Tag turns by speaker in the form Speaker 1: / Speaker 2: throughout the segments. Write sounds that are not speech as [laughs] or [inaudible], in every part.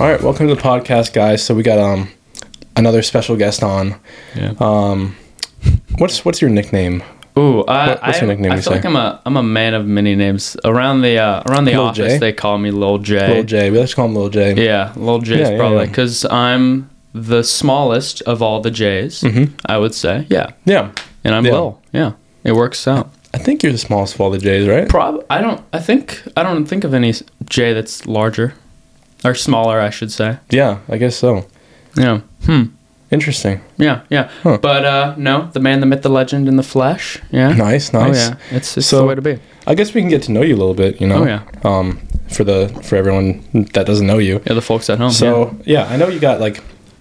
Speaker 1: All right, welcome to the podcast, guys. So we got um another special guest on.
Speaker 2: Yeah.
Speaker 1: Um, what's what's your nickname?
Speaker 2: Ooh, I,
Speaker 1: What- what's
Speaker 2: I,
Speaker 1: your nickname,
Speaker 2: I
Speaker 1: you
Speaker 2: feel like
Speaker 1: say?
Speaker 2: I'm a I'm a man of many names. Around the uh, around the
Speaker 1: Lil
Speaker 2: office,
Speaker 1: J?
Speaker 2: they call me Lil J.
Speaker 1: Lil J. We like to call him Lil J.
Speaker 2: Yeah, Lil J's
Speaker 1: Yeah, yeah,
Speaker 2: probably
Speaker 1: yeah.
Speaker 2: because I'm the smallest of all the J's. I would say, yeah,
Speaker 1: Yeah.
Speaker 2: and I'm
Speaker 1: Mm-hmm. Yeah.
Speaker 2: Lil. Yeah, it works out.
Speaker 1: I think you're the smallest of all the J's, right?
Speaker 2: Prob I don't. I think I don't think of any s- J that's larger or smaller. I should say.
Speaker 1: Yeah, I guess so.
Speaker 2: Yeah. Hmm.
Speaker 1: Interesting.
Speaker 2: Yeah. Yeah.
Speaker 1: Huh.
Speaker 2: But uh, no, the man, the myth, the legend, in the flesh. Yeah.
Speaker 1: Nice,
Speaker 2: Oh
Speaker 1: nice.
Speaker 2: yeah, it's, it's
Speaker 1: So-
Speaker 2: the way to be.
Speaker 1: I guess we can get to know you a little bit, you know.
Speaker 2: Oh, yeah.
Speaker 1: Um, for the for everyone that doesn't know you.
Speaker 2: Yeah, the folks at home. yeah.
Speaker 1: So yeah. I know you got like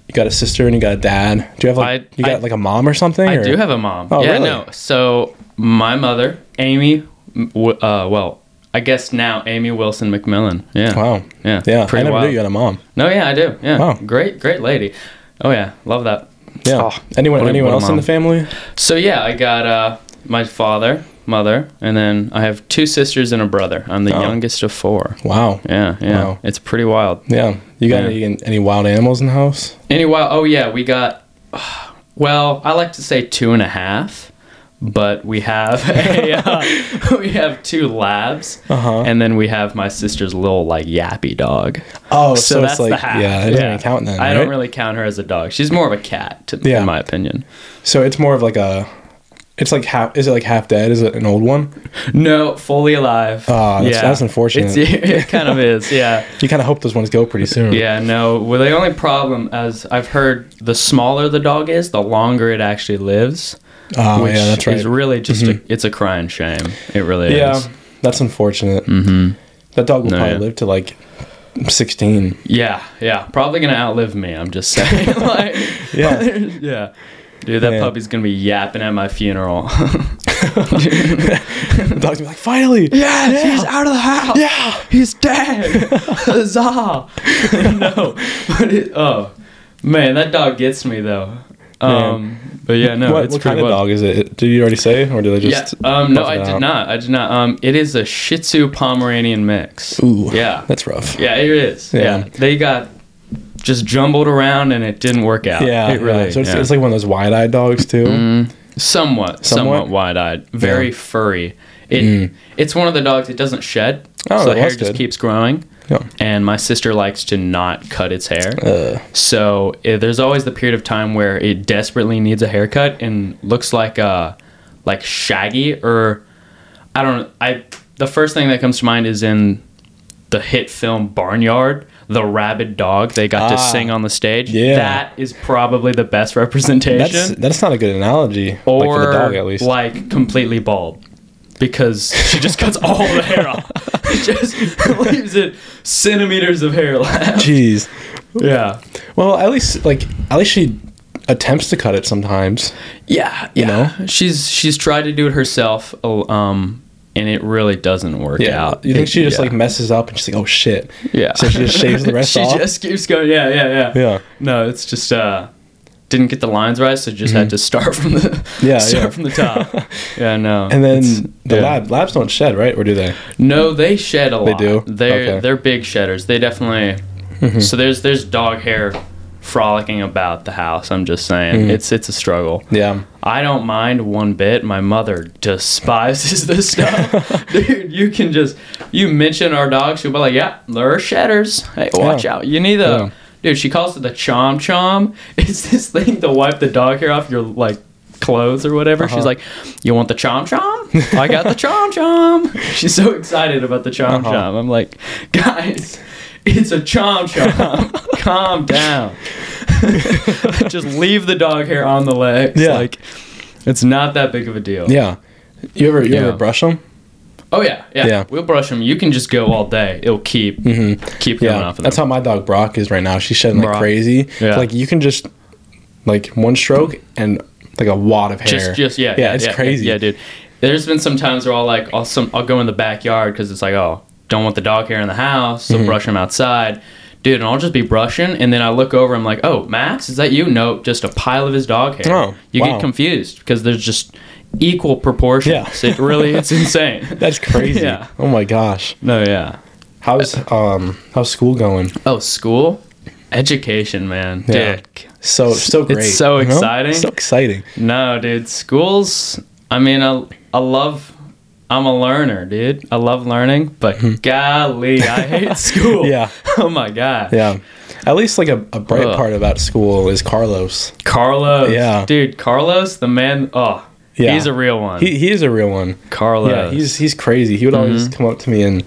Speaker 1: you got a sister and you got a dad. Do you have like
Speaker 2: I-
Speaker 1: you got
Speaker 2: I-
Speaker 1: like a mom or something?
Speaker 2: I
Speaker 1: or-
Speaker 2: do have a mom.
Speaker 1: Oh,
Speaker 2: yeah,
Speaker 1: really?
Speaker 2: no. So my mother, Amy, m- w- uh, well, I guess now Amy Wilson McMillan. Yeah.
Speaker 1: Wow.
Speaker 2: Yeah.
Speaker 1: Yeah. I
Speaker 2: Pretty
Speaker 1: never
Speaker 2: wild.
Speaker 1: knew you had a mom.
Speaker 2: No, yeah, I do. Yeah.
Speaker 1: Wow.
Speaker 2: Great, great lady. Oh yeah, love that.
Speaker 1: Yeah.
Speaker 2: Oh,
Speaker 1: anyone
Speaker 2: what a-
Speaker 1: anyone
Speaker 2: what a
Speaker 1: else in
Speaker 2: mom.
Speaker 1: the family?
Speaker 2: So yeah, I got uh, my father, mother, and then I have two sisters and a brother. I'm the
Speaker 1: Oh.
Speaker 2: youngest of four.
Speaker 1: Wow.
Speaker 2: Yeah, yeah.
Speaker 1: Wow.
Speaker 2: It's pretty wild.
Speaker 1: Yeah. You got
Speaker 2: Yeah.
Speaker 1: any, any wild animals in the house?
Speaker 2: Anyway, oh yeah, we got. [sighs] Well, I like to say two and a half, but we have a,
Speaker 1: [laughs]
Speaker 2: [laughs] uh, we have two labs,
Speaker 1: Uh-huh.
Speaker 2: and then we have my sister's little like yappy dog.
Speaker 1: Oh,
Speaker 2: So, that's the half.
Speaker 1: yeah, it doesn't even count then.
Speaker 2: I don't
Speaker 1: right?
Speaker 2: really count her as a dog. She's more of a cat, to,
Speaker 1: Yeah.
Speaker 2: in my opinion.
Speaker 1: So it's more of like a, it's like half. Is it like half dead? Is it an old one?
Speaker 2: No, fully alive.
Speaker 1: Ah, that's- that's unfortunate.
Speaker 2: It's, [laughs] it kind of is. Yeah.
Speaker 1: You kind of hope those ones go pretty soon.
Speaker 2: Yeah, no. Well, the only problem, as I've heard, the smaller the dog is, the longer it actually lives.
Speaker 1: Oh,
Speaker 2: which
Speaker 1: yeah, that's right. Mm-hmm.
Speaker 2: is really just a, it's a crying shame. It really
Speaker 1: yeah,
Speaker 2: is.
Speaker 1: that's unfortunate. Mm-hmm. That dog will
Speaker 2: No,
Speaker 1: probably
Speaker 2: yeah.
Speaker 1: live to like sixteen.
Speaker 2: Yeah, yeah. Probably gonna outlive me. I'm just saying. [laughs] like,
Speaker 1: Yeah.
Speaker 2: yeah. Dude, that
Speaker 1: Yeah.
Speaker 2: puppy's gonna be yapping at my
Speaker 1: [laughs]
Speaker 2: funeral. [laughs]
Speaker 1: the dog's be like, finally,
Speaker 2: yeah, he's out of the house.
Speaker 1: yeah.
Speaker 2: he's dead. [laughs] Huzzah! [laughs] no, but it, oh man, that dog gets me though. Um, but yeah, no,
Speaker 1: what
Speaker 2: it's
Speaker 1: what
Speaker 2: pretty
Speaker 1: kind of
Speaker 2: wild.
Speaker 1: dog is it? Did you already say, or did I just?
Speaker 2: yeah. Um, no,
Speaker 1: puff
Speaker 2: I
Speaker 1: it
Speaker 2: did
Speaker 1: out?
Speaker 2: not. I did not. Um, it is a Shih Tzu Pomeranian mix.
Speaker 1: Ooh,
Speaker 2: Yeah.
Speaker 1: that's rough.
Speaker 2: Yeah, it is.
Speaker 1: Yeah.
Speaker 2: Yeah. They got just jumbled around and it didn't work out.
Speaker 1: Yeah,
Speaker 2: It really.
Speaker 1: So it's,
Speaker 2: yeah. Mm-hmm.
Speaker 1: it's like one of those wide-eyed dogs too.
Speaker 2: somewhat, somewhat,
Speaker 1: Somewhat? Mm.
Speaker 2: wide eyed, very furry. It, It's one of the dogs that doesn't shed.
Speaker 1: Oh,
Speaker 2: so the
Speaker 1: well,
Speaker 2: hair
Speaker 1: that's
Speaker 2: just
Speaker 1: good.
Speaker 2: keeps growing.
Speaker 1: Yeah.
Speaker 2: And my sister likes to not cut its hair.
Speaker 1: Uh,
Speaker 2: So eh, there's always the period of time where it desperately needs a haircut and looks like uh like shaggy or I don't I the first thing that comes to mind is in the hit film Barnyard, the rabid dog they got
Speaker 1: Ah,
Speaker 2: to sing on the stage.
Speaker 1: yeah.
Speaker 2: That is probably the best representation
Speaker 1: that's that's not a good analogy.
Speaker 2: or
Speaker 1: like for the dog, at least.
Speaker 2: like completely bald because she just cuts all the hair
Speaker 1: [laughs]
Speaker 2: off. [laughs] just leaves it centimeters of hair left.
Speaker 1: Jeez.
Speaker 2: Yeah.
Speaker 1: Well, at least like at least she attempts to cut it sometimes.
Speaker 2: Yeah, yeah. She's she's tried to do it herself, oh, um, and it really doesn't work out.
Speaker 1: You think
Speaker 2: It-
Speaker 1: she just
Speaker 2: yeah.
Speaker 1: like messes up and she's like, oh shit.
Speaker 2: yeah.
Speaker 1: So she just shaves the rest
Speaker 2: [laughs] she
Speaker 1: off.
Speaker 2: just keeps going. Yeah, yeah, yeah.
Speaker 1: Yeah.
Speaker 2: No, it's just uh, didn't get the lines right, so just had to start from the
Speaker 1: Mm-hmm. Yeah,
Speaker 2: [laughs] start
Speaker 1: yeah.
Speaker 2: from the top.
Speaker 1: [laughs]
Speaker 2: yeah, no.
Speaker 1: And then
Speaker 2: it's-
Speaker 1: the
Speaker 2: yeah.
Speaker 1: lab labs don't shed, right? Or do they?
Speaker 2: No, they shed a lot.
Speaker 1: do?
Speaker 2: They're
Speaker 1: Okay. Mm-hmm.
Speaker 2: they're big shedders. They definitely. So there's there's dog hair frolicking about the house. I'm just
Speaker 1: Mm-hmm.
Speaker 2: saying it's it's a struggle.
Speaker 1: Yeah.
Speaker 2: I don't mind one bit. My mother despises this
Speaker 1: [laughs]
Speaker 2: stuff. Dude, you can just you mention our dogs, she'll be like, Yeah, they're shedders. Hey, watch
Speaker 1: Yeah.
Speaker 2: out. You need
Speaker 1: Yeah.
Speaker 2: a dude, she calls it the chom chom. [laughs] It's this thing to wipe the dog hair off your like clothes or whatever.
Speaker 1: Uh-huh.
Speaker 2: She's like, You want the chom
Speaker 1: [laughs]
Speaker 2: chom? I got the chom chom. She's so excited about the chom
Speaker 1: Uh-huh.
Speaker 2: chom. I'm like, guys, it's a chom
Speaker 1: [laughs]
Speaker 2: chom. Calm down. [laughs] just leave the dog hair on the legs.
Speaker 1: Yeah.
Speaker 2: Like it's not that big of a deal.
Speaker 1: [laughs] Yeah. You ever you ever
Speaker 2: Yeah.
Speaker 1: brush them?
Speaker 2: Oh yeah, yeah.
Speaker 1: Yeah. Mm-hmm.
Speaker 2: We'll brush them. You can just go all day. It'll keep keep coming
Speaker 1: Yeah.
Speaker 2: off of them.
Speaker 1: That's how my dog Brock is right now. She's shedding like
Speaker 2: Brock.
Speaker 1: crazy.
Speaker 2: Yeah.
Speaker 1: Like you can just like one stroke and like a wad of hair.
Speaker 2: just just yeah.
Speaker 1: Yeah, it's crazy.
Speaker 2: Yeah, dude. There's been some times where I'll like I'll some I'll go in the backyard because it's like oh don't want the dog hair in the house
Speaker 1: Mm-hmm.
Speaker 2: so brush them outside. Dude, and I'll just be brushing, and then I look over. I'm like, "Oh, Max, is that you?" No, just a pile of his dog hair.
Speaker 1: Oh,
Speaker 2: you
Speaker 1: wow.
Speaker 2: get confused because there's just equal proportions.
Speaker 1: Yeah.
Speaker 2: It really,
Speaker 1: [laughs]
Speaker 2: it's insane.
Speaker 1: That's crazy.
Speaker 2: [laughs] Yeah.
Speaker 1: Oh my gosh.
Speaker 2: No, yeah.
Speaker 1: How's um how's school going?
Speaker 2: Oh, school? education, man.
Speaker 1: Yeah.
Speaker 2: Dude,
Speaker 1: So so
Speaker 2: It's
Speaker 1: great.
Speaker 2: so
Speaker 1: you know?
Speaker 2: exciting.
Speaker 1: So exciting.
Speaker 2: no, dude. Schools. I mean, I, I love. I'm a learner, dude. I love learning, but golly, I
Speaker 1: [laughs]
Speaker 2: hate school.
Speaker 1: Mm-hmm. Yeah.
Speaker 2: [laughs] Oh my god.
Speaker 1: Yeah. At least like a, a bright
Speaker 2: Ugh.
Speaker 1: part about school is Carlos.
Speaker 2: Carlos.
Speaker 1: Yeah.
Speaker 2: Dude, Carlos, the man. Oh,
Speaker 1: Yeah.
Speaker 2: he's a real one.
Speaker 1: He he is a real one.
Speaker 2: Carlos.
Speaker 1: Yeah, he's he's crazy. He would always
Speaker 2: Mm-hmm.
Speaker 1: come up to me and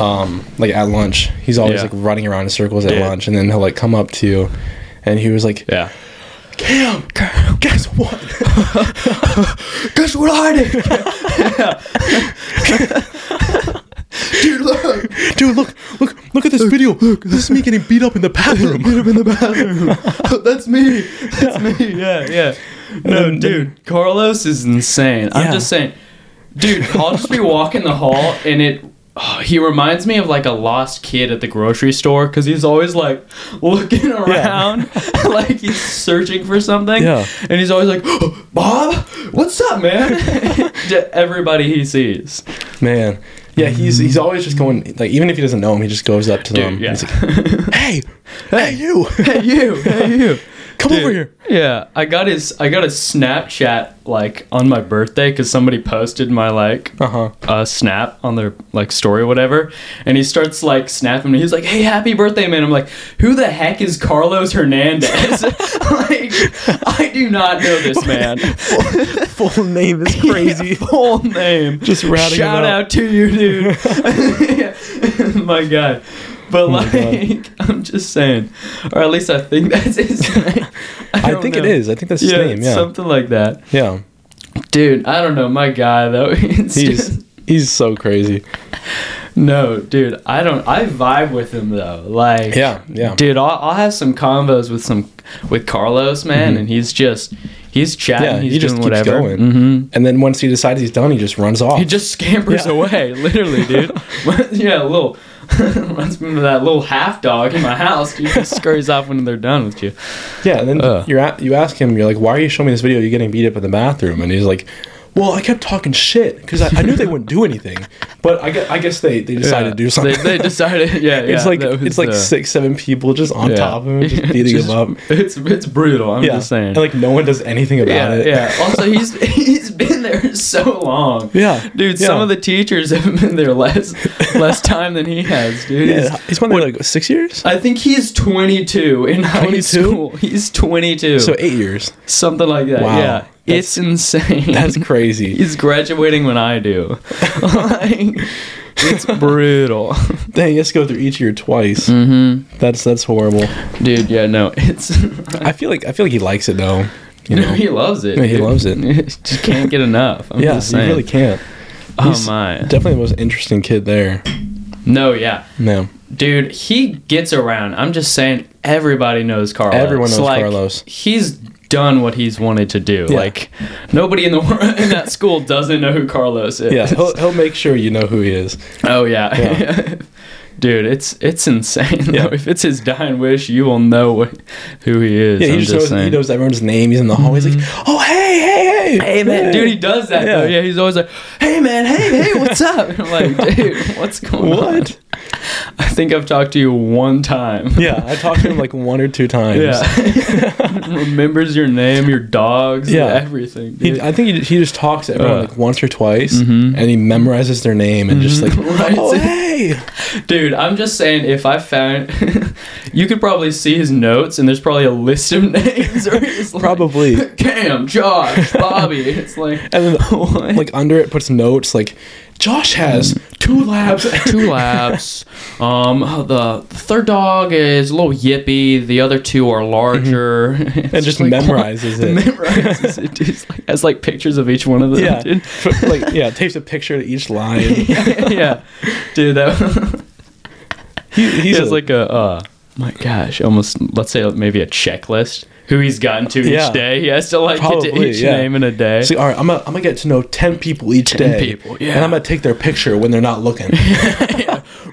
Speaker 1: um like at lunch. He's always
Speaker 2: Yeah.
Speaker 1: like running around in circles at
Speaker 2: Yeah.
Speaker 1: lunch and then he'll like come up to you and he was like,
Speaker 2: yeah.
Speaker 1: Cam, guess what? guess what I did?
Speaker 3: Dude, look!
Speaker 1: Dude, look, look, look at this video. Look, this is me getting beat up in the bathroom.
Speaker 3: Beat him in the bathroom. [laughs] That's
Speaker 1: [laughs]
Speaker 3: me.
Speaker 2: It's me. Yeah, yeah. No,
Speaker 1: then-
Speaker 2: dude, Carlos is insane.
Speaker 1: Yeah.
Speaker 2: I'm just saying, dude. I'll just be walking the hall, and it. oh, he reminds me of like a lost kid at the grocery store because he's always like [laughs] looking around, [laughs] like he's searching for something.
Speaker 1: Yeah.
Speaker 2: And he's always like, "Oh, Bob, what's
Speaker 1: [laughs]
Speaker 2: up, man? to everybody he sees.
Speaker 1: Man, yeah, he's he's always just going like even if he doesn't know him, he just goes up to
Speaker 2: Dude,
Speaker 1: them.
Speaker 2: yeah.
Speaker 1: Um,
Speaker 2: [laughs]
Speaker 1: He's like, hey, hey, you,
Speaker 2: hey, you. Hey, you.
Speaker 1: come over here.
Speaker 2: Yeah, I got his. I got a Snapchat like on my birthday because somebody posted my like
Speaker 1: Uh huh.
Speaker 2: uh, snap on their like story or whatever, and he starts like snapping me. He's like, "Hey, happy birthday, man!" I'm like, "Who the heck is Carlos Hernandez?" [laughs] like, I do not know this man.
Speaker 1: Full name [laughs] is
Speaker 2: [laughs] Full name.
Speaker 1: Just routing him
Speaker 2: Shout
Speaker 1: out.
Speaker 2: out to you, dude. [laughs] My God. But
Speaker 1: Oh
Speaker 2: like, [laughs] I'm just saying, or at least I think [laughs] that's his name.
Speaker 1: [laughs] I,
Speaker 2: don't
Speaker 1: think it
Speaker 2: know.
Speaker 1: is. I think that's his
Speaker 2: yeah,
Speaker 1: name. Yeah,
Speaker 2: something like that.
Speaker 1: yeah.
Speaker 2: Dude, I don't know. My guy, though, [laughs] it's just,
Speaker 1: He's he's so crazy.
Speaker 2: no, dude, I don't. I vibe with him though. Like,
Speaker 1: Yeah, yeah.
Speaker 2: dude, I'll, I'll have some combos with some with Carlos, man, and he's just he's chatting,
Speaker 1: Mm-hmm. Yeah,
Speaker 2: he's
Speaker 1: he
Speaker 2: doing
Speaker 1: just keeps
Speaker 2: whatever.
Speaker 1: going.
Speaker 2: Mhm.
Speaker 1: And then once he decides he's done, he just runs off.
Speaker 2: He just scampers
Speaker 1: Yeah. [laughs]
Speaker 2: away, literally, dude. [laughs] yeah, a little [laughs] reminds me of that little half dog in my house. Dude, he scurries off when they're done with you.
Speaker 1: yeah, and then
Speaker 2: Uh.
Speaker 1: you're at, you ask him, you're like, why are you showing me this video? You're getting beat up in the bathroom, and he's like. Well, I kept talking shit because I, I knew they wouldn't do anything, but I guess, I guess they, they decided
Speaker 2: Yeah.
Speaker 1: to do something.
Speaker 2: They, they decided.
Speaker 1: [laughs]
Speaker 2: Yeah,
Speaker 1: it's
Speaker 2: yeah,
Speaker 1: like
Speaker 2: that was
Speaker 1: it's like
Speaker 2: the-
Speaker 1: six, seven people just on
Speaker 2: yeah.
Speaker 1: top of him,
Speaker 2: [laughs]
Speaker 1: just beating
Speaker 2: Just-
Speaker 1: him up.
Speaker 2: It's it's brutal. I'm
Speaker 1: Yeah,
Speaker 2: just saying.
Speaker 1: and like no one does anything about
Speaker 2: yeah,
Speaker 1: it.
Speaker 2: yeah. Also, he's [laughs] he's been there so long.
Speaker 1: [laughs] Yeah,
Speaker 2: dude.
Speaker 1: yeah.
Speaker 2: Some of the teachers [laughs] have been there less less time than he has, dude.
Speaker 1: yeah.
Speaker 2: He's-
Speaker 1: He's been there like six years,
Speaker 2: I think he's 22 in high
Speaker 1: 22?
Speaker 2: school. He's 22,
Speaker 1: so eight years.
Speaker 2: something like that.
Speaker 1: Wow.
Speaker 2: Yeah, it's insane.
Speaker 1: That's crazy.
Speaker 2: [laughs] he's graduating when
Speaker 1: [laughs]
Speaker 2: I do. like, it's brutal,
Speaker 1: Dang, you have to go through each year twice. Mm-hmm. That's that's horrible.
Speaker 2: dude. Yeah, no, it's [laughs]
Speaker 1: I feel like I feel like he likes it though. You
Speaker 2: no,
Speaker 1: know,
Speaker 2: he loves it.
Speaker 1: Yeah, he
Speaker 2: dude.
Speaker 1: loves
Speaker 2: [laughs]
Speaker 1: it.
Speaker 2: Just can't get enough. I'm
Speaker 1: yeah,
Speaker 2: just
Speaker 1: he
Speaker 2: saying.
Speaker 1: really can't.
Speaker 2: oh
Speaker 1: he's-
Speaker 2: my,
Speaker 1: Definitely the most interesting kid there.
Speaker 2: no, yeah.
Speaker 1: No,
Speaker 2: Dude, he gets around. I'm just saying, everybody knows Carlos.
Speaker 1: Everyone knows Carlos.
Speaker 2: He's done what he's wanted to do.
Speaker 1: Yeah.
Speaker 2: Like nobody in the world [laughs] in that school doesn't know who Carlos is.
Speaker 1: yeah, he'll he'll make sure you know who he is.
Speaker 2: [laughs] Oh yeah.
Speaker 1: Yeah.
Speaker 2: [laughs] Dude, it's it's insane. though.
Speaker 1: Yeah.
Speaker 2: If it's his dying wish, you will know what, who he is.
Speaker 1: Yeah,
Speaker 2: I'm
Speaker 1: he just, knows he
Speaker 2: saying.
Speaker 1: knows everyone's name. He's in the hall. He's like, oh hey hey hey
Speaker 2: Hey man, dude, he does that though.
Speaker 1: Yeah.
Speaker 2: Yeah, he's always like, "Hey man, hey hey, what's up?" [laughs] And I'm like, "Dude, what's going on?"
Speaker 1: what?
Speaker 2: I think I've talked to you one time.
Speaker 1: [laughs] yeah, I talked to him like one or two times.
Speaker 2: Yeah.
Speaker 1: [laughs]
Speaker 2: [laughs] Remembers your name, your dogs,
Speaker 1: Yeah.
Speaker 2: yeah. everything.
Speaker 1: He,
Speaker 2: Dude.
Speaker 1: I think he, he just talks to everyone
Speaker 2: Uh.
Speaker 1: like once or twice, and he memorizes their name and just like, [laughs]
Speaker 2: Right.
Speaker 1: oh hey,
Speaker 2: Dude, I'm just saying, if I found, [laughs] you could probably see his notes, and there's probably a list of [laughs] names. Or he's like,
Speaker 1: Probably.
Speaker 2: [laughs] Cam, Josh, Bobby. It's like [laughs]
Speaker 1: [laughs] and then
Speaker 2: what?
Speaker 1: like under it puts notes like, Josh has two labs.
Speaker 2: two labs. Um, the, the third dog is a little yippy. The other two are larger.
Speaker 1: Mm-hmm.
Speaker 2: [laughs]
Speaker 1: And just [laughs] memorizes it.
Speaker 2: memorizes it. Dude. It's like, has like pictures of each one of them.
Speaker 1: yeah,
Speaker 2: dude. [laughs]
Speaker 1: F- like yeah, tapes a picture to each line.
Speaker 2: yeah, dude, that [laughs]
Speaker 1: He, he's
Speaker 2: he has
Speaker 1: a-
Speaker 2: like a uh, my gosh, almost let's say maybe a checklist who he's gotten to
Speaker 1: Yeah.
Speaker 2: each day. He has to like get to
Speaker 1: Probably,
Speaker 2: each
Speaker 1: yeah.
Speaker 2: name in a day.
Speaker 1: See, all right, I'm gonna I'm gonna get to know ten people each
Speaker 2: 10
Speaker 1: day,
Speaker 2: people,
Speaker 1: and
Speaker 2: yeah.
Speaker 1: I'm gonna take their picture when they're not looking.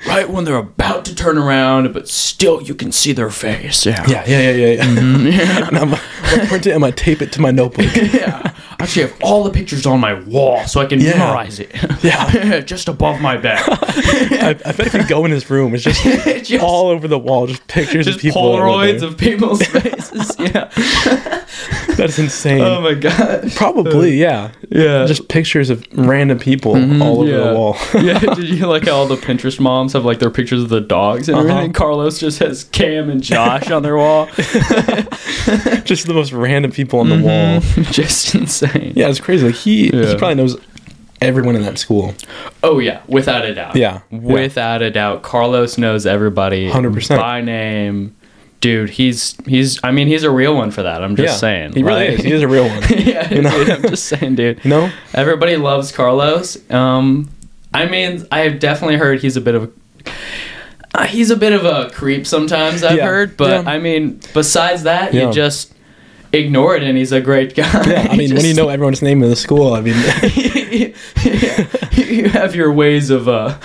Speaker 2: right when they're about to turn around, but still you can see their face. [laughs] Yeah. [laughs]
Speaker 1: [laughs]
Speaker 2: Mm-hmm.
Speaker 1: yeah, yeah, yeah, yeah. yeah. and I'm, gonna- I'm gonna print it and I'm gonna tape it to my notebook.
Speaker 2: [laughs] Yeah. I should have all the pictures on my wall so I can
Speaker 1: Yeah.
Speaker 2: memorize it.
Speaker 1: [laughs] Yeah.
Speaker 2: [laughs] just above
Speaker 1: [laughs]
Speaker 2: my back.
Speaker 1: I, I bet if you go in his room, it's just,
Speaker 2: [laughs] Just-
Speaker 1: all over the wall, just pictures
Speaker 2: Just
Speaker 1: of people. that were
Speaker 2: Polaroids
Speaker 1: there.
Speaker 2: of people's [laughs] faces.
Speaker 1: [laughs]
Speaker 2: Yeah.
Speaker 1: That's insane.
Speaker 2: Oh my gosh.
Speaker 1: Probably, yeah.
Speaker 2: Yeah.
Speaker 1: Just pictures of random people all over
Speaker 2: Mm-hmm. yeah.
Speaker 1: the wall. [laughs]
Speaker 2: [laughs] yeah, did you like how all the Pinterest moms have like their pictures of the dogs and
Speaker 1: Uh-huh.
Speaker 2: everything? Carlos just has Cam and Josh on their
Speaker 1: [laughs]
Speaker 2: wall.
Speaker 1: just the most random people on the
Speaker 2: Mm-hmm.
Speaker 1: wall.
Speaker 2: just insane.
Speaker 1: Yeah, it's crazy. Like he,
Speaker 2: Yeah.
Speaker 1: he probably knows everyone in that school.
Speaker 2: Oh yeah, without a doubt.
Speaker 1: Yeah, yeah.
Speaker 2: Without a doubt. Carlos knows everybody
Speaker 1: 100%.
Speaker 2: by name. Dude, he's he's I mean, he's a real one for that. I'm just
Speaker 1: yeah,
Speaker 2: saying.
Speaker 1: he really
Speaker 2: like- [laughs]
Speaker 1: is. He is a real one. you
Speaker 2: yeah,
Speaker 1: You know?
Speaker 2: dude, I'm just saying, dude.
Speaker 1: know?
Speaker 2: Everybody loves Carlos. Um, I mean, I have definitely heard he's a bit of a uh, he's a bit of a creep sometimes. I've
Speaker 1: Yeah.
Speaker 2: heard, but
Speaker 1: Yeah.
Speaker 2: I mean, besides that,
Speaker 1: Yeah.
Speaker 2: you just ignore it, and he's a great guy.
Speaker 1: Yeah, I mean, when
Speaker 2: [laughs]
Speaker 1: you know everyone's name in the school, I mean, [laughs]
Speaker 2: you have your ways of uh,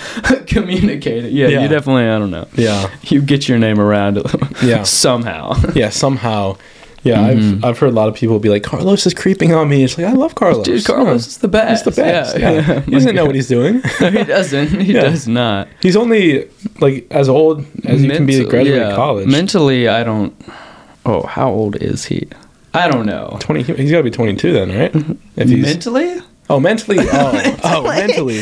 Speaker 2: [laughs] communicating. Yeah,
Speaker 1: Yeah.
Speaker 2: you definitely. I don't know.
Speaker 1: yeah,
Speaker 2: You get your name around
Speaker 1: Yeah.
Speaker 2: [laughs] somehow.
Speaker 1: yeah, somehow. Yeah, I've,
Speaker 2: Mm-hmm.
Speaker 1: I've heard a lot of people be like, Carlos is creeping on me. It's like, I love Carlos.
Speaker 2: Dude, Carlos is the best.
Speaker 1: is the best.
Speaker 2: Yeah,
Speaker 1: Yeah,
Speaker 2: [laughs] yeah.
Speaker 1: He doesn't know what he's doing.
Speaker 2: no, [laughs] he doesn't. He
Speaker 1: Yeah.
Speaker 2: does not.
Speaker 1: He's only like as old as you can be to
Speaker 2: Mental-
Speaker 1: graduate
Speaker 2: yeah.
Speaker 1: college.
Speaker 2: Mentally, I don't. Oh, how old is he? I don't know.
Speaker 1: Twenty. He's got to be twenty-two then, right?
Speaker 2: Mm-hmm.
Speaker 1: If he's
Speaker 2: Mentally,
Speaker 1: oh mentally
Speaker 2: [laughs]
Speaker 1: oh oh mentally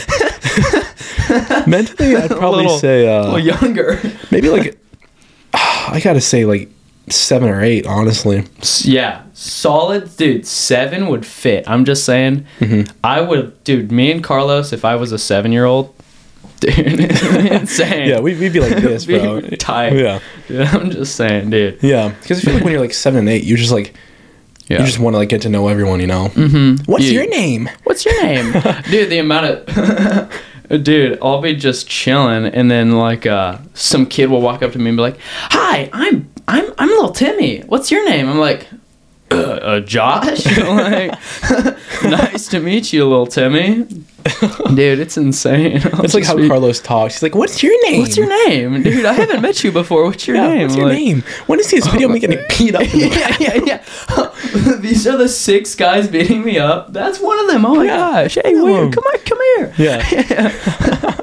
Speaker 1: [laughs] mentally I'd probably
Speaker 2: little-
Speaker 1: say uh,
Speaker 2: [laughs] a little younger. [laughs]
Speaker 1: maybe like [sighs] I gotta say like seven or eight. Honestly,
Speaker 2: S- yeah, solid dude. Seven would fit. I'm just saying.
Speaker 1: Mm-hmm.
Speaker 2: I would, dude. Me and Carlos, if I was a seven-year-old, [laughs] dude, [laughs] insane.
Speaker 1: yeah, we'd, we'd be like
Speaker 2: [laughs]
Speaker 1: this,
Speaker 2: Be
Speaker 1: bro.
Speaker 2: tight.
Speaker 1: Yeah,
Speaker 2: Dude, [laughs] I'm just saying, dude.
Speaker 1: yeah. Because I feel like when you're like seven and eight, you just like
Speaker 2: Yeah.
Speaker 1: you just want to like get to know everyone. You know, mm-hmm. what's
Speaker 2: Yeah.
Speaker 1: your name?
Speaker 2: What's your name? [laughs] dude, the amount of [laughs] dude, I'll be just chilling and then like uh some kid will walk up to me and be like, Hi, I'm I'm I'm little Timmy. What's your name? I'm like uh, uh, Josh, [laughs] like, nice to meet you, little Timmy. [laughs] Dude, it's insane. I'll
Speaker 1: It's like
Speaker 2: just
Speaker 1: how
Speaker 2: be,
Speaker 1: Carlos talks. He's like, "What's your name?
Speaker 2: What's your name, dude? I haven't met you before. What's [laughs] your
Speaker 1: Yeah,
Speaker 2: name?
Speaker 1: what's your
Speaker 2: Like,
Speaker 1: name? When is this video me
Speaker 2: [laughs]
Speaker 1: getting beat up? in the-
Speaker 2: yeah, [laughs] yeah, yeah. These are the six guys beating me up. That's one of them. Oh my gosh. Hey,
Speaker 1: one of
Speaker 2: wait,
Speaker 1: them.
Speaker 2: come on, come here.
Speaker 1: Yeah,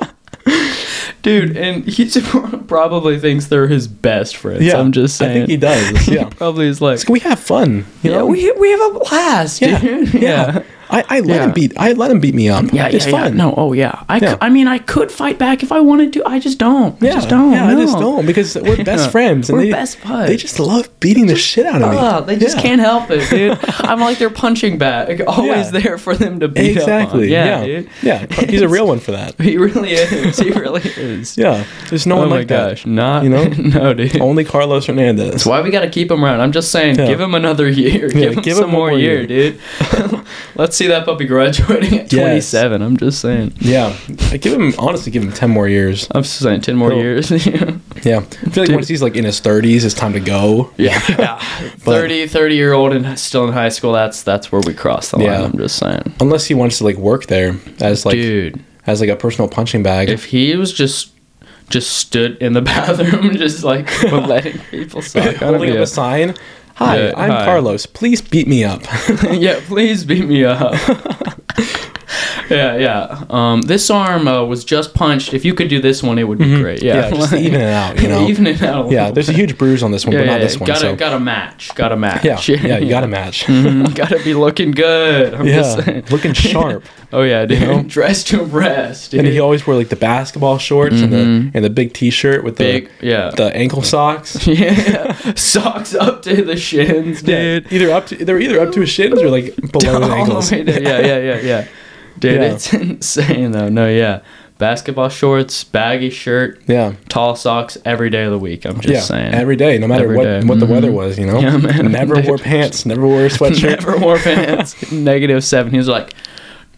Speaker 2: Dude, and he [laughs] probably thinks they're his best friends.
Speaker 1: yeah.
Speaker 2: I'm just saying.
Speaker 1: I think he does.
Speaker 2: He [laughs]
Speaker 1: Yeah.
Speaker 2: probably is like,
Speaker 1: It's like, we have fun. You
Speaker 2: yeah,
Speaker 1: know?
Speaker 2: we, we have a blast,
Speaker 1: yeah.
Speaker 2: dude. [laughs]
Speaker 1: yeah. I, I let
Speaker 2: Yeah.
Speaker 1: him beat I let him beat me up.
Speaker 2: Yeah,
Speaker 1: it's
Speaker 2: yeah, yeah.
Speaker 1: fun.
Speaker 2: No, oh yeah. I, cou-
Speaker 1: Yeah.
Speaker 2: I mean, I could fight back if I wanted to. I just don't. I
Speaker 1: Yeah,
Speaker 2: just don't.
Speaker 1: Yeah, I just
Speaker 2: no.
Speaker 1: don't because we're best
Speaker 2: [laughs] Yeah.
Speaker 1: friends and
Speaker 2: We're
Speaker 1: they,
Speaker 2: best buds.
Speaker 1: they just love beating the shit out of me.
Speaker 2: Ugh, Oh, they just
Speaker 1: Yeah.
Speaker 2: can't help it, dude. I'm like their punching bag, [laughs] always
Speaker 1: Yeah.
Speaker 2: there for them to
Speaker 1: [laughs]
Speaker 2: beat
Speaker 1: Exactly.
Speaker 2: up on.
Speaker 1: Yeah.
Speaker 2: dude.
Speaker 1: Yeah. He's a real one for that.
Speaker 2: [laughs] He really is. He really is.
Speaker 1: Yeah. There's no
Speaker 2: Oh
Speaker 1: one
Speaker 2: my
Speaker 1: like
Speaker 2: gosh, not
Speaker 1: You know?
Speaker 2: [laughs] no, dude.
Speaker 1: that. Only Carlos Hernandez.
Speaker 2: That's why we gotta keep him around. I'm just saying,
Speaker 1: Yeah.
Speaker 2: give him another year. [laughs] give him
Speaker 1: give
Speaker 2: some
Speaker 1: him
Speaker 2: more
Speaker 1: one more
Speaker 2: year, dude. [laughs] Let's see that puppy graduating at
Speaker 1: Yes.
Speaker 2: 27. I'm just saying.
Speaker 1: Yeah. I give him honestly give him ten more years.
Speaker 2: I'm just saying, 10 more
Speaker 1: Cool.
Speaker 2: years. [laughs]
Speaker 1: Yeah. I feel like
Speaker 2: Dude.
Speaker 1: once he's like in his thirties, it's time to go.
Speaker 2: yeah, [laughs] yeah. 30, 30 year old and still in high school. That's that's where we cross the line.
Speaker 1: Yeah.
Speaker 2: I'm just saying,
Speaker 1: Unless he wants to like work there as like
Speaker 2: dude.
Speaker 1: as like a personal punching bag.
Speaker 2: If he was just just stood in the [laughs] bathroom,
Speaker 1: [laughs]
Speaker 2: just like [laughs] letting people suck on
Speaker 1: holding up
Speaker 2: him.
Speaker 1: a sign. Hi,
Speaker 2: Yeah,
Speaker 1: I'm
Speaker 2: hi.
Speaker 1: Carlos. Please beat me up. [laughs]
Speaker 2: yeah, please beat me up. yeah, yeah. Um, this arm uh, was just punched. If you could do this one, it would be great. Yeah,
Speaker 1: Mm-hmm. Yeah, just to even it out,
Speaker 2: [laughs]
Speaker 1: you know.
Speaker 2: even it out. a
Speaker 1: yeah,
Speaker 2: little
Speaker 1: there's a
Speaker 2: bit.
Speaker 1: huge bruise on this one,
Speaker 2: Yeah,
Speaker 1: but not
Speaker 2: yeah,
Speaker 1: this one.
Speaker 2: Gotta,
Speaker 1: so.
Speaker 2: gotta match. Gotta match.
Speaker 1: yeah, yeah,
Speaker 2: [laughs]
Speaker 1: you got to match.
Speaker 2: Mhm, gotta be looking good. I'm just [laughs]
Speaker 1: Yeah,
Speaker 2: saying.
Speaker 1: looking sharp.
Speaker 2: Oh yeah, dude.
Speaker 1: know?
Speaker 2: [laughs] Dress to impress, dude.
Speaker 1: And he always wore like the basketball shorts and the and the big T-shirt with the
Speaker 2: Mm-hmm. Big, yeah.
Speaker 1: the ankle
Speaker 2: [laughs]
Speaker 1: socks.
Speaker 2: yeah, socks up to the shins,
Speaker 1: Yeah,
Speaker 2: dude.
Speaker 1: either up to they're either up to his shins or
Speaker 2: [laughs]
Speaker 1: like below his
Speaker 2: All
Speaker 1: ankles.
Speaker 2: the way down. Yeah, yeah, yeah,
Speaker 1: [laughs]
Speaker 2: yeah. Dude,
Speaker 1: Yeah.
Speaker 2: it's [laughs] insane though. No, yeah. Basketball shorts, baggy shirt,
Speaker 1: Yeah,
Speaker 2: tall socks every day of the week. I'm just
Speaker 1: yeah.
Speaker 2: saying.
Speaker 1: Every day, no matter
Speaker 2: Every
Speaker 1: what
Speaker 2: day. Mm-hmm.
Speaker 1: what the weather was, you know.
Speaker 2: Yeah, man.
Speaker 1: Never
Speaker 2: Dude.
Speaker 1: wore pants. Never wore a sweatshirt.
Speaker 2: [laughs] [laughs] Never
Speaker 1: [laughs]
Speaker 2: wore pants. Negative seven. He was like,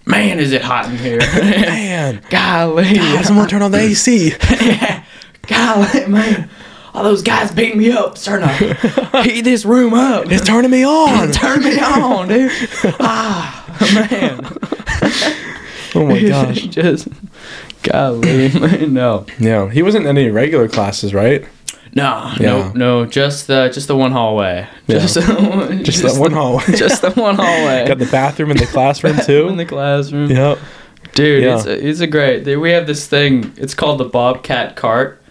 Speaker 2: man, is it hot in
Speaker 1: [laughs]
Speaker 2: here? [laughs]
Speaker 1: Man,
Speaker 2: Golly.
Speaker 1: God,
Speaker 2: [laughs]
Speaker 1: someone turn on the AC.
Speaker 2: Golly, man. All those guys beating me up.
Speaker 1: [laughs]
Speaker 2: Starting to heat this room up.
Speaker 1: It's turning me on.
Speaker 2: [laughs] Turn me on,
Speaker 1: [laughs]
Speaker 2: dude. Ah, man.
Speaker 1: Oh
Speaker 2: [laughs]
Speaker 1: my gosh.
Speaker 2: just, golly, man, no.
Speaker 1: [laughs] Yeah, he wasn't in any regular classes, right?
Speaker 2: Nah,
Speaker 1: Yeah.
Speaker 2: no, no, just the just the one hallway.
Speaker 1: Yeah.
Speaker 2: Just, just,
Speaker 1: Just that one hallway.
Speaker 2: The, [laughs] just the one hallway.
Speaker 1: [laughs] Got the bathroom in the
Speaker 2: [laughs]
Speaker 1: classroom too.
Speaker 2: in the classroom.
Speaker 1: yep.
Speaker 2: Dude,
Speaker 1: Yeah.
Speaker 2: it's, it's a great. they- We have this thing. It's called the Bobcat Cart.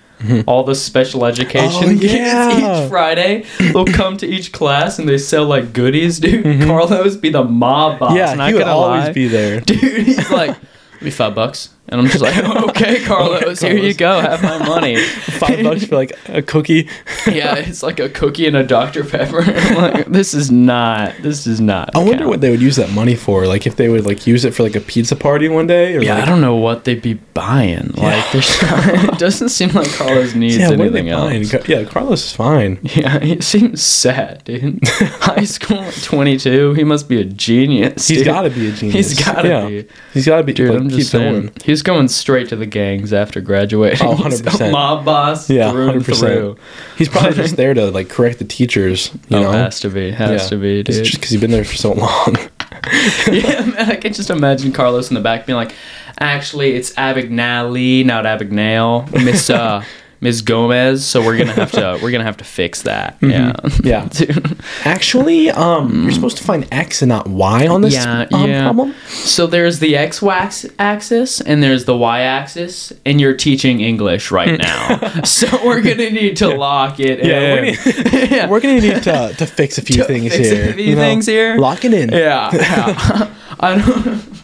Speaker 2: All the special education
Speaker 1: Mm-hmm. Oh, yeah.
Speaker 2: kids each Friday, they'll come to each class and they sell like goodies, dude. Carlos be the mob boss.
Speaker 1: Mm-hmm. Yeah,
Speaker 2: and I
Speaker 1: he would
Speaker 2: gonna
Speaker 1: always
Speaker 2: lie.
Speaker 1: be
Speaker 2: [laughs]
Speaker 1: there. [laughs]
Speaker 2: Dude, he's like, "Give me five bucks," and I'm just like, "Okay, Carlos, here you go. Have my money."
Speaker 1: [laughs] Five bucks for like a cookie.
Speaker 2: [laughs] yeah, it's like a cookie and a Dr Pepper. [laughs] I'm like, this is not. This is not.
Speaker 1: I wonder
Speaker 2: count."
Speaker 1: what they would use that money for. Like if they would like use it for like a pizza party one day or
Speaker 2: Yeah, I
Speaker 1: like
Speaker 2: don't know what they'd be buying.
Speaker 1: [laughs]
Speaker 2: Like, there's [laughs] it doesn't seem like Carlos needs
Speaker 1: yeah, what are they
Speaker 2: anything
Speaker 1: buying?
Speaker 2: else.
Speaker 1: Ca- Yeah, Carlos is fine.
Speaker 2: [laughs] Yeah, he seems sad,
Speaker 1: [laughs]
Speaker 2: dude. High school at 22, he must be a genius.
Speaker 1: He's
Speaker 2: dude.
Speaker 1: got to be a genius.
Speaker 2: He's gotta be.
Speaker 1: He's got to be.
Speaker 2: Dude,
Speaker 1: but
Speaker 2: I'm
Speaker 1: keep
Speaker 2: just saying,
Speaker 1: going.
Speaker 2: he's going straight to the gangs after graduating.
Speaker 1: Oh,
Speaker 2: [laughs] He's a
Speaker 1: 100%.
Speaker 2: mob boss
Speaker 1: Yeah,
Speaker 2: through
Speaker 1: hundred
Speaker 2: and through.
Speaker 1: percent. He's probably
Speaker 2: [laughs]
Speaker 1: just there to like correct the teachers. You
Speaker 2: oh,
Speaker 1: know,
Speaker 2: has to be, has to be,
Speaker 1: It's
Speaker 2: dude.
Speaker 1: just because he's been there for so long. [laughs]
Speaker 2: yeah, [laughs] man, I can just imagine Carlos in the back being like, "Actually, it's Abagnale, not Abagnale,
Speaker 1: [laughs]
Speaker 2: Miss uh, Miss Gomez. So we're gonna have to we're gonna have to fix that."
Speaker 1: yeah.
Speaker 2: Yeah, dude.
Speaker 1: Actually, um, you're supposed to find X and not Y on [laughs] this
Speaker 2: Mm. Yeah,
Speaker 1: um,
Speaker 2: yeah.
Speaker 1: problem.
Speaker 2: So there's the x wax axis and there's the y axis, and you're teaching English right
Speaker 1: [laughs]
Speaker 2: now. so we're gonna need to lock it. in.
Speaker 1: Yeah,
Speaker 2: We're gonna- [laughs] yeah.
Speaker 1: We're gonna need to, to
Speaker 2: [laughs]
Speaker 1: fix a few
Speaker 2: To
Speaker 1: things
Speaker 2: fix a
Speaker 1: here.
Speaker 2: few things here.
Speaker 1: Lock it in.
Speaker 2: Yeah, yeah. [laughs] I don't.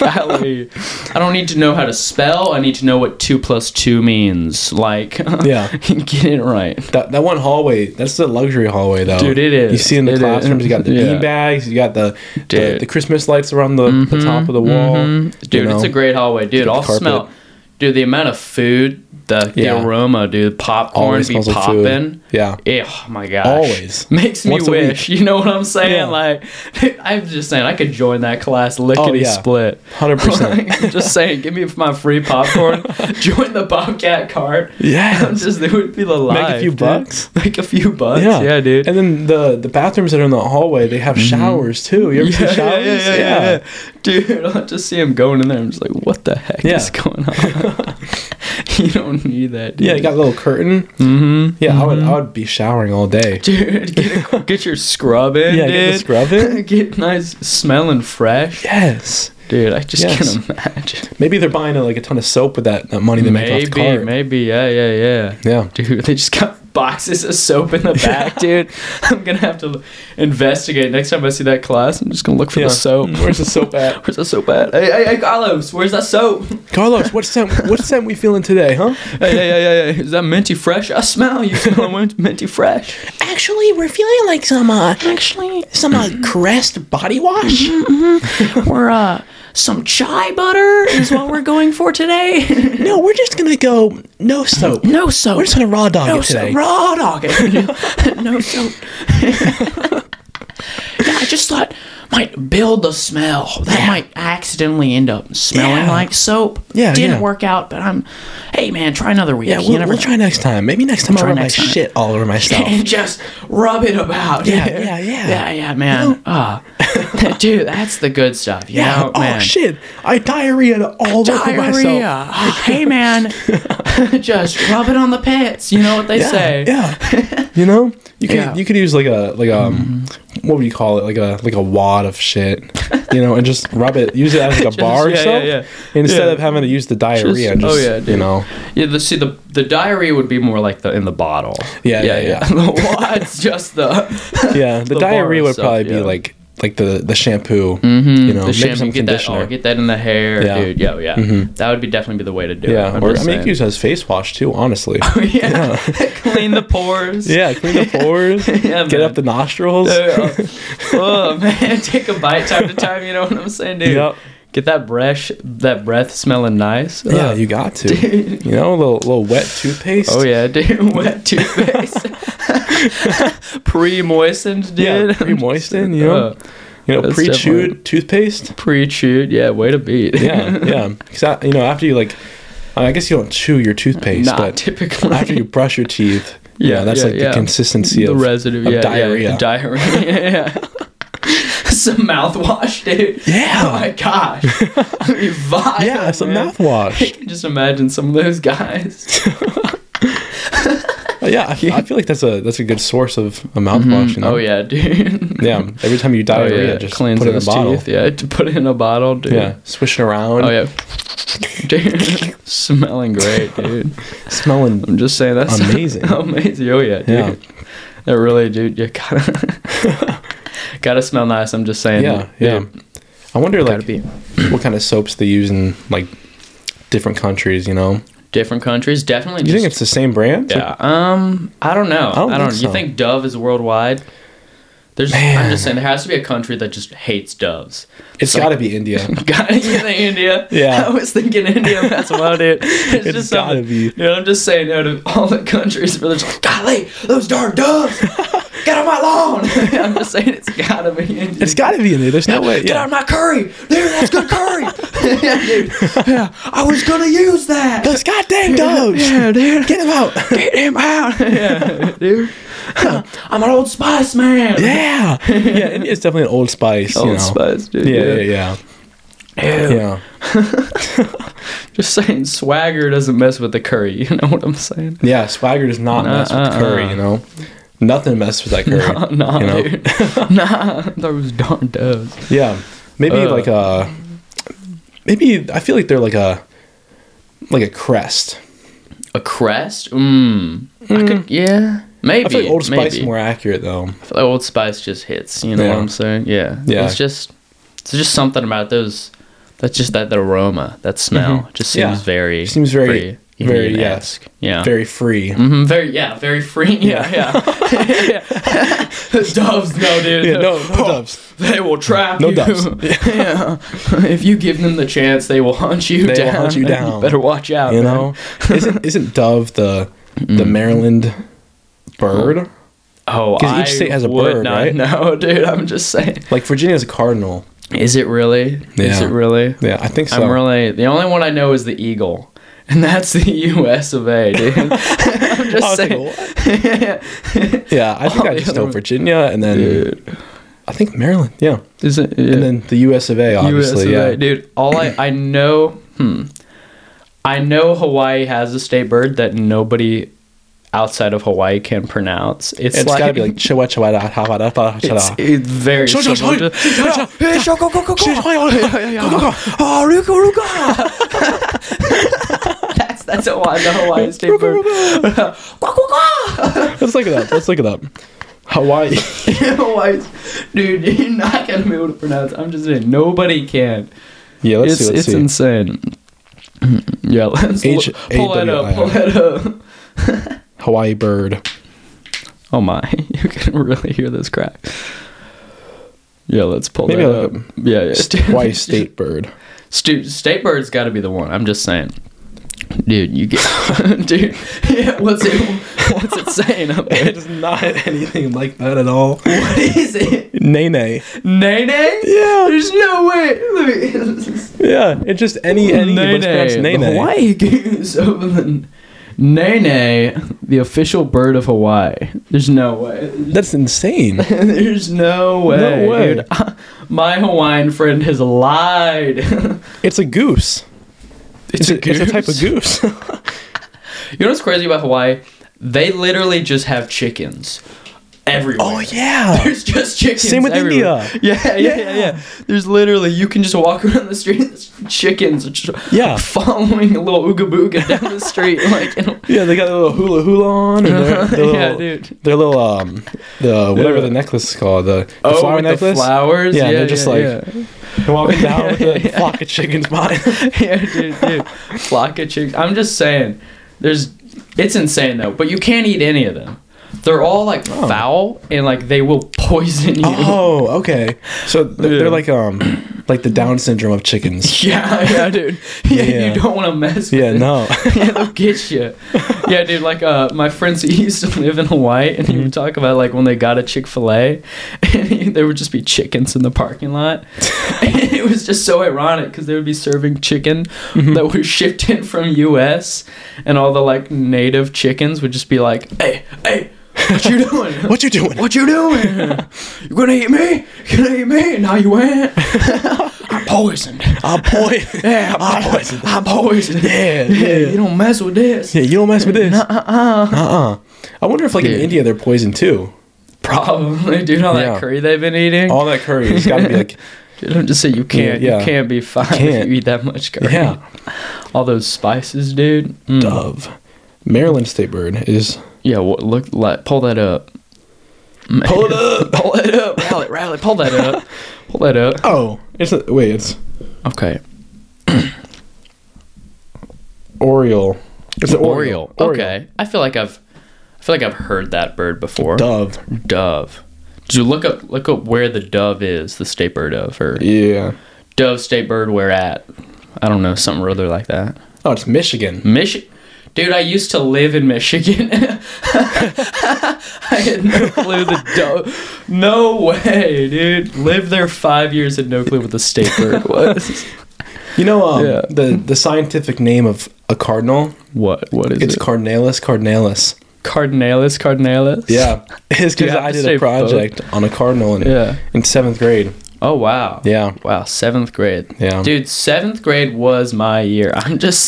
Speaker 2: Golly. I don't need to know how to spell. I need to know what two plus two means. Like, [laughs]
Speaker 1: Yeah.
Speaker 2: get it right.
Speaker 1: That, that one hallway, that's the luxury hallway though.
Speaker 2: Dude, it is.
Speaker 1: You see in the
Speaker 2: It is.
Speaker 1: classrooms, you got the
Speaker 2: Yeah.
Speaker 1: bean bags, you got the the,
Speaker 2: Dude. Mm-hmm.
Speaker 1: the Christmas lights around the, the top of the wall.
Speaker 2: Dude, it's a great hallway, dude.
Speaker 1: the
Speaker 2: I'll
Speaker 1: carpet.
Speaker 2: smell, dude. The amount of food, the,
Speaker 1: Yeah.
Speaker 2: the aroma, dude. Popcorn
Speaker 1: Always
Speaker 2: be
Speaker 1: smells like food.
Speaker 2: popping.
Speaker 1: Yeah.
Speaker 2: Eh, Oh my gosh.
Speaker 1: Always.
Speaker 2: [laughs] Makes me
Speaker 1: Once a
Speaker 2: wish. You know what I'm saying?
Speaker 1: Yeah.
Speaker 2: Like, [laughs] I'm just saying, I could join that class lickety
Speaker 1: Oh, yeah.
Speaker 2: split. [laughs]
Speaker 1: 100%.
Speaker 2: Like, I'm just saying, give me my
Speaker 1: [laughs]
Speaker 2: free popcorn. join the Bobcat cart. [laughs]
Speaker 1: Yes.
Speaker 2: I'm just, it would be the life.
Speaker 1: a few
Speaker 2: dude.
Speaker 1: bucks.
Speaker 2: [laughs] Make a few bucks.
Speaker 1: Yeah.
Speaker 2: Yeah, dude.
Speaker 1: And
Speaker 2: Mm-hmm.
Speaker 1: then the the bathrooms that are in the hallway, they have showers too. You ever see showers?
Speaker 2: yeah, yeah, [laughs] yeah. Dude, I'll just see him going in there. I'm just like, what the heck
Speaker 1: Yeah.
Speaker 2: is going on? [laughs] you don't need that, dude.
Speaker 1: Yeah, you got a little curtain.
Speaker 2: Mm-hmm.
Speaker 1: Yeah, I would I would be showering all day. [laughs]
Speaker 2: Dude, get, a, get your scrub in,
Speaker 1: Yeah,
Speaker 2: dude.
Speaker 1: get the
Speaker 2: [laughs]
Speaker 1: scrub in.
Speaker 2: Get nice, smelling fresh.
Speaker 1: Yes.
Speaker 2: Dude, I just
Speaker 1: Yes.
Speaker 2: can't imagine.
Speaker 1: Maybe they're buying a, like a ton of soap with that, that money they make off the
Speaker 2: Maybe,
Speaker 1: cart.
Speaker 2: maybe, yeah, yeah, yeah.
Speaker 1: Yeah.
Speaker 2: Dude, they just got [laughs] boxes of soap in the back, dude. [laughs] I'm gonna have to investigate. Next time I see that class, I'm just gonna look for
Speaker 1: Yeah.
Speaker 2: the soap.
Speaker 1: Where's the soap at?
Speaker 2: [laughs] Where's that soap at? Hey, hey, hey, Carlos, where's that soap? [laughs]
Speaker 1: Carlos, what scent what scent we feeling today, huh?
Speaker 2: hey, hey, hey, hey, hey, is that minty fresh? I smell [laughs] you smell mint- minty fresh.
Speaker 4: Actually, we're feeling like some, uh, actually, some, uh,
Speaker 1: Crest body wash?
Speaker 2: We're uh some chai butter is what we're going for [laughs] today.
Speaker 1: No, we're just gonna go no soap.
Speaker 2: No soap.
Speaker 1: We're just gonna raw dog
Speaker 2: Mm-hmm. no
Speaker 1: it today.
Speaker 2: soap. Raw dog. [laughs] no soap. yeah, I just thought might build the smell. That might accidentally end up smelling
Speaker 1: Yeah.
Speaker 2: like soap.
Speaker 1: Yeah,
Speaker 2: Didn't
Speaker 1: yeah.
Speaker 2: work out, but I'm hey man, try another week.
Speaker 1: yeah,
Speaker 2: You
Speaker 1: we'll,
Speaker 2: never
Speaker 1: we'll try next time. Maybe next time I'll
Speaker 2: Try
Speaker 1: rub my
Speaker 2: next time.
Speaker 1: shit all over
Speaker 2: [laughs]
Speaker 1: myself.
Speaker 2: [laughs] and just rub it about. [laughs]
Speaker 1: Yeah,
Speaker 2: dude.
Speaker 1: yeah, yeah.
Speaker 2: yeah, yeah, man. Ah, [laughs] dude, that's the good stuff. You
Speaker 1: yeah,
Speaker 2: know,
Speaker 1: oh
Speaker 2: man.
Speaker 1: shit. I diarrhea all over myself.
Speaker 2: Diarrhea. Ah, hey, man, just rub it on the pits. You know what they
Speaker 1: Yeah,
Speaker 2: say. [laughs]
Speaker 1: yeah. you know? You could
Speaker 2: Yeah. Mm-hmm.
Speaker 1: you could use like a like um what would you call it? Like a like a wad of shit. You know, and just rub it use it as
Speaker 2: [laughs]
Speaker 1: like a bar or
Speaker 2: yeah, yeah,
Speaker 1: something.
Speaker 2: yeah.
Speaker 1: Instead
Speaker 2: Yeah.
Speaker 1: of having to use the diarrhea
Speaker 2: oh,
Speaker 1: just,
Speaker 2: yeah,
Speaker 1: you
Speaker 2: dude.
Speaker 1: know.
Speaker 2: Yeah, the, see the the diarrhea would be more like the in the bottle.
Speaker 1: Yeah, yeah, yeah.
Speaker 2: [laughs] the what's just the
Speaker 1: [laughs] Yeah.
Speaker 2: [laughs]
Speaker 1: The,
Speaker 2: The bar
Speaker 1: diarrhea would
Speaker 2: itself,
Speaker 1: probably be
Speaker 2: yeah.
Speaker 1: like like the the shampoo. You know,
Speaker 2: Mm-hmm. the
Speaker 1: maybe
Speaker 2: shampoo.
Speaker 1: some
Speaker 2: Get that,
Speaker 1: conditioner.
Speaker 2: oh, get that in the hair,
Speaker 1: Yeah. Mm-hmm.
Speaker 2: dude. Yeah, yeah. That would be definitely be the way to do it.
Speaker 1: Yeah,
Speaker 2: I'm
Speaker 1: or I
Speaker 2: just
Speaker 1: mean, you could
Speaker 2: saying.
Speaker 1: use it as face wash too.
Speaker 2: [laughs]
Speaker 1: Honestly.
Speaker 2: yeah, [laughs] clean the pores.
Speaker 1: yeah, clean the pores.
Speaker 2: Yeah,
Speaker 1: get
Speaker 2: man.
Speaker 1: up the nostrils.
Speaker 2: oh, [laughs] oh, man, [laughs] take a bite time to time. You know what I'm saying, dude?
Speaker 1: Yep.
Speaker 2: Get that breath, that breath smelling
Speaker 1: [laughs]
Speaker 2: nice.
Speaker 1: Yeah,
Speaker 2: Ugh.
Speaker 1: you got to.
Speaker 2: [laughs]
Speaker 1: You know, a little little wet toothpaste.
Speaker 2: Oh yeah, dude. [laughs]
Speaker 1: [laughs]
Speaker 2: Wet toothpaste, pre-moistened, dude. [laughs]
Speaker 1: Yeah, pre-moistened, you know?
Speaker 2: Uh,
Speaker 1: You know,
Speaker 2: That's
Speaker 1: pre-chewed
Speaker 2: definitely- [laughs]
Speaker 1: toothpaste.
Speaker 2: pre-chewed. Yeah, way to beat. [laughs]
Speaker 1: Yeah, yeah. Because you know, after you like, I guess you don't chew your toothpaste,
Speaker 2: Not
Speaker 1: but
Speaker 2: [laughs] typically.
Speaker 1: after you brush your teeth, yeah,
Speaker 2: Yeah,
Speaker 1: that's
Speaker 2: yeah,
Speaker 1: like the
Speaker 2: yeah.
Speaker 1: consistency
Speaker 2: the
Speaker 1: of
Speaker 2: residue,
Speaker 1: of
Speaker 2: yeah,
Speaker 1: diarrhea.
Speaker 2: yeah, [laughs] diarrhea. Yeah. [laughs] Some mouthwash, dude.
Speaker 1: Yeah.
Speaker 2: Oh
Speaker 1: [laughs]
Speaker 2: my gosh. [laughs] I mean, vile,
Speaker 1: yeah, some
Speaker 2: man. [laughs] I
Speaker 1: mouthwash. [laughs]
Speaker 2: can just imagine some of those guys.
Speaker 1: yeah, I, I feel like that's a that's a good source of a mouthwash. You know?
Speaker 2: Oh yeah, dude.
Speaker 1: yeah. Every time you
Speaker 2: [laughs] Oh
Speaker 1: diarrhea,
Speaker 2: yeah,
Speaker 1: just
Speaker 2: cleanse
Speaker 1: put it in a
Speaker 2: his
Speaker 1: bottle.
Speaker 2: teeth. Yeah, to put it in a bottle, dude.
Speaker 1: yeah. swish it around.
Speaker 2: Oh yeah. [laughs] Dude, smelling great, dude.
Speaker 1: smelling.
Speaker 2: I'm just saying that's [laughs]
Speaker 1: Amazing.
Speaker 2: amazing. Oh yeah, dude.
Speaker 1: Yeah.
Speaker 2: That really, dude. You gotta [laughs] gotta smell nice. I'm just saying.
Speaker 1: Yeah, yeah. I wonder
Speaker 2: Gotta
Speaker 1: like
Speaker 2: be
Speaker 1: what kind of soaps they use in like different countries. You know,
Speaker 2: different countries. Definitely.
Speaker 1: you
Speaker 2: just,
Speaker 1: think it's the same brand?
Speaker 2: Yeah. Um. I don't know. I
Speaker 1: don't
Speaker 2: don't.
Speaker 1: think so.
Speaker 2: You think Dove is worldwide? There's. I'm just saying there has to be a country that just hates doves.
Speaker 1: it's
Speaker 2: like-
Speaker 1: got to be India.
Speaker 2: Gotta get to India.
Speaker 1: Yeah.
Speaker 2: I was thinking India. That's about it. [laughs] It's,
Speaker 1: It's
Speaker 2: just
Speaker 1: gotta
Speaker 2: something.
Speaker 1: be.
Speaker 2: You know, I'm just saying out of all the countries where there's like, golly, those darn doves,
Speaker 1: [laughs]
Speaker 2: get on my lawn. [laughs] I'm just saying [laughs] it's gotta be India.
Speaker 1: It's got to be India. There's no way.
Speaker 2: [laughs] Get
Speaker 1: Yeah.
Speaker 2: on my curry. Dude, that's good [laughs] curry. yeah, dude. Yeah, I was gonna use
Speaker 1: [laughs]
Speaker 2: that.
Speaker 1: Those goddamn dogs!
Speaker 2: Yeah, dude.
Speaker 1: Get them out!
Speaker 2: [laughs] Get him out. [laughs] yeah, dude. [laughs] I'm an old spice man.
Speaker 1: [laughs] Yeah, yeah. India's definitely an Old Spice. you know.
Speaker 2: Old spice, dude.
Speaker 1: Yeah, yeah, yeah,
Speaker 2: Ew.
Speaker 1: yeah.
Speaker 2: Just saying, swagger doesn't mess with the curry. [laughs] You know what I'm saying?
Speaker 1: Yeah, Swagger does not mess with
Speaker 2: uh,
Speaker 1: curry.
Speaker 2: uh.
Speaker 1: You know, nothing messes with
Speaker 2: [laughs]
Speaker 1: that curry.
Speaker 2: Uh, nah,
Speaker 1: you know?
Speaker 2: dude.
Speaker 1: [laughs]
Speaker 2: nah, those darn doves.
Speaker 1: Yeah, maybe
Speaker 2: Uh.
Speaker 1: like a, maybe I feel like they're like a, like a crest.
Speaker 2: A crest? Mmm. I could, yeah. Maybe.
Speaker 1: Mm. I feel like Old Spice
Speaker 2: maybe.
Speaker 1: is more accurate though.
Speaker 2: I feel like Old Spice just hits. You know
Speaker 1: Yeah.
Speaker 2: what I'm saying? Yeah.
Speaker 1: Yeah.
Speaker 2: It's just, it's just something about those. That's just that, that aroma, that smell. Just seems
Speaker 1: Mm-hmm. Yeah.
Speaker 2: very.
Speaker 1: Seems very- very, yeah.
Speaker 2: Indian-esque. Yeah.
Speaker 1: Very free.
Speaker 2: Mhm, very yeah, very free. [laughs] Yeah, yeah. doves, no, dude.
Speaker 1: [laughs] Yeah, no,
Speaker 2: [laughs]
Speaker 1: no doves.
Speaker 2: They will trap
Speaker 1: No
Speaker 2: you.
Speaker 1: doves.
Speaker 2: [laughs] yeah. If you give them the chance, they will hunt [laughs] you
Speaker 1: They will
Speaker 2: down.
Speaker 1: hunt you down.
Speaker 2: better watch out.
Speaker 1: You
Speaker 2: man.
Speaker 1: know, isn't isn't dove the
Speaker 2: Mm.
Speaker 1: the Maryland bird?
Speaker 2: Oh,
Speaker 1: 'Cause
Speaker 2: I
Speaker 1: each state has a
Speaker 2: would
Speaker 1: bird,
Speaker 2: not
Speaker 1: right?
Speaker 2: know, [laughs] dude. I'm just saying.
Speaker 1: Like Virginia's a cardinal.
Speaker 2: Is it really? Is
Speaker 1: Yeah.
Speaker 2: it really?
Speaker 1: Yeah, I think so.
Speaker 2: I'm really the only one I know is the eagle, [laughs] and that's the U.S. of A. Dude.
Speaker 1: [laughs]
Speaker 2: [laughs] I'm
Speaker 1: I was
Speaker 2: just
Speaker 1: like,
Speaker 2: saying. [laughs]
Speaker 1: "What?" yeah, I think
Speaker 2: All
Speaker 1: I
Speaker 2: the
Speaker 1: just
Speaker 2: other
Speaker 1: know
Speaker 2: ones.
Speaker 1: Virginia and then I think Maryland. Yeah.
Speaker 2: Is it? Yeah.
Speaker 1: And then the US of A, obviously.
Speaker 2: US of A,
Speaker 1: yeah.
Speaker 2: dude. All I I know, hmm, I know Hawaii has a state bird that nobody outside of Hawaii can pronounce. It's,
Speaker 1: It's
Speaker 2: like,
Speaker 1: gotta be like Chihuahua, Chihuahua, Chihuahua,
Speaker 2: [laughs] it's,
Speaker 1: Chihuahua.
Speaker 2: it's very
Speaker 1: Chihuahua,
Speaker 2: similar to-
Speaker 1: Chihuahua,
Speaker 2: [laughs] oh, Ah, That's that's a Hawaii, the Hawaii state bird. [laughs] Quack, quack, quack.
Speaker 1: Let's look it up. Let's look it up. Hawaii.
Speaker 2: Hawaii's, dude, [laughs] you're not gonna be able to pronounce. I'm just saying, nobody can.
Speaker 1: Yeah, let's
Speaker 2: it's
Speaker 1: see. Let's
Speaker 2: it's
Speaker 1: see.
Speaker 2: insane. [clears throat] Yeah, let's
Speaker 1: H-
Speaker 2: l- pull that up.
Speaker 1: A-W-I-I.
Speaker 2: Pull that up.
Speaker 1: Hawaii bird.
Speaker 2: Oh my, [laughs] you can really hear this crack. Yeah, let's pull
Speaker 1: Maybe
Speaker 2: that
Speaker 1: I'll
Speaker 2: up.
Speaker 1: look up
Speaker 2: Yeah, yeah. [laughs]
Speaker 1: Hawaii state bird.
Speaker 2: Stu- state bird's got to be the one. I'm just saying. Dude, you get. [laughs] dude, yeah, what's it? What's it saying
Speaker 1: [laughs]
Speaker 2: up there?
Speaker 1: It's not anything like that at all.
Speaker 2: What is it?
Speaker 1: Nene.
Speaker 2: Nene?
Speaker 1: Yeah.
Speaker 2: There's no way. Let me. [laughs]
Speaker 1: Yeah. It's just any any but it's pronounced
Speaker 2: Nene.
Speaker 1: Nene.
Speaker 2: The Hawaii [laughs] Goose over the Nene, the official bird of Hawaii. There's no way.
Speaker 1: That's insane.
Speaker 2: There's no way.
Speaker 1: way.
Speaker 2: Dude. [laughs] My Hawaiian friend has lied. [laughs]
Speaker 1: It's a goose. It's,
Speaker 2: a
Speaker 1: a, it's a type of goose.
Speaker 2: you know what's crazy about Hawaii? They literally just have chickens everywhere.
Speaker 1: oh yeah.
Speaker 2: There's just chickens.
Speaker 1: Same with
Speaker 2: everywhere.
Speaker 1: India.
Speaker 2: [laughs] Yeah, yeah, yeah,
Speaker 1: Yeah.
Speaker 2: yeah. There's literally you can just walk [laughs] around the street. and there's Chickens are just
Speaker 1: Yeah.
Speaker 2: following a little ooga booga down
Speaker 1: [laughs]
Speaker 2: the street like. You know,
Speaker 1: [laughs] Yeah, they got their little hula hula on, and their, [laughs] their little,
Speaker 2: Yeah, dude.
Speaker 1: their little um, the whatever
Speaker 2: Yeah.
Speaker 1: the necklace is called, the, the
Speaker 2: Oh,
Speaker 1: flower
Speaker 2: with
Speaker 1: necklace.
Speaker 2: the flowers.
Speaker 1: Yeah,
Speaker 2: Yeah,
Speaker 1: and they're just
Speaker 2: yeah,
Speaker 1: like
Speaker 2: yeah.
Speaker 1: walking down with [laughs] a flock of chickens behind.
Speaker 2: [laughs] yeah, dude, dude. Flock of chicks. I'm just saying, there's. It's insane though, but you can't eat any of them. They're all like foul, and like they will poison you.
Speaker 1: [laughs] oh, okay. So they're,
Speaker 2: Yeah.
Speaker 1: they're like um, like the Down syndrome of chickens.
Speaker 2: [laughs] Yeah, yeah, dude. Yeah,
Speaker 1: Yeah.
Speaker 2: [laughs] you don't want to mess. With
Speaker 1: Yeah,
Speaker 2: it.
Speaker 1: no.
Speaker 2: yeah, they'll get you. Yeah, dude. Like, uh, my friends [laughs] he used to live in Hawaii, and he would talk about like when they got a Chick Fil A, and he, [laughs] there would just be chickens in the parking [laughs] lot. and it was just so ironic because they would be serving chicken that [laughs] was shipped in from U.S. and all the like native chickens would just be like, "Hey, hey, what [laughs] you doing?
Speaker 1: [laughs] What you doing?
Speaker 2: What you doing? you gonna eat me? You gonna eat me? No, you [laughs] ain't. I'm poisoned.
Speaker 1: Ah, [laughs] boy. Ah,
Speaker 2: Yeah, I'm poisoned. I'm poisoned.
Speaker 1: Yeah,
Speaker 2: Yeah,
Speaker 1: yeah.
Speaker 2: you don't mess with this.
Speaker 1: Yeah, you don't mess with this. Uh uh-uh. uh. I wonder if like in
Speaker 2: Dude.
Speaker 1: India they're poisoned too.
Speaker 2: Probably, dude. All
Speaker 1: Yeah.
Speaker 2: that curry they've been eating.
Speaker 1: All that curry has got to be [laughs] like
Speaker 2: dude, I'm just saying you can't.
Speaker 1: yeah.
Speaker 2: You can't be fine if
Speaker 1: Can't.
Speaker 2: you eat that much curry.
Speaker 1: yeah,
Speaker 2: All those spices, dude. Mm.
Speaker 1: dove. Maryland state bird is
Speaker 2: Yeah. What, look. Let, pull that up.
Speaker 1: pull it up.
Speaker 2: [laughs] Pull it up. Rally. Rally. Pull that up. [laughs] pull that up.
Speaker 1: [laughs] Oh, it's a, wait, it's
Speaker 2: Okay.
Speaker 1: oriole. It's an
Speaker 2: Oriole. Okay. I feel like I've. I feel like I've heard that bird before.
Speaker 1: dove.
Speaker 2: Dove. Dude, look up look up where the dove is, the state bird of, or
Speaker 1: Yeah.
Speaker 2: dove state bird where at. I don't know, something or other like that.
Speaker 1: Oh, it's Michigan.
Speaker 2: Michi- Dude, I used to live in Michigan. [laughs] I had no clue the dove. No way, dude. Lived there five years and no clue what the state
Speaker 1: [laughs]
Speaker 2: bird was.
Speaker 1: You know um,
Speaker 2: Yeah.
Speaker 1: the the scientific name of a cardinal.
Speaker 2: what? What is
Speaker 1: It's
Speaker 2: it?
Speaker 1: Cardinalis [laughs] cardinalis.
Speaker 2: Cardinalis, Cardinalis.
Speaker 1: Yeah, it's
Speaker 2: Do you
Speaker 1: because
Speaker 2: have
Speaker 1: I
Speaker 2: to
Speaker 1: did
Speaker 2: say
Speaker 1: a project on a cardinal in,
Speaker 2: Yeah.
Speaker 1: in seventh grade.
Speaker 2: Oh wow.
Speaker 1: Yeah.
Speaker 2: Wow. Seventh grade.
Speaker 1: Yeah.
Speaker 2: Dude, seventh grade was my year. [laughs] I'm just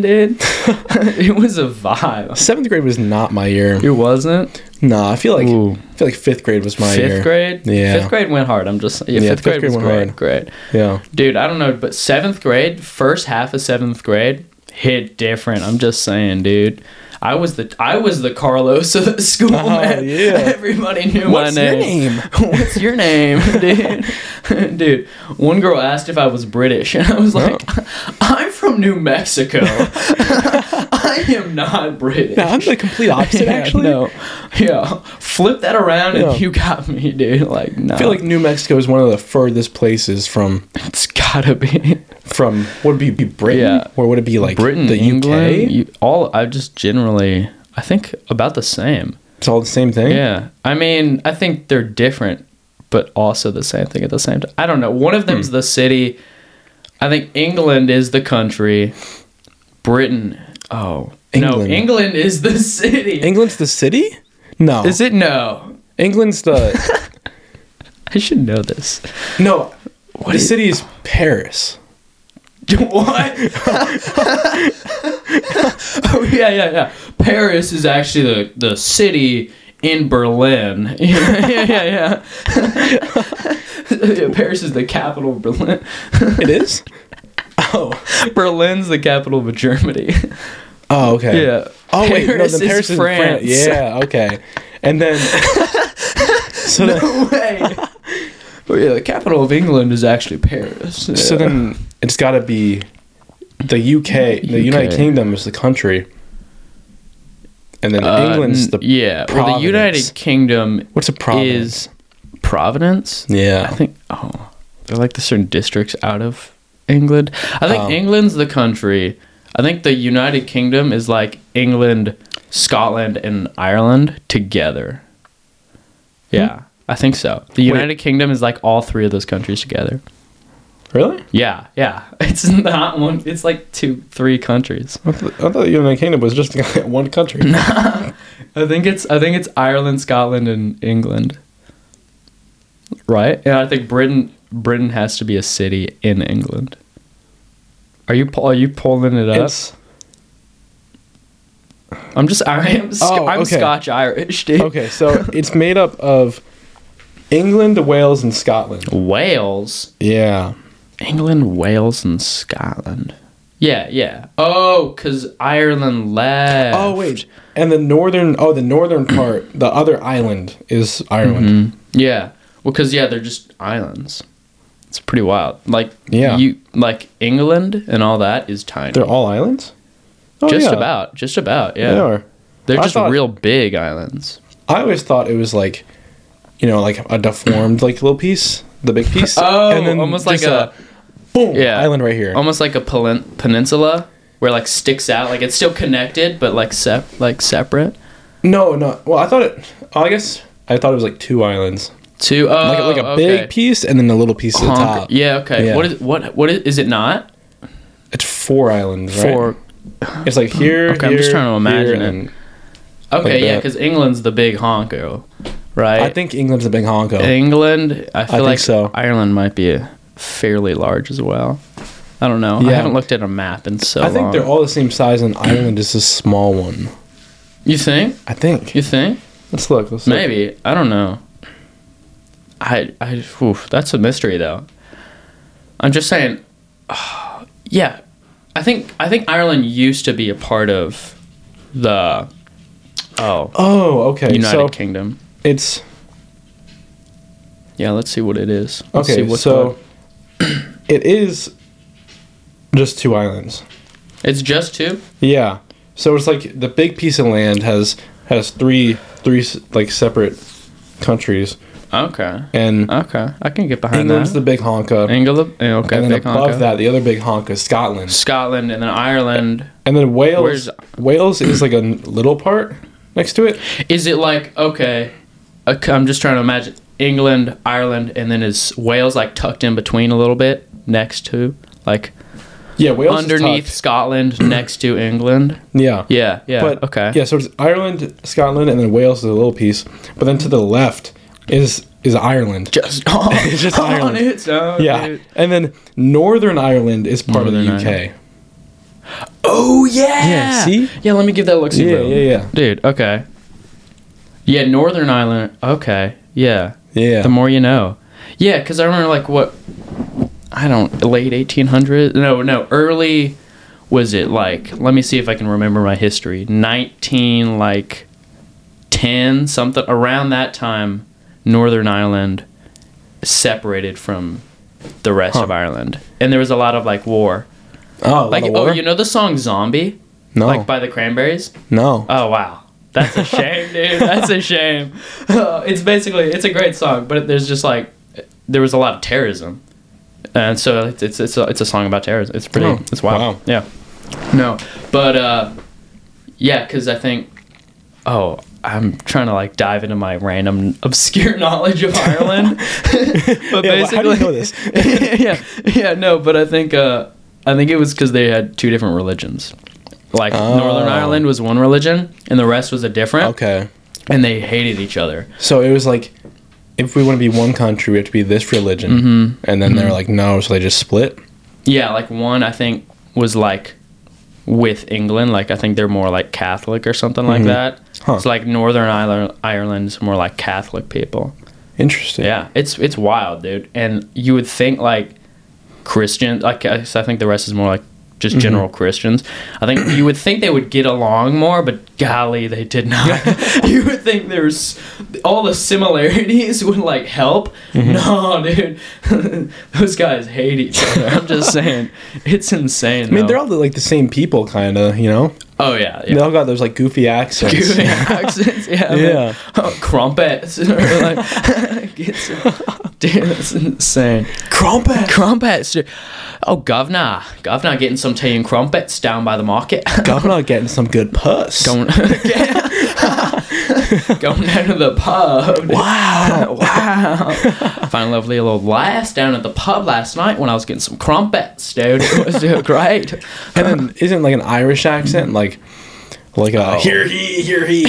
Speaker 1: [laughs]
Speaker 2: dude. it was a vibe.
Speaker 1: Seventh grade was not my year.
Speaker 2: It wasn't.
Speaker 1: Nah, I feel like
Speaker 2: Ooh.
Speaker 1: I feel like fifth grade was my
Speaker 2: fifth
Speaker 1: year.
Speaker 2: grade.
Speaker 1: Yeah.
Speaker 2: Fifth grade went hard. I'm just yeah. fifth, grade, was
Speaker 1: went
Speaker 2: great.
Speaker 1: hard.
Speaker 2: Great.
Speaker 1: Yeah.
Speaker 2: Dude, I don't know, but seventh grade, first half of seventh grade hit different. I'm just saying, dude. I was the I was the Carlos of the school,
Speaker 1: Oh,
Speaker 2: man.
Speaker 1: yeah.
Speaker 2: [laughs] Everybody knew
Speaker 1: What's
Speaker 2: my
Speaker 1: your
Speaker 2: name.
Speaker 1: name?
Speaker 2: [laughs] What's your name, dude? [laughs] dude, one girl asked if I was British, [laughs] and I was like,
Speaker 1: Oh.
Speaker 2: I'm from
Speaker 1: [laughs]
Speaker 2: New Mexico. [laughs] I am not British.
Speaker 1: No, I'm the complete [laughs] opposite.
Speaker 2: Yeah,
Speaker 1: Actually,
Speaker 2: no. Yeah, flip that around,
Speaker 1: Yeah.
Speaker 2: and you got me, dude. Like, no,
Speaker 1: I feel like New Mexico is one of the furthest places from
Speaker 2: it's gotta be [laughs]
Speaker 1: from would it be be Britain
Speaker 2: Yeah.
Speaker 1: or would it be like
Speaker 2: Britain,
Speaker 1: the
Speaker 2: England.
Speaker 1: UK?
Speaker 2: you- all I just generally, I think about the same.
Speaker 1: It's all the same thing.
Speaker 2: Yeah, I mean, I think they're different, but also the same thing at the same time. I don't know. One of them's
Speaker 1: Hmm.
Speaker 2: the city. I think England is the country. Britain. Oh no,
Speaker 1: England.
Speaker 2: England is the [laughs] city.
Speaker 1: England's the city? No.
Speaker 2: Is it no?
Speaker 1: England's
Speaker 2: [laughs]
Speaker 1: the
Speaker 2: I should know this.
Speaker 1: no. What the city is Paris?
Speaker 2: what? [laughs] oh yeah, yeah, yeah. Paris is actually the the city in Berlin. [laughs] yeah, yeah, yeah. yeah. Paris is the capital of Berlin.
Speaker 1: It
Speaker 2: [laughs]
Speaker 1: is. Oh.
Speaker 2: Berlin's the capital of Germany.
Speaker 1: Oh. Okay.
Speaker 2: yeah.
Speaker 1: Oh wait, no,
Speaker 2: Paris
Speaker 1: then
Speaker 2: is
Speaker 1: Paris is, France.
Speaker 2: France.
Speaker 1: Yeah, okay. And
Speaker 2: [laughs]
Speaker 1: then so then,
Speaker 2: Way. But yeah, the capital of England is actually Paris. Yeah.
Speaker 1: so then it's got to be the UK, the United
Speaker 2: UK.
Speaker 1: Kingdom is the country, and then
Speaker 2: Uh,
Speaker 1: England's the
Speaker 2: n- yeah. Well, the
Speaker 1: province.
Speaker 2: United Kingdom
Speaker 1: What's a province?
Speaker 2: is Providence. I
Speaker 1: yeah,
Speaker 2: think oh, they're like the certain districts out of England. I think
Speaker 1: Oh.
Speaker 2: England's the country. I think the United Kingdom is like England, Scotland, and Ireland together. Yeah, I think so. The United Kingdom is like all three of those countries together.
Speaker 1: really?
Speaker 2: Yeah, yeah. [laughs] It's not one. It's like two, three countries.
Speaker 1: I th- I thought the United Kingdom was just [laughs] one
Speaker 2: [laughs]
Speaker 1: country.
Speaker 2: I think it's I think it's Ireland, Scotland, and England. Right? And I think Britain Britain has to be a city in England. Are you pu- are you pulling it up?
Speaker 1: It's-
Speaker 2: I'm just I am sc-
Speaker 1: Oh,
Speaker 2: I'm
Speaker 1: okay.
Speaker 2: Scotch Irish, dude.
Speaker 1: okay, so it's made up of England, Wales, and Scotland.
Speaker 2: Wales,
Speaker 1: Yeah,
Speaker 2: England, Wales, and Scotland. Yeah, yeah. Oh, cause Ireland left.
Speaker 1: Oh wait, and the northern oh the northern part, the other island is Ireland.
Speaker 2: Mm-hmm. Yeah. Well, because yeah, they're just islands. It's pretty wild. Like
Speaker 1: Yeah.
Speaker 2: you like England and all that is tiny.
Speaker 1: They're all islands. Oh,
Speaker 2: just
Speaker 1: yeah,
Speaker 2: about. Just about. Yeah.
Speaker 1: They are.
Speaker 2: They're
Speaker 1: I
Speaker 2: just
Speaker 1: thought-
Speaker 2: real big islands.
Speaker 1: I always thought it was like, you know, like a deformed like little piece, the big piece.
Speaker 2: [laughs] Oh, almost like
Speaker 1: just
Speaker 2: a,
Speaker 1: boom
Speaker 2: yeah.
Speaker 1: island right here.
Speaker 2: almost like a pelen- peninsula where like sticks out. Like it's still connected, but like sep- like separate.
Speaker 1: no, no. Well, I thought it. I guess I thought it was like two islands,
Speaker 2: Two. Oh,
Speaker 1: like like a
Speaker 2: okay.
Speaker 1: big piece and then a little piece at the
Speaker 2: Honk-
Speaker 1: top.
Speaker 2: Yeah. Okay.
Speaker 1: Yeah.
Speaker 2: What is what? What is, is it not?
Speaker 1: It's four islands. Right?
Speaker 2: Four.
Speaker 1: It's like here.
Speaker 2: Okay, I'm just
Speaker 1: here,
Speaker 2: trying to
Speaker 1: here,
Speaker 2: imagine
Speaker 1: and
Speaker 2: it.
Speaker 1: then-
Speaker 2: Okay.
Speaker 1: Like
Speaker 2: yeah.
Speaker 1: that.
Speaker 2: Because England's the big honko, right?
Speaker 1: I think England's a big honko.
Speaker 2: England. I feel
Speaker 1: think
Speaker 2: like
Speaker 1: so.
Speaker 2: Ireland might be fairly large as well. I don't know. I
Speaker 1: Yeah.
Speaker 2: haven't looked at a map in so
Speaker 1: I think
Speaker 2: long.
Speaker 1: they're all the same size, and Ireland is a small one.
Speaker 2: You think?
Speaker 1: I think.
Speaker 2: You think?
Speaker 1: Let's look. Let's look.
Speaker 2: Maybe. I don't know. I I oof, that's a mystery though. I'm just saying [sighs] yeah. I think I think Ireland used to be a part of the oh,
Speaker 1: Oh, okay.
Speaker 2: United
Speaker 1: so
Speaker 2: Kingdom.
Speaker 1: it's
Speaker 2: Yeah, let's see what it is. Let's see
Speaker 1: okay.
Speaker 2: what's
Speaker 1: So
Speaker 2: what-
Speaker 1: [clears throat] it is just two islands.
Speaker 2: it's just two?
Speaker 1: Yeah. So it's like the big piece of land has has three three s- like separate countries,
Speaker 2: Okay.
Speaker 1: and
Speaker 2: Okay. I can get behind
Speaker 1: England's the
Speaker 2: that.
Speaker 1: big honka,
Speaker 2: England eh, okay,
Speaker 1: and then
Speaker 2: big
Speaker 1: above
Speaker 2: honka.
Speaker 1: that the other big honka is Scotland,
Speaker 2: Scotland and then Ireland.
Speaker 1: and then Wales.
Speaker 2: Where's-
Speaker 1: Wales is like a n- little part next to it.
Speaker 2: Is it like okay? uh, I'm just trying to imagine England, Ireland, and then is Wales like tucked in between a little bit next to like
Speaker 1: Yeah, Wales is
Speaker 2: underneath
Speaker 1: tucked.
Speaker 2: Scotland
Speaker 1: [clears throat]
Speaker 2: next to England?
Speaker 1: Yeah.
Speaker 2: Yeah, yeah.
Speaker 1: But
Speaker 2: okay.
Speaker 1: Yeah, so it's Ireland, Scotland, and then Wales is a little piece. But then to the left is is Ireland. [laughs]
Speaker 2: Just [laughs] on,
Speaker 1: It's just
Speaker 2: on
Speaker 1: Ireland.
Speaker 2: its own,
Speaker 1: yeah.
Speaker 2: dude.
Speaker 1: And then Northern Ireland is part of the
Speaker 2: Northern
Speaker 1: UK.
Speaker 2: Oh yeah.
Speaker 1: Yeah, see?
Speaker 2: Yeah. Let me give that a look. see,
Speaker 1: Yeah,
Speaker 2: bro.
Speaker 1: yeah, yeah.
Speaker 2: Dude. Okay. Yeah. Northern Ireland. Okay. Yeah.
Speaker 1: Yeah.
Speaker 2: The more you know. Yeah, because I remember like what I don't late eighteen hundred. No, no, early was it like? Let me see if I can remember my history. Nineteen like ten something around that time. Northern Ireland separated from the rest of Ireland, and there was a lot of like war.
Speaker 1: oh,
Speaker 2: Like
Speaker 1: like,
Speaker 2: oh, you know the song "Zombie"
Speaker 1: no,
Speaker 2: like by the Cranberries.
Speaker 1: no.
Speaker 2: Oh wow, that's a shame, dude. That's a shame. [laughs] it's basically it's a great song, but there's just like there was a lot of terrorism, and so it's it's it's a, it's a song about terrorism. It's pretty.
Speaker 1: Oh,
Speaker 2: it's wild.
Speaker 1: wow.
Speaker 2: Yeah. No, but uh, yeah, because I think oh. I'm trying to like dive into my random obscure [laughs] knowledge of Ireland, [laughs] but
Speaker 1: Yeah, well, how do you
Speaker 2: basically,
Speaker 1: know this?
Speaker 2: [laughs] yeah, yeah, no, but I think uh, I think it was because they had two different religions. Like Northern
Speaker 1: Oh.
Speaker 2: Ireland was one religion, and the rest was a different,
Speaker 1: Okay.
Speaker 2: and they hated each other.
Speaker 1: So it was like if we want to be one country, we have to be this religion.
Speaker 2: Mm-hmm.
Speaker 1: And then they're like, no, so they just split.
Speaker 2: Yeah, like one I think was like with England, like I think they're more like Catholic or something like that.
Speaker 1: Mm-hmm. Huh.
Speaker 2: It's like Northern Ireland, Ireland's more like Catholic people.
Speaker 1: Interesting.
Speaker 2: Yeah, it's it's wild, dude. And you would think like Christians. Like I guess I think the rest is more like just general Christians. I think you would think they would get along more, but golly, they did not. [laughs] you would think there's all the similarities would like help. No, dude, [laughs] those guys hate each other. [laughs] I'm just saying, it's insane.
Speaker 1: I mean, they're all the, like the same people, kind of, you know?
Speaker 2: oh yeah,
Speaker 1: They
Speaker 2: [laughs] yeah.
Speaker 1: all got those like goofy accents.
Speaker 2: Goofy accents, [laughs] yeah, I mean,
Speaker 1: Yeah.
Speaker 2: oh, crumpets, [laughs] or like, [laughs] gets- [laughs] dude, that's insane.
Speaker 1: [laughs] Crumpet!
Speaker 2: [laughs] Crumpets. Oh, governor. Governor getting some tea and crumpets down by the market. [laughs]
Speaker 1: Governor getting some good puss.
Speaker 2: Going, [laughs] going down to the pub.
Speaker 1: wow.
Speaker 2: [laughs] Wow. Found a lovely little lass down at the pub last night when I was getting some crumpets, dude. It was uh, great. [laughs]
Speaker 1: And then [laughs] isn't like an Irish accent like like a here he here he?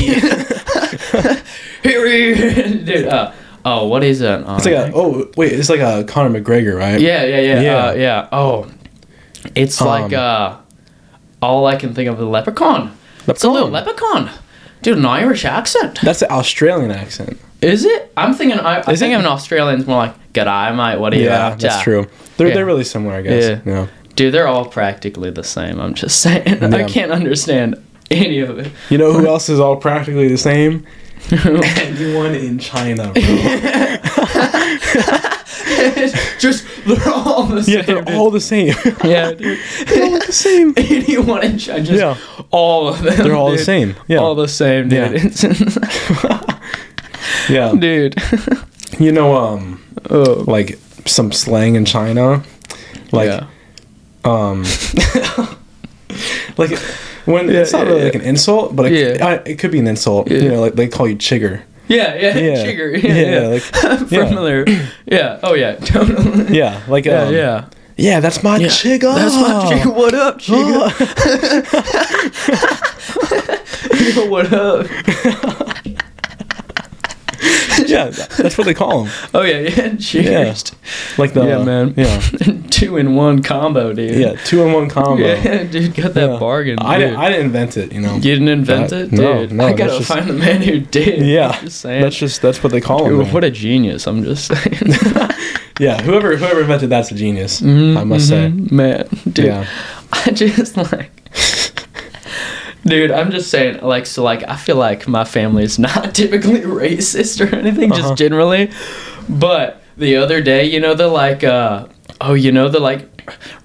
Speaker 1: It's
Speaker 2: [laughs] dude, uh, oh, what is it? Uh,
Speaker 1: like a oh wait, it's like a Conor McGregor, right?
Speaker 2: yeah, yeah, yeah, yeah.
Speaker 1: Yeah.
Speaker 2: Uh, yeah. Oh, it's like uh, all I can think of is leprechaun. It's a little leprechaun. Dude, an Irish accent.
Speaker 1: That's the Australian accent.
Speaker 2: Is it? I'm thinking. I, I
Speaker 1: Is
Speaker 2: think
Speaker 1: it?
Speaker 2: an Australian's more like "G'day, mate. What are you?"
Speaker 1: Yeah,
Speaker 2: after?"
Speaker 1: that's true. They're
Speaker 2: Yeah.
Speaker 1: they're really similar, I guess.
Speaker 2: Yeah.
Speaker 1: Yeah.
Speaker 2: Dude, they're all practically the same. I'm just [laughs] saying. I
Speaker 1: Yeah.
Speaker 2: can't understand any
Speaker 1: [laughs]
Speaker 2: of it.
Speaker 1: You know
Speaker 2: [laughs]
Speaker 1: who else is all practically the same? Anyone in
Speaker 2: [laughs]
Speaker 1: China, bro.
Speaker 2: just they're all the same.
Speaker 1: yeah, they're all the same. [laughs]
Speaker 2: dude. yeah, dude. [laughs]
Speaker 1: they're all the same.
Speaker 2: Anyone in China, just
Speaker 1: Yeah.
Speaker 2: all of them.
Speaker 1: They're all the
Speaker 2: dude.
Speaker 1: same. Yeah.
Speaker 2: All the same, dude.
Speaker 1: Yeah.
Speaker 2: It's-
Speaker 1: yeah.
Speaker 2: [laughs] dude. [laughs]
Speaker 1: You know, um
Speaker 2: Oh.
Speaker 1: like some slang in China. Like
Speaker 2: yeah.
Speaker 1: um [laughs] like when it's not
Speaker 2: yeah,
Speaker 1: really
Speaker 2: yeah.
Speaker 1: like an insult but it,
Speaker 2: Yeah.
Speaker 1: I, it could be an insult
Speaker 2: Yeah.
Speaker 1: you know like they call you chigger
Speaker 2: Yeah, yeah,
Speaker 1: yeah
Speaker 2: [laughs] Chigger.
Speaker 1: yeah,
Speaker 2: Yeah, yeah.
Speaker 1: like yeah.
Speaker 2: [laughs] Familiar. Yeah. Oh yeah. [laughs] Totally.
Speaker 1: yeah like
Speaker 2: Yeah.
Speaker 1: um,
Speaker 2: yeah.
Speaker 1: yeah that's my chigger
Speaker 2: That's
Speaker 1: [laughs]
Speaker 2: my chick. What up, chick?
Speaker 1: Oh. Oh.
Speaker 2: Yo, [laughs] what up?
Speaker 1: yeah that's what they call them
Speaker 2: [laughs] Oh yeah, yeah. Cheers.
Speaker 1: like the
Speaker 2: Yeah, man.
Speaker 1: yeah
Speaker 2: [laughs] two in one combo, dude.
Speaker 1: Yeah, two in one combo.
Speaker 2: Yeah, [laughs] dude, got that
Speaker 1: Yeah.
Speaker 2: bargain.
Speaker 1: I
Speaker 2: dude.
Speaker 1: didn't, I didn't invent it, you know.
Speaker 2: You didn't invent
Speaker 1: That-
Speaker 2: it, dude.
Speaker 1: no, no,
Speaker 2: I
Speaker 1: that's
Speaker 2: gotta
Speaker 1: just-
Speaker 2: find the man who did.
Speaker 1: Yeah,
Speaker 2: [laughs] just saying.
Speaker 1: that's just that's what they call
Speaker 2: Dude,
Speaker 1: them. man.
Speaker 2: what a genius! I'm just saying,
Speaker 1: [laughs] yeah, whoever whoever invented that's a genius. I must say.
Speaker 2: man, Mm-hmm, dude.
Speaker 1: Yeah,
Speaker 2: [laughs] I just like, [laughs] dude. I'm just saying, like, so, like, I feel like my family is not [laughs] typically racist or anything,
Speaker 1: Uh-huh.
Speaker 2: just generally. But the other day, you know, they're like, uh, oh, you know, they're like,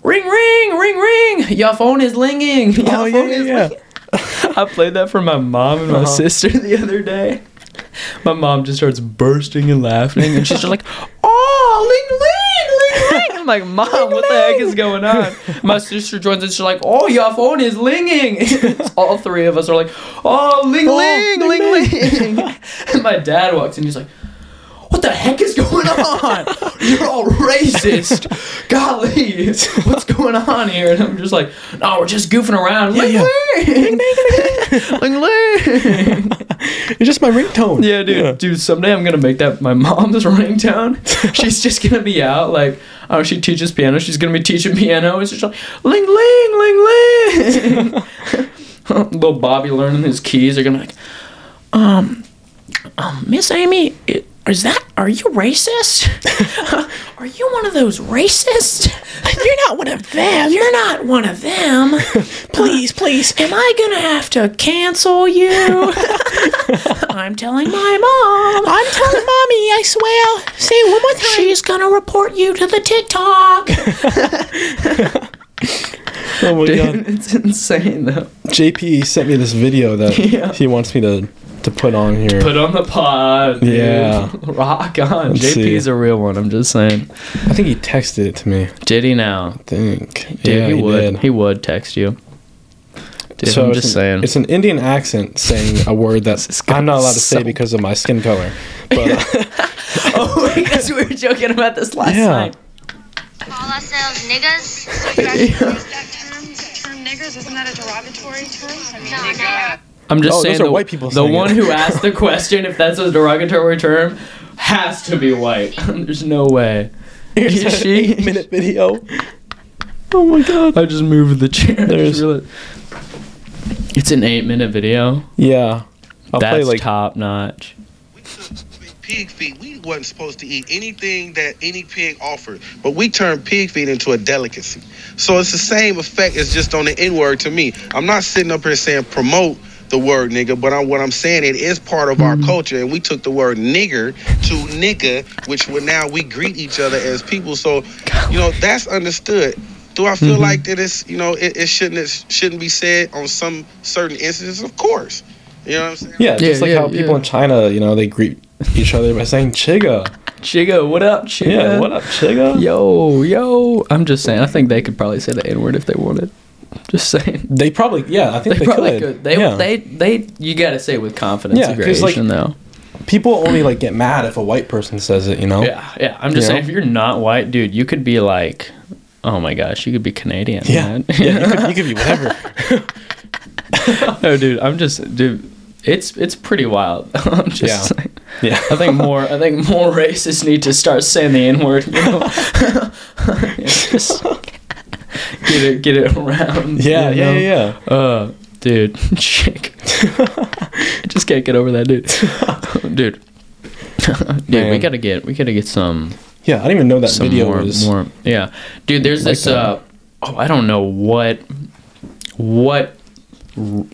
Speaker 2: ring, ring, ring, ring. Your phone is ringing. [laughs] Your
Speaker 1: Oh,
Speaker 2: phone
Speaker 1: yeah,
Speaker 2: is
Speaker 1: yeah,
Speaker 2: ringing." [laughs] I played that for my mom and my
Speaker 1: Uh-huh.
Speaker 2: sister the other day. My mom just starts bursting and laughing, and she's just like, "Oh, ling ling ling ling!" I'm like, "Mom, what the heck is going on?" My sister joins in. She's like, "Oh, your phone is linging." [laughs] All three of us are like, "Oh, ling ling ling ling!" [laughs] And my dad walks in. He's like, "What the heck is
Speaker 1: [laughs]
Speaker 2: going on? You're all racist. Golly, what's going on here?" And I'm just like, "No, we're just goofing around." Ling
Speaker 1: yeah.
Speaker 2: ling ling ling ling.
Speaker 1: it's just my ringtone.
Speaker 2: [laughs] Yeah, dude. Dude, someday I'm gonna make that my mom's [laughs] running town. She's just gonna be out like I don't know, she teaches piano, she's gonna be teaching piano, and she's like ling ling ling ling
Speaker 1: [laughs]
Speaker 2: [laughs] Little Bobby learning his keys are gonna like
Speaker 4: Miss Amy, i- is that, are you [laughs] racist? are you one of those racists? [laughs] You're not one of them. You're not one of them. [laughs] please, please. Am I going to have to cancel [laughs] you? I'm telling my mom. I'm telling mommy, I swear. Say it one more time. She's going to report you to the TikTok. [laughs]
Speaker 1: Oh my god. [laughs]
Speaker 2: dude, [laughs] it's insane though.
Speaker 1: JP sent me this video that
Speaker 2: [laughs] Yeah.
Speaker 1: he wants me to to put on here.
Speaker 2: Put on the pod. dude.
Speaker 1: Yeah.
Speaker 2: [laughs] Rock on.
Speaker 1: Let's
Speaker 2: JP's
Speaker 1: see.
Speaker 2: a real one, I'm just saying.
Speaker 1: I think he texted it to me. I
Speaker 2: Did he now?
Speaker 1: think.
Speaker 2: Dude, he, would.
Speaker 1: did.
Speaker 2: He would text you. Dude,
Speaker 1: So
Speaker 2: I'm
Speaker 1: it's
Speaker 2: just
Speaker 1: an-
Speaker 2: saying.
Speaker 1: It's an Indian accent saying a word
Speaker 2: [laughs]
Speaker 1: that
Speaker 2: gonna
Speaker 1: I'm not allowed to say
Speaker 2: so-
Speaker 1: because of my skin
Speaker 2: [laughs]
Speaker 1: color. But uh,
Speaker 2: [laughs] oh, because we were joking about this last
Speaker 1: Yeah.
Speaker 2: [laughs] night.
Speaker 5: call ourselves niggas?
Speaker 6: term niggers, isn't that a derogatory term? I mean,
Speaker 5: No, no.
Speaker 2: I'm just
Speaker 1: Oh, those
Speaker 2: saying
Speaker 1: are
Speaker 2: the,
Speaker 1: white people
Speaker 2: the
Speaker 1: saying
Speaker 2: one
Speaker 1: it. [laughs]
Speaker 2: who asked the question if that's a derogatory term has to be white. [laughs] There's no way. Is she?
Speaker 1: [laughs] minute video.
Speaker 2: Oh my god. [laughs] I just moved the chair. [laughs] I just
Speaker 1: There's-
Speaker 2: realized- It's an eight minute video.
Speaker 1: Yeah. I'll
Speaker 2: that's
Speaker 1: play like
Speaker 2: top notch.
Speaker 7: We took big pig feet. We wasn't supposed to eat anything that any pig offered, but we turned pig feet into a delicacy. So it's the same effect as just on the N word to me. I'm not sitting up here saying promote the word nigga, but I'm, what I'm saying it is part of our culture, and we took the word nigger to nigga, which we now we greet each other as people. So, you know, that's understood. Do I feel like that it's you know it, it shouldn't it shouldn't be said on some certain instances? Of course, you know what I'm saying.
Speaker 1: Yeah, just
Speaker 2: Yeah,
Speaker 1: like
Speaker 2: yeah,
Speaker 1: how people
Speaker 2: yeah.
Speaker 1: in China, you know, they greet each other by saying "chiga."
Speaker 2: Chigo, what up, Chigo?
Speaker 1: Yeah, what up, chiga?
Speaker 2: Yo, yo. I'm just saying, I think they could probably say the N word if they wanted. Just saying. [laughs]
Speaker 1: They probably, yeah, I think
Speaker 2: They,
Speaker 1: they,
Speaker 2: probably
Speaker 1: could.
Speaker 2: could. They,
Speaker 1: yeah.
Speaker 2: they, they, you gotta say it with confidence
Speaker 1: Yeah,
Speaker 2: and
Speaker 1: 'cause, like-
Speaker 2: gradation, though.
Speaker 1: people only like get mad if a white person says it, you know.
Speaker 2: Yeah, yeah. I'm just
Speaker 1: You
Speaker 2: saying,
Speaker 1: know?
Speaker 2: if you're not white, dude, you could be like, oh my gosh, you could be Canadian.
Speaker 1: yeah,
Speaker 2: man.
Speaker 1: [laughs]
Speaker 2: [laughs]
Speaker 1: yeah. You could, you could be whatever.
Speaker 2: no, dude, I'm just, dude, it's it's pretty wild. [laughs] I'm just
Speaker 1: Yeah.
Speaker 2: saying.
Speaker 1: [laughs]
Speaker 2: [laughs]
Speaker 1: Yeah,
Speaker 2: I think more, I think more racists need to start saying the N word. You know? [laughs] Yeah, just get it, get it
Speaker 1: [laughs]
Speaker 2: around.
Speaker 1: yeah,
Speaker 2: you
Speaker 1: yeah,
Speaker 2: know?
Speaker 1: yeah, yeah.
Speaker 2: Uh, dude, [laughs] chick. I just can't get over that, dude. dude. [laughs] dude, we
Speaker 1: Man.
Speaker 2: gotta get, we gotta get some.
Speaker 1: Yeah, I didn't even know that
Speaker 2: some
Speaker 1: video
Speaker 2: more,
Speaker 1: was. [laughs]
Speaker 2: more yeah dude there's
Speaker 1: Like
Speaker 2: this
Speaker 1: that.
Speaker 2: uh oh i don't know what what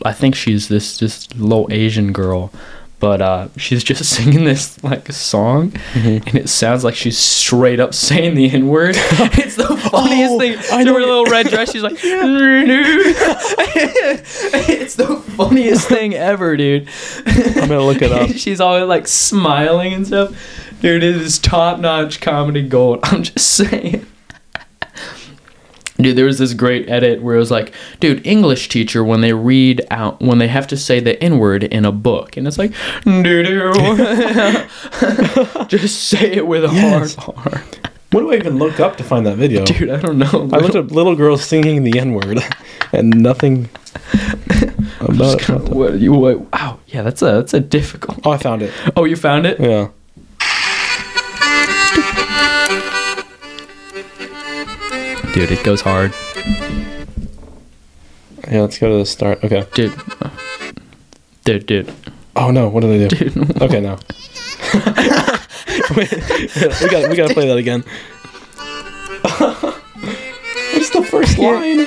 Speaker 2: i think she's this this little asian girl but uh she's just [laughs] singing this like song and it sounds like she's straight up saying the n-word [laughs] it's the funniest
Speaker 1: Oh,
Speaker 2: thing
Speaker 1: I
Speaker 2: in her
Speaker 1: know-
Speaker 2: little red dress she's like [laughs] it's the funniest thing ever dude
Speaker 1: I'm gonna look
Speaker 2: [laughs]
Speaker 1: it up.
Speaker 2: She's always like smiling and stuff. Dude, it is top notch comedy gold. [laughs] I'm just saying. Dude, there was this great edit where it was like, dude, English teacher when they read out when they have to say the N word in a book, and it's like, doo doo, [laughs] just say it with
Speaker 1: [laughs]
Speaker 2: a
Speaker 1: Yes.
Speaker 2: hard [laughs] R,
Speaker 1: What do I even look up to find that video?
Speaker 2: dude. I don't know.
Speaker 1: I
Speaker 2: [laughs]
Speaker 1: looked up little girls singing the N word, [laughs] and nothing about.
Speaker 2: Just kinda- what, you, what, wow, yeah, that's a that's a difficult.
Speaker 1: oh, I found it.
Speaker 2: Oh, you found it?
Speaker 1: Yeah.
Speaker 2: Dude, it goes hard.
Speaker 1: Yeah, let's go to the start. Okay.
Speaker 2: Dude. uh, Dude, dude.
Speaker 1: Oh no, what do they do? Okay, no. Wait, [laughs] we got we gotta play that again. What's the first line?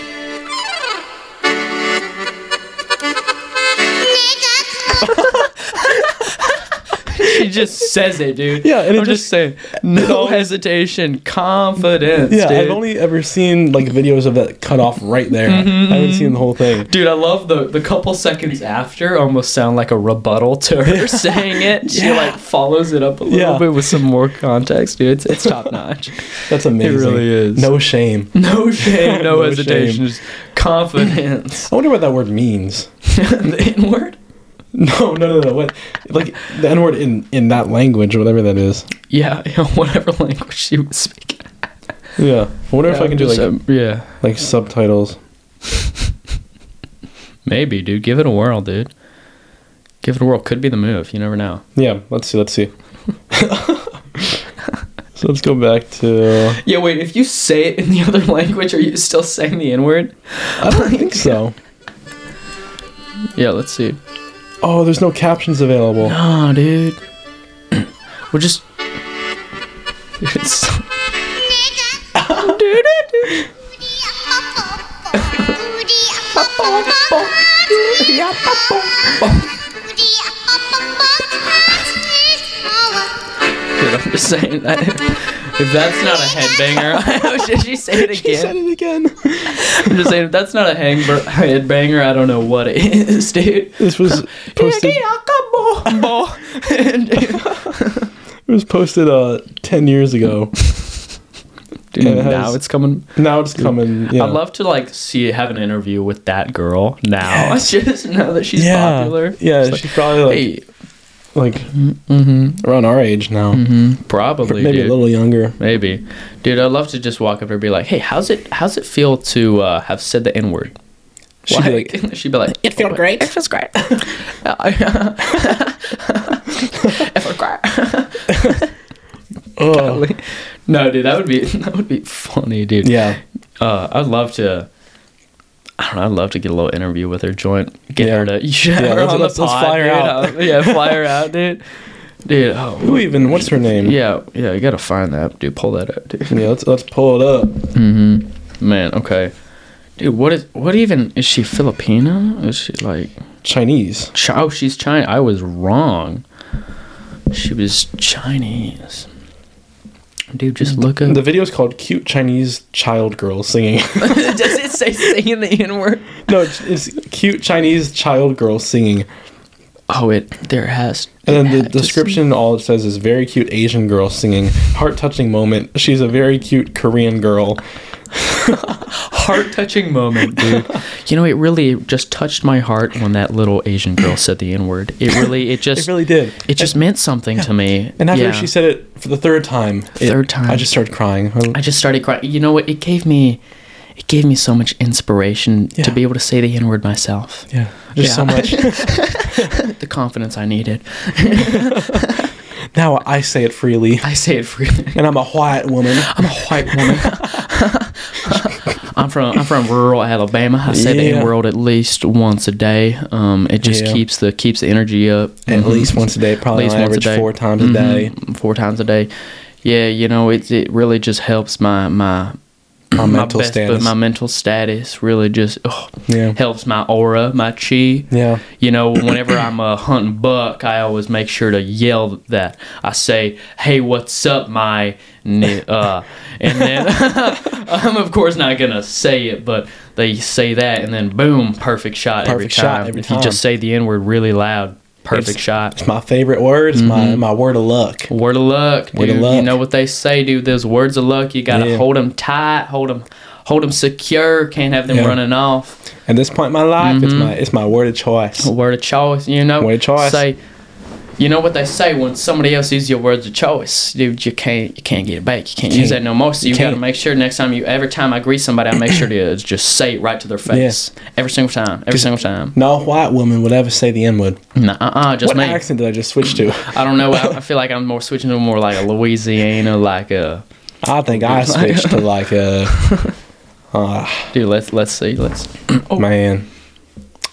Speaker 2: She just says it, dude.
Speaker 1: Yeah, and it
Speaker 2: I'm just,
Speaker 1: just-
Speaker 2: saying. No hesitation, confidence,
Speaker 1: Yeah,
Speaker 2: dude.
Speaker 1: I've only ever seen like videos of that cut off right there. I haven't seen the whole thing.
Speaker 2: Dude, I love the the couple seconds after almost sound like a rebuttal to her [laughs] saying it. She like follows it up a little
Speaker 1: Yeah.
Speaker 2: bit with some more context, dude. It's, it's
Speaker 1: [laughs]
Speaker 2: top notch.
Speaker 1: That's amazing.
Speaker 2: really is.
Speaker 1: No shame. I
Speaker 2: No shame, no,
Speaker 1: No
Speaker 2: hesitation,
Speaker 1: shame.
Speaker 2: just
Speaker 1: [laughs]
Speaker 2: confidence. [laughs]
Speaker 1: wonder what that word means. [laughs]
Speaker 2: the N word?
Speaker 1: No, no, no, no. What like the N word in in that language, whatever that is.
Speaker 2: Yeah, [laughs] yeah, whatever language she was speaking.
Speaker 1: Yeah. I wonder if I can do like
Speaker 2: yeah,
Speaker 1: like subtitles.
Speaker 2: maybe, dude. Give it a whirl, dude. Give it a whirl. Could be the move. You never know.
Speaker 1: Yeah, let's see, let's see. [laughs] so let's go back to
Speaker 2: Yeah, wait. If you say it in the [laughs] other language, are you still saying the N word?
Speaker 1: I don't think so.
Speaker 2: Yeah, let's see.
Speaker 1: Oh, there's no captions
Speaker 2: [gasps]
Speaker 1: available.
Speaker 2: Nah, dude. [clears throat] We're just. [laughs] Dude, it's so- [laughs] Dude, I'm just saying that. If that's not a
Speaker 4: Oh,
Speaker 2: headbanger, [laughs] should she say it again?
Speaker 1: He said it again. [laughs]
Speaker 2: I'm just saying, if that's not a hang headbanger, I don't know what it is, [laughs] dude.
Speaker 1: This was posted it was posted uh 10 years
Speaker 2: [laughs]
Speaker 1: ago.
Speaker 2: [laughs] dude,
Speaker 1: It has-
Speaker 2: now it's coming.
Speaker 1: Now it's coming. Yeah.
Speaker 2: I'd love to like see have an interview with that girl now.
Speaker 1: Yes.
Speaker 2: [laughs] just know that she's
Speaker 1: yeah.
Speaker 2: popular.
Speaker 1: Yeah,
Speaker 2: It's like,
Speaker 1: she's probably like
Speaker 2: hey,
Speaker 1: like around our age now.
Speaker 2: probably
Speaker 1: Maybe
Speaker 2: Mm-hmm. dude.
Speaker 1: a little younger.
Speaker 2: Maybe, dude. I'd love to just walk up and be like, "Hey, how's it? How's it feel to uh, have said the N word?"
Speaker 1: She'd be
Speaker 2: [laughs]
Speaker 1: like,
Speaker 2: she'd be like,
Speaker 4: It feels great. It feels [laughs] great. [laughs]
Speaker 1: "Oh."
Speaker 2: [laughs] "No, dude, that would be [laughs] that would be funny, dude."
Speaker 1: Yeah.
Speaker 2: uh, I'd love to. I don't know. I'd love to get a little interview with her joint. Get
Speaker 1: Yeah.
Speaker 2: her to [laughs] yeah,
Speaker 1: Yeah,
Speaker 2: her
Speaker 1: let's-
Speaker 2: on the
Speaker 1: let's- let's
Speaker 2: pod,
Speaker 1: fly her
Speaker 2: dude.
Speaker 1: out.
Speaker 2: Uh, [laughs] yeah, fly her
Speaker 1: [laughs]
Speaker 2: out, dude. Dude, oh
Speaker 1: Who even what's her name?
Speaker 2: yeah, yeah. You gotta find that, dude. Pull that up, dude.
Speaker 1: Yeah, let's let's pull it up.
Speaker 2: Man, okay, dude. What is what even is she Filipino? Is she like?
Speaker 1: Chinese.
Speaker 2: Chi- Oh, she's Chinese. I was wrong. She was Chinese. Dude, just look up.
Speaker 1: The video's called Cute Chinese Child Girl Singing. [laughs]
Speaker 2: Does it say singing the N word?
Speaker 1: no, it's, it's Cute Chinese Child Girl Singing.
Speaker 2: Oh, it there has.
Speaker 1: And
Speaker 2: it
Speaker 1: then the
Speaker 2: had to
Speaker 1: description, all it says is very cute Asian girl singing. Heart touching moment. She's a very cute Korean girl.
Speaker 2: heart touching
Speaker 1: [laughs]
Speaker 2: moment, dude. you know, it really just touched my heart when that little Asian girl said the N word. It really, it just, it,
Speaker 1: did.
Speaker 2: just meant something to me.
Speaker 1: And after
Speaker 2: Yeah.
Speaker 1: she said it for the third time, it-
Speaker 2: Third time.
Speaker 1: I just started crying.
Speaker 2: I just started crying. You know what? It gave me, it gave me so much inspiration to
Speaker 1: Yeah.
Speaker 2: be able to say the N word myself.
Speaker 1: yeah, just so
Speaker 2: Yeah.
Speaker 1: much.
Speaker 2: [laughs] The confidence I needed.
Speaker 1: now I say it freely,
Speaker 2: I say it freely.
Speaker 1: and I'm a white woman.
Speaker 2: I'm a white
Speaker 1: [laughs]
Speaker 2: woman. I'm from I'm from rural Alabama. I say the
Speaker 1: Yeah.
Speaker 2: N word at least once a day. Um, it just
Speaker 1: Yeah.
Speaker 2: keeps the keeps the energy up.
Speaker 1: At
Speaker 2: Mhm.
Speaker 1: least once a day, probably
Speaker 2: At
Speaker 1: on
Speaker 2: least once a
Speaker 1: average
Speaker 2: day.
Speaker 1: four times
Speaker 2: Mhm.
Speaker 1: a day.
Speaker 2: four times a day. Yeah, you know, it it really just helps my my
Speaker 1: My mental
Speaker 2: best-
Speaker 1: status.
Speaker 2: my mental status really just oh,
Speaker 1: Yeah.
Speaker 2: helps my aura, my chi.
Speaker 1: Yeah.
Speaker 2: You know, whenever I'm uh, hunting buck, I always make sure to yell that. I say, "Hey, what's up, my?" Ni-, uh, and then [laughs] I'm of course not gonna say it, but they say that, and then boom, perfect shot every
Speaker 1: Perfect shot
Speaker 2: time.
Speaker 1: every
Speaker 2: If you just say the n word really loud, perfect
Speaker 1: It's-
Speaker 2: shot.
Speaker 1: It's my favorite word. It's my, my word of luck.
Speaker 2: Word of luck, dude.
Speaker 1: Word of
Speaker 2: You
Speaker 1: luck.
Speaker 2: know what they say, dude. Those words of luck, you gotta 'em
Speaker 1: Yeah.
Speaker 2: hold them tight, hold them, hold them secure. Can't have them
Speaker 1: Yeah.
Speaker 2: running off.
Speaker 1: At this point in my life,
Speaker 2: Mm-hmm.
Speaker 1: it's my it's my word of choice.
Speaker 2: Word of choice, you know.
Speaker 1: Word of choice.
Speaker 2: Say, you know what they say when somebody else uses your words of choice, dude. You can't, you can't get it back. You can't, use that
Speaker 1: can't.
Speaker 2: no more. So you,
Speaker 1: You
Speaker 2: gotta
Speaker 1: can't.
Speaker 2: make sure next time you, every time I greet somebody, I make
Speaker 1: [clears throat]
Speaker 2: sure to just say it right to their face. Every single time. Every single time.
Speaker 1: No white woman would ever say the N word.
Speaker 2: Nah, uh, uh just
Speaker 1: What
Speaker 2: me.
Speaker 1: accent did I just switch to?
Speaker 2: I don't
Speaker 1: [laughs]
Speaker 2: know. I, I feel like I'm more switching to more like a Louisiana, like a. [laughs]
Speaker 1: I think I switched to like a
Speaker 2: Dude, let's let's see. Let's.
Speaker 1: Man,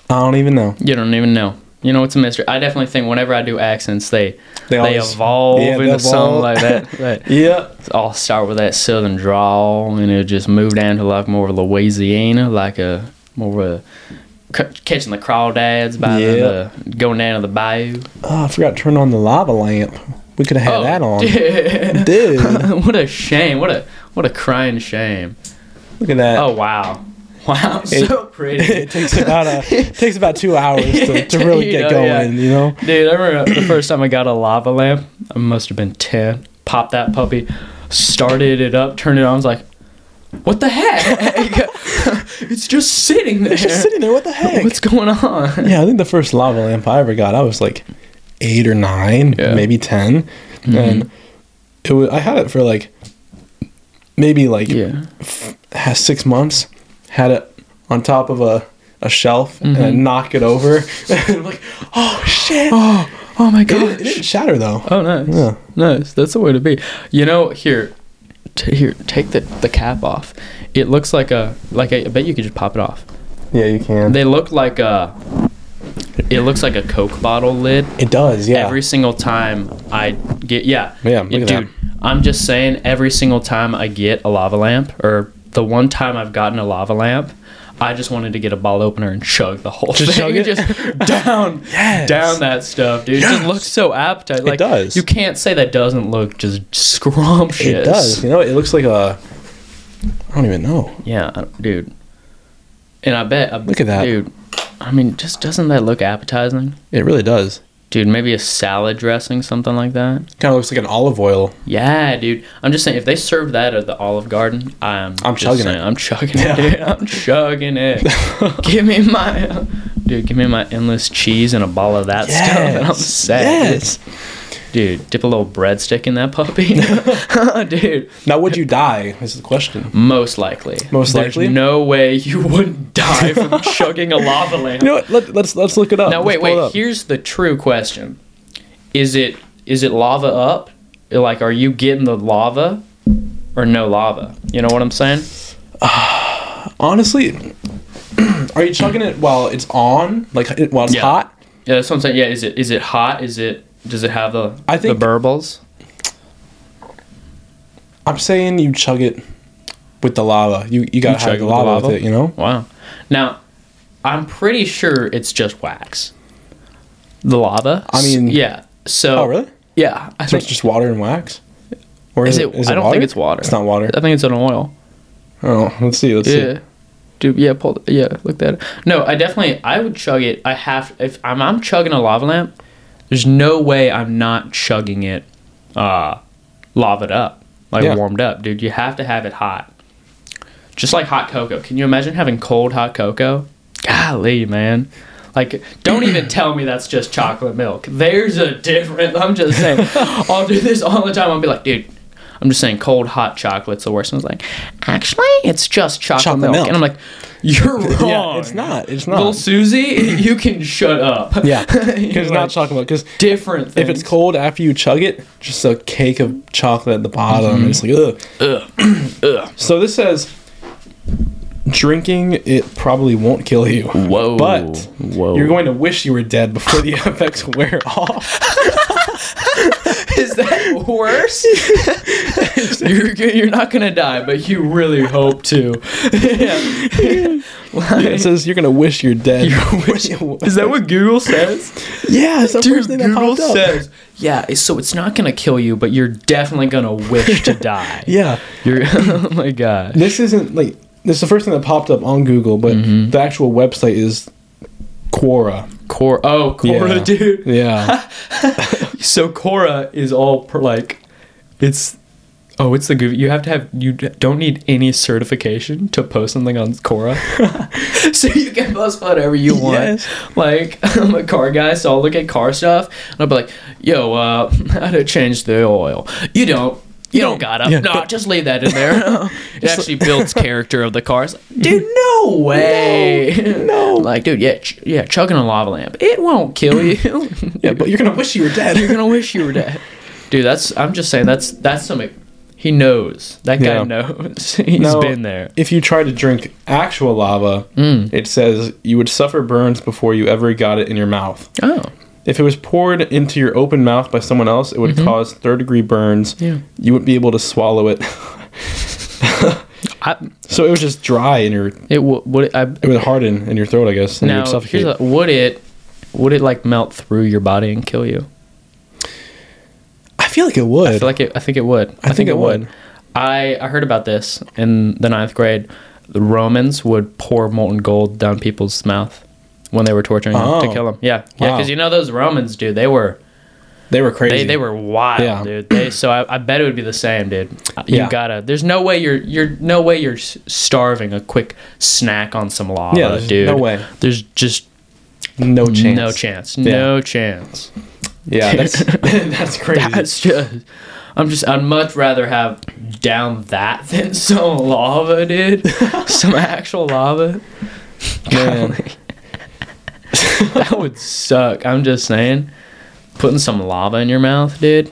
Speaker 1: I don't even know.
Speaker 2: You don't even know. You know, it's a mystery. I definitely think whenever I do accents, they
Speaker 1: They
Speaker 2: they,
Speaker 1: always-
Speaker 2: evolve
Speaker 1: yeah,
Speaker 2: into
Speaker 1: they
Speaker 2: something
Speaker 1: evolve. [laughs]
Speaker 2: like that. that
Speaker 1: Yep.
Speaker 2: I'll start with that southern drawl, and it'll just move down to like more Louisiana, like a more uh, c- catching the crawdads by
Speaker 1: Yeah.
Speaker 2: the, the going down to the bayou.
Speaker 1: Oh, I forgot to turn on the lava lamp. We could have had that
Speaker 2: [laughs]
Speaker 1: on.
Speaker 2: Oh, dude.
Speaker 1: Dude,
Speaker 2: what a shame! What a what a crying shame!
Speaker 1: look at that.
Speaker 2: [laughs] Oh wow, wow, so pretty.
Speaker 1: [laughs] it takes about a it takes about two hours
Speaker 2: [laughs]
Speaker 1: to, to really
Speaker 2: You
Speaker 1: get
Speaker 2: know,
Speaker 1: going.
Speaker 2: yeah.
Speaker 1: You know,
Speaker 2: Dude, I remember the first time I got a lava lamp. I must have been 10. Popped that puppy, started it up, turned it on. I was like, what the heck? [laughs] it's just sitting there.
Speaker 1: just sitting there. What the heck?
Speaker 2: What's going on?
Speaker 1: yeah, I think the first lava lamp I ever got, I was like eight or nine,
Speaker 2: Yeah. Mm-hmm.
Speaker 1: maybe 10 and it was I had it for like maybe like
Speaker 2: [laughs] Yeah.
Speaker 1: has six months, had it on top of a, a shelf, and I knock it over, [gasps] and I'm like, oh shit! Oh,
Speaker 2: Oh my
Speaker 1: it, didn't, it didn't
Speaker 2: gosh.
Speaker 1: shatter though.
Speaker 2: Oh, nice.
Speaker 1: Yeah.
Speaker 2: Nice. That's the way to be. You know, here. T- here, take the, the cap off. It looks like a like a, I bet you could just pop it off.
Speaker 1: Yeah, you can.
Speaker 2: They look like a. It looks like a Coke bottle lid.
Speaker 1: it does. Yeah.
Speaker 2: every single time I get yeah
Speaker 1: Yeah, look at that.
Speaker 2: I'm just saying every single time I get a lava lamp or the one time I've gotten a lava lamp I just wanted to get a ball opener and chug the whole
Speaker 1: Just
Speaker 2: thing
Speaker 1: chug it?
Speaker 2: [laughs] just down
Speaker 1: Yes.
Speaker 2: down that stuff dude it just looks so appetite like
Speaker 1: does.
Speaker 2: you can't say that doesn't look just scrumptious
Speaker 1: it does. You know, it looks like a. I don't even know.
Speaker 2: yeah I- dude and I bet
Speaker 1: Look at that.
Speaker 2: dude I mean just doesn't that look appetizing
Speaker 1: It really does.
Speaker 2: dude maybe a salad dressing something like that
Speaker 1: Kind of looks like an olive [laughs] oil.
Speaker 2: Yeah, dude. I'm just saying, if they serve that at the Olive Garden, I'm
Speaker 1: I'm
Speaker 2: just
Speaker 1: chugging
Speaker 2: saying,
Speaker 1: it.
Speaker 2: I'm chugging it, dude. I'm
Speaker 1: [laughs]
Speaker 2: chugging it. give me my, uh, dude. Give me my endless cheese and a ball of that stuff, and I'm sad, dude.
Speaker 1: Yes.
Speaker 2: dude. Dip a little breadstick in
Speaker 1: [laughs]
Speaker 2: that puppy, [laughs] dude.
Speaker 1: Now, would you die? Is the question.
Speaker 2: Most likely.
Speaker 1: Most likely?
Speaker 2: There's no way you wouldn't
Speaker 1: [laughs]
Speaker 2: die from chugging a lava lamp.
Speaker 1: You know what? Let, let's let's look it up.
Speaker 2: Now
Speaker 1: Let's
Speaker 2: wait,
Speaker 1: pull it up.
Speaker 2: wait. Here's the true question: Is it is it lava up? Like, are you getting the lava or no lava? You know what I'm saying?
Speaker 1: Honestly, [clears throat] are you chugging it while it's on, like it, while it's
Speaker 2: Yeah.
Speaker 1: hot?
Speaker 2: Yeah, that's what I'm saying. Yeah, is it is it hot? Is it does it have the
Speaker 1: I think-
Speaker 2: the burbles?
Speaker 1: I'm saying you chug it with the lava. You you gotta
Speaker 2: chug
Speaker 1: have
Speaker 2: it
Speaker 1: the
Speaker 2: with the
Speaker 1: lava, with
Speaker 2: lava?
Speaker 1: it. You know.
Speaker 2: Wow. Now, I'm pretty sure it's just wax. The lava.
Speaker 1: I mean-
Speaker 2: yeah. So.
Speaker 1: Oh really?
Speaker 2: Yeah. I
Speaker 1: So
Speaker 2: think
Speaker 1: it's just water and wax. Or
Speaker 2: is it? I don't think it's water.
Speaker 1: It's not water.
Speaker 2: I think it's an oil.
Speaker 1: Oh, let's see. Let's
Speaker 2: Yeah.
Speaker 1: see.
Speaker 2: Dude, yeah, pull. Yeah, look that. No, I definitely. I would chug it. I have. If I'm, I'm chugging a lava lamp, there's no way I'm not chugging it, uh, lavaed up, like
Speaker 1: Yeah.
Speaker 2: warmed up, dude. You have to have it hot. Just like hot cocoa. Can you imagine having cold hot cocoa? Golly, man. Like, don't
Speaker 1: [clears throat]
Speaker 2: even tell me that's just chocolate milk. There's a difference. I'm
Speaker 1: [laughs]
Speaker 2: just saying. I'll do this all the time. I'll be like, dude, I'm just saying cold hot chocolate's the worst. And I was like, actually, it's just chocolate,
Speaker 1: Chocolate
Speaker 2: milk.
Speaker 1: milk.
Speaker 2: And I'm like, you're wrong.
Speaker 1: [laughs] Yeah, it's not. It's
Speaker 2: Little
Speaker 1: not.
Speaker 2: Susie, [laughs] you can shut up. [laughs]
Speaker 1: Yeah,
Speaker 2: You're
Speaker 1: because not
Speaker 2: like,
Speaker 1: chocolate milk. Because
Speaker 2: different.
Speaker 1: if it's
Speaker 2: things. [laughs]
Speaker 1: cold after you chug it, just a cake of chocolate at the bottom.
Speaker 2: Mm-hmm.
Speaker 1: It's like ugh. ugh. [clears throat] So this says drinking it probably won't kill you.
Speaker 2: whoa,
Speaker 1: but
Speaker 2: whoa,
Speaker 1: You're going to wish you were dead before the [laughs] effects wear off.
Speaker 2: Is that
Speaker 1: [laughs]
Speaker 2: worse? you're g- you're not gonna die, but you really hope to. [laughs]
Speaker 1: [laughs]
Speaker 2: yeah.
Speaker 1: It says you're gonna wish you're dead.
Speaker 2: Is that what Google says?
Speaker 1: yeah, it's the
Speaker 2: Dude,
Speaker 1: first thing that
Speaker 2: Google
Speaker 1: popped up.
Speaker 2: says, yeah, it's- so it's not gonna kill you, but you're definitely gonna wish
Speaker 1: [laughs]
Speaker 2: to die.
Speaker 1: [laughs] Yeah,
Speaker 2: You're, [laughs] oh my god.
Speaker 1: this isn't like this is the first thing that popped up on Google, but the actual website is Quora.
Speaker 2: Cora, oh Cora,
Speaker 1: Yeah.
Speaker 2: dude.
Speaker 1: [laughs] Yeah,
Speaker 2: So Cora is all per, like, it's. Oh, it's the Google. You have to have. You d- don't need any certification to post something on Cora, [laughs] so you can post whatever you want.
Speaker 1: Yes.
Speaker 2: Like [laughs] I'm a car guy, so I'll look at car stuff and I'll be like, "Yo, uh, [laughs] how to change the oil? You don't. You don't gotta.
Speaker 1: yeah,
Speaker 2: no,
Speaker 1: don't-
Speaker 2: just leave that in [laughs] there. it actually [laughs] builds character of the cars. Dude, no [laughs] way. No. Like, dude, yeah, ch- yeah, chugging a lava lamp. It won't kill you. [clears throat]
Speaker 1: yeah, but you're gonna wish you were dead.
Speaker 2: You're gonna wish you were dead. Dude, that's I'm just saying that's that's some He knows. That guy
Speaker 1: Yeah.
Speaker 2: knows. [laughs] [laughs] He's
Speaker 1: Now,
Speaker 2: been there.
Speaker 1: If you try to drink actual lava, it says you would suffer burns before you ever got it in your mouth.
Speaker 2: Oh.
Speaker 1: If it was poured into your open mouth by someone else, it would cause third degree burns.
Speaker 2: Yeah.
Speaker 1: You wouldn't be able to swallow it.
Speaker 2: I,
Speaker 1: [laughs] so it was just dry in your
Speaker 2: it w- would it, I
Speaker 1: it would harden in your throat, I guess. And you
Speaker 2: now
Speaker 1: would
Speaker 2: here's
Speaker 1: suffocate.
Speaker 2: a, would it would it like melt through your body and kill you?
Speaker 1: I feel like it would.
Speaker 2: I feel like it. I think it would. I, think,
Speaker 1: think
Speaker 2: it
Speaker 1: it
Speaker 2: would.
Speaker 1: would.
Speaker 2: I I heard about this in the ninth grade. The Romans would pour molten gold down people's mouth when they were torturing them
Speaker 1: Oh.
Speaker 2: to kill them. Yeah, yeah,
Speaker 1: Wow.
Speaker 2: because you know those Romans, dude. They were
Speaker 1: they were crazy.
Speaker 2: they, they were wild,
Speaker 1: Yeah.
Speaker 2: dude. They, so I, I bet it would be the same, dude. You
Speaker 1: Yeah.
Speaker 2: gotta. There's no way you're you're no way you're s- starving a quick snack on some lava,
Speaker 1: Yeah, there's
Speaker 2: dude.
Speaker 1: no way.
Speaker 2: There's just
Speaker 1: no chance.
Speaker 2: no chance. No chance.
Speaker 1: Yeah, that's [laughs]
Speaker 2: [laughs]
Speaker 1: that's crazy.
Speaker 2: That's just. I'm just. I'd much rather have down that [laughs] than some lava,
Speaker 1: [laughs]
Speaker 2: dude. some actual lava.
Speaker 1: Man.
Speaker 2: [laughs] That would suck. I'm just saying. Putting some lava in your mouth, dude.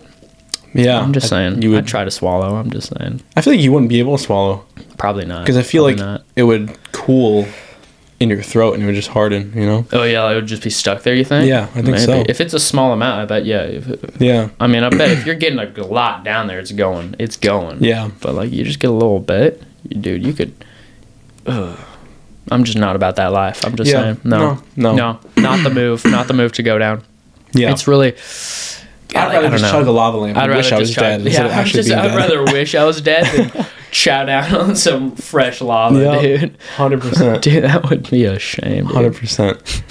Speaker 1: Yeah,
Speaker 2: I'm just
Speaker 1: I-
Speaker 2: saying.
Speaker 1: You
Speaker 2: You would
Speaker 1: would.
Speaker 2: try to swallow. I'm just saying.
Speaker 1: I feel like you wouldn't be able to swallow
Speaker 2: Probably not.
Speaker 1: because I feel
Speaker 2: Probably
Speaker 1: like it would cool in your throat and it would just harden. You know.
Speaker 2: Oh yeah, it would just be stuck there. You think?
Speaker 1: Yeah, I think so.
Speaker 2: If it's a small amount, I bet. Yeah. If it-
Speaker 1: Yeah.
Speaker 2: I mean, I bet if you're getting a lot down there, it's going. It's going.
Speaker 1: Yeah.
Speaker 2: But like, you just get a little bit, you- dude. You could. Ugh. I'm just not about that life. I'm just
Speaker 1: Yeah.
Speaker 2: saying, no,
Speaker 1: No, no.
Speaker 2: not the move, not the move to go down.
Speaker 1: Yeah.
Speaker 2: It's really.
Speaker 1: I'd
Speaker 2: I
Speaker 1: rather
Speaker 2: don't
Speaker 1: just
Speaker 2: know.
Speaker 1: chug a lava lamp.
Speaker 2: I'd
Speaker 1: I
Speaker 2: rather
Speaker 1: wish I
Speaker 2: just
Speaker 1: was
Speaker 2: try-
Speaker 1: dead instead
Speaker 2: Yeah,
Speaker 1: of
Speaker 2: [laughs] I'm
Speaker 1: actually
Speaker 2: just.
Speaker 1: being
Speaker 2: I'd
Speaker 1: dead.
Speaker 2: rather wish I was dead than [laughs] chow down on some fresh lava,
Speaker 1: Yeah.
Speaker 2: dude.
Speaker 1: [laughs] Hundred percent.
Speaker 2: [laughs] Dude, that would be a shame. dude.
Speaker 1: Hundred percent.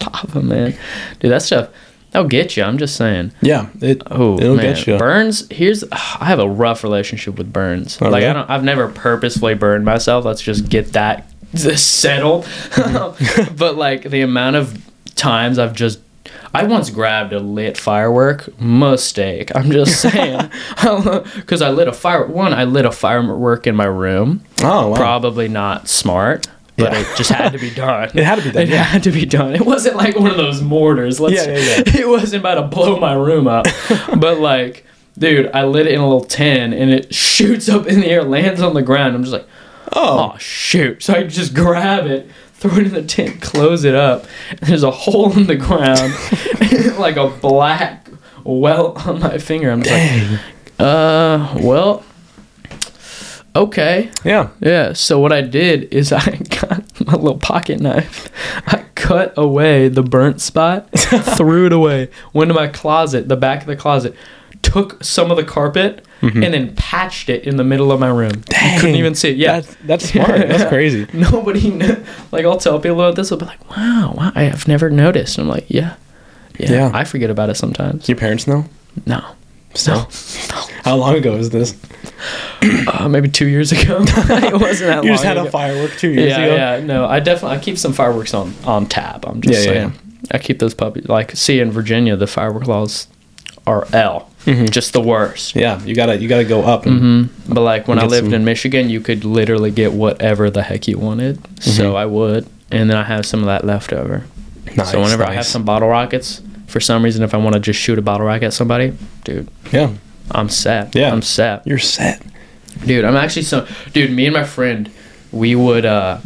Speaker 2: lava, man. Dude, that stuff that'll get you. I'm just saying.
Speaker 1: Yeah. It.
Speaker 2: Oh,
Speaker 1: it'll
Speaker 2: man.
Speaker 1: get you.
Speaker 2: Burns. Here's I have a rough relationship with burns.
Speaker 1: Oh,
Speaker 2: like I
Speaker 1: really?
Speaker 2: don't. I've never purposefully burned myself. Let's just get that [laughs] settled.
Speaker 1: Mm-hmm.
Speaker 2: [laughs] but like the amount of times I've just. I once grabbed a lit firework mistake.
Speaker 1: [laughs]
Speaker 2: I'm just saying, [laughs] because I lit a fire. One, I lit a firework in my room.
Speaker 1: Oh wow.
Speaker 2: Probably not smart, but
Speaker 1: Yeah.
Speaker 2: it just had
Speaker 1: [laughs]
Speaker 2: to be done.
Speaker 1: It had to be done,
Speaker 2: It
Speaker 1: yeah.
Speaker 2: had to be done. It wasn't like one of those mortars. Let's,
Speaker 1: Yeah, yeah,
Speaker 2: [laughs] It wasn't about to blow my room
Speaker 1: [laughs]
Speaker 2: up, but like, dude, I lit it in a little tin, and it shoots up in the air, lands on the ground. I'm just like,
Speaker 1: oh.
Speaker 2: oh shoot! So I just grab it, throw it in the tin, close it up. And there's a hole in the ground, [laughs] and like a black welt on my finger. I'm just
Speaker 1: Dang.
Speaker 2: like, uh, well, okay.
Speaker 1: Yeah.
Speaker 2: Yeah, so what I did is [laughs] I got my little pocket knife. I cut away the
Speaker 1: [laughs]
Speaker 2: burnt spot, threw it away, went to my closet, the back of the closet, took some of the carpet, and then patched it in the middle of my room. You couldn't
Speaker 1: Mm-hmm. Dang.
Speaker 2: even see it. Yeah.
Speaker 1: That's, that's smart. That's crazy.
Speaker 2: [laughs] Nobody, kn- like, I'll tell people about this, they'll be like, wow, wow, I have never noticed. And I'm like, yeah. Yeah,
Speaker 1: Yeah.
Speaker 2: I forget about it sometimes.
Speaker 1: Your parents know?
Speaker 2: No,
Speaker 1: So, how long ago is this?
Speaker 2: uh, maybe two years ago. [laughs] it wasn't that long.
Speaker 1: You just had
Speaker 2: ago.
Speaker 1: a firework two years
Speaker 2: yeah,
Speaker 1: ago.
Speaker 2: yeah. No, I definitely I keep some fireworks on on tab. I'm just
Speaker 1: Yeah, yeah,
Speaker 2: saying. I keep those puppies. Like, see, in Virginia, the firework laws are L, just the worst.
Speaker 1: Mm-hmm. Yeah, you gotta you gotta go up. And,
Speaker 2: But like when I
Speaker 1: Get
Speaker 2: lived
Speaker 1: some-
Speaker 2: in Michigan, you could literally get whatever the heck you wanted. So I would, and then I have some of that left over.
Speaker 1: Mm-hmm. Nice,
Speaker 2: so whenever I have
Speaker 1: nice.
Speaker 2: some bottle rockets, for some reason, if I want to just shoot a bottle rocket at somebody, dude,
Speaker 1: Yeah,
Speaker 2: I'm set.
Speaker 1: Yeah.
Speaker 2: I'm set.
Speaker 1: you're set.
Speaker 2: Dude, I'm actually so dude, me and my friend, we would uh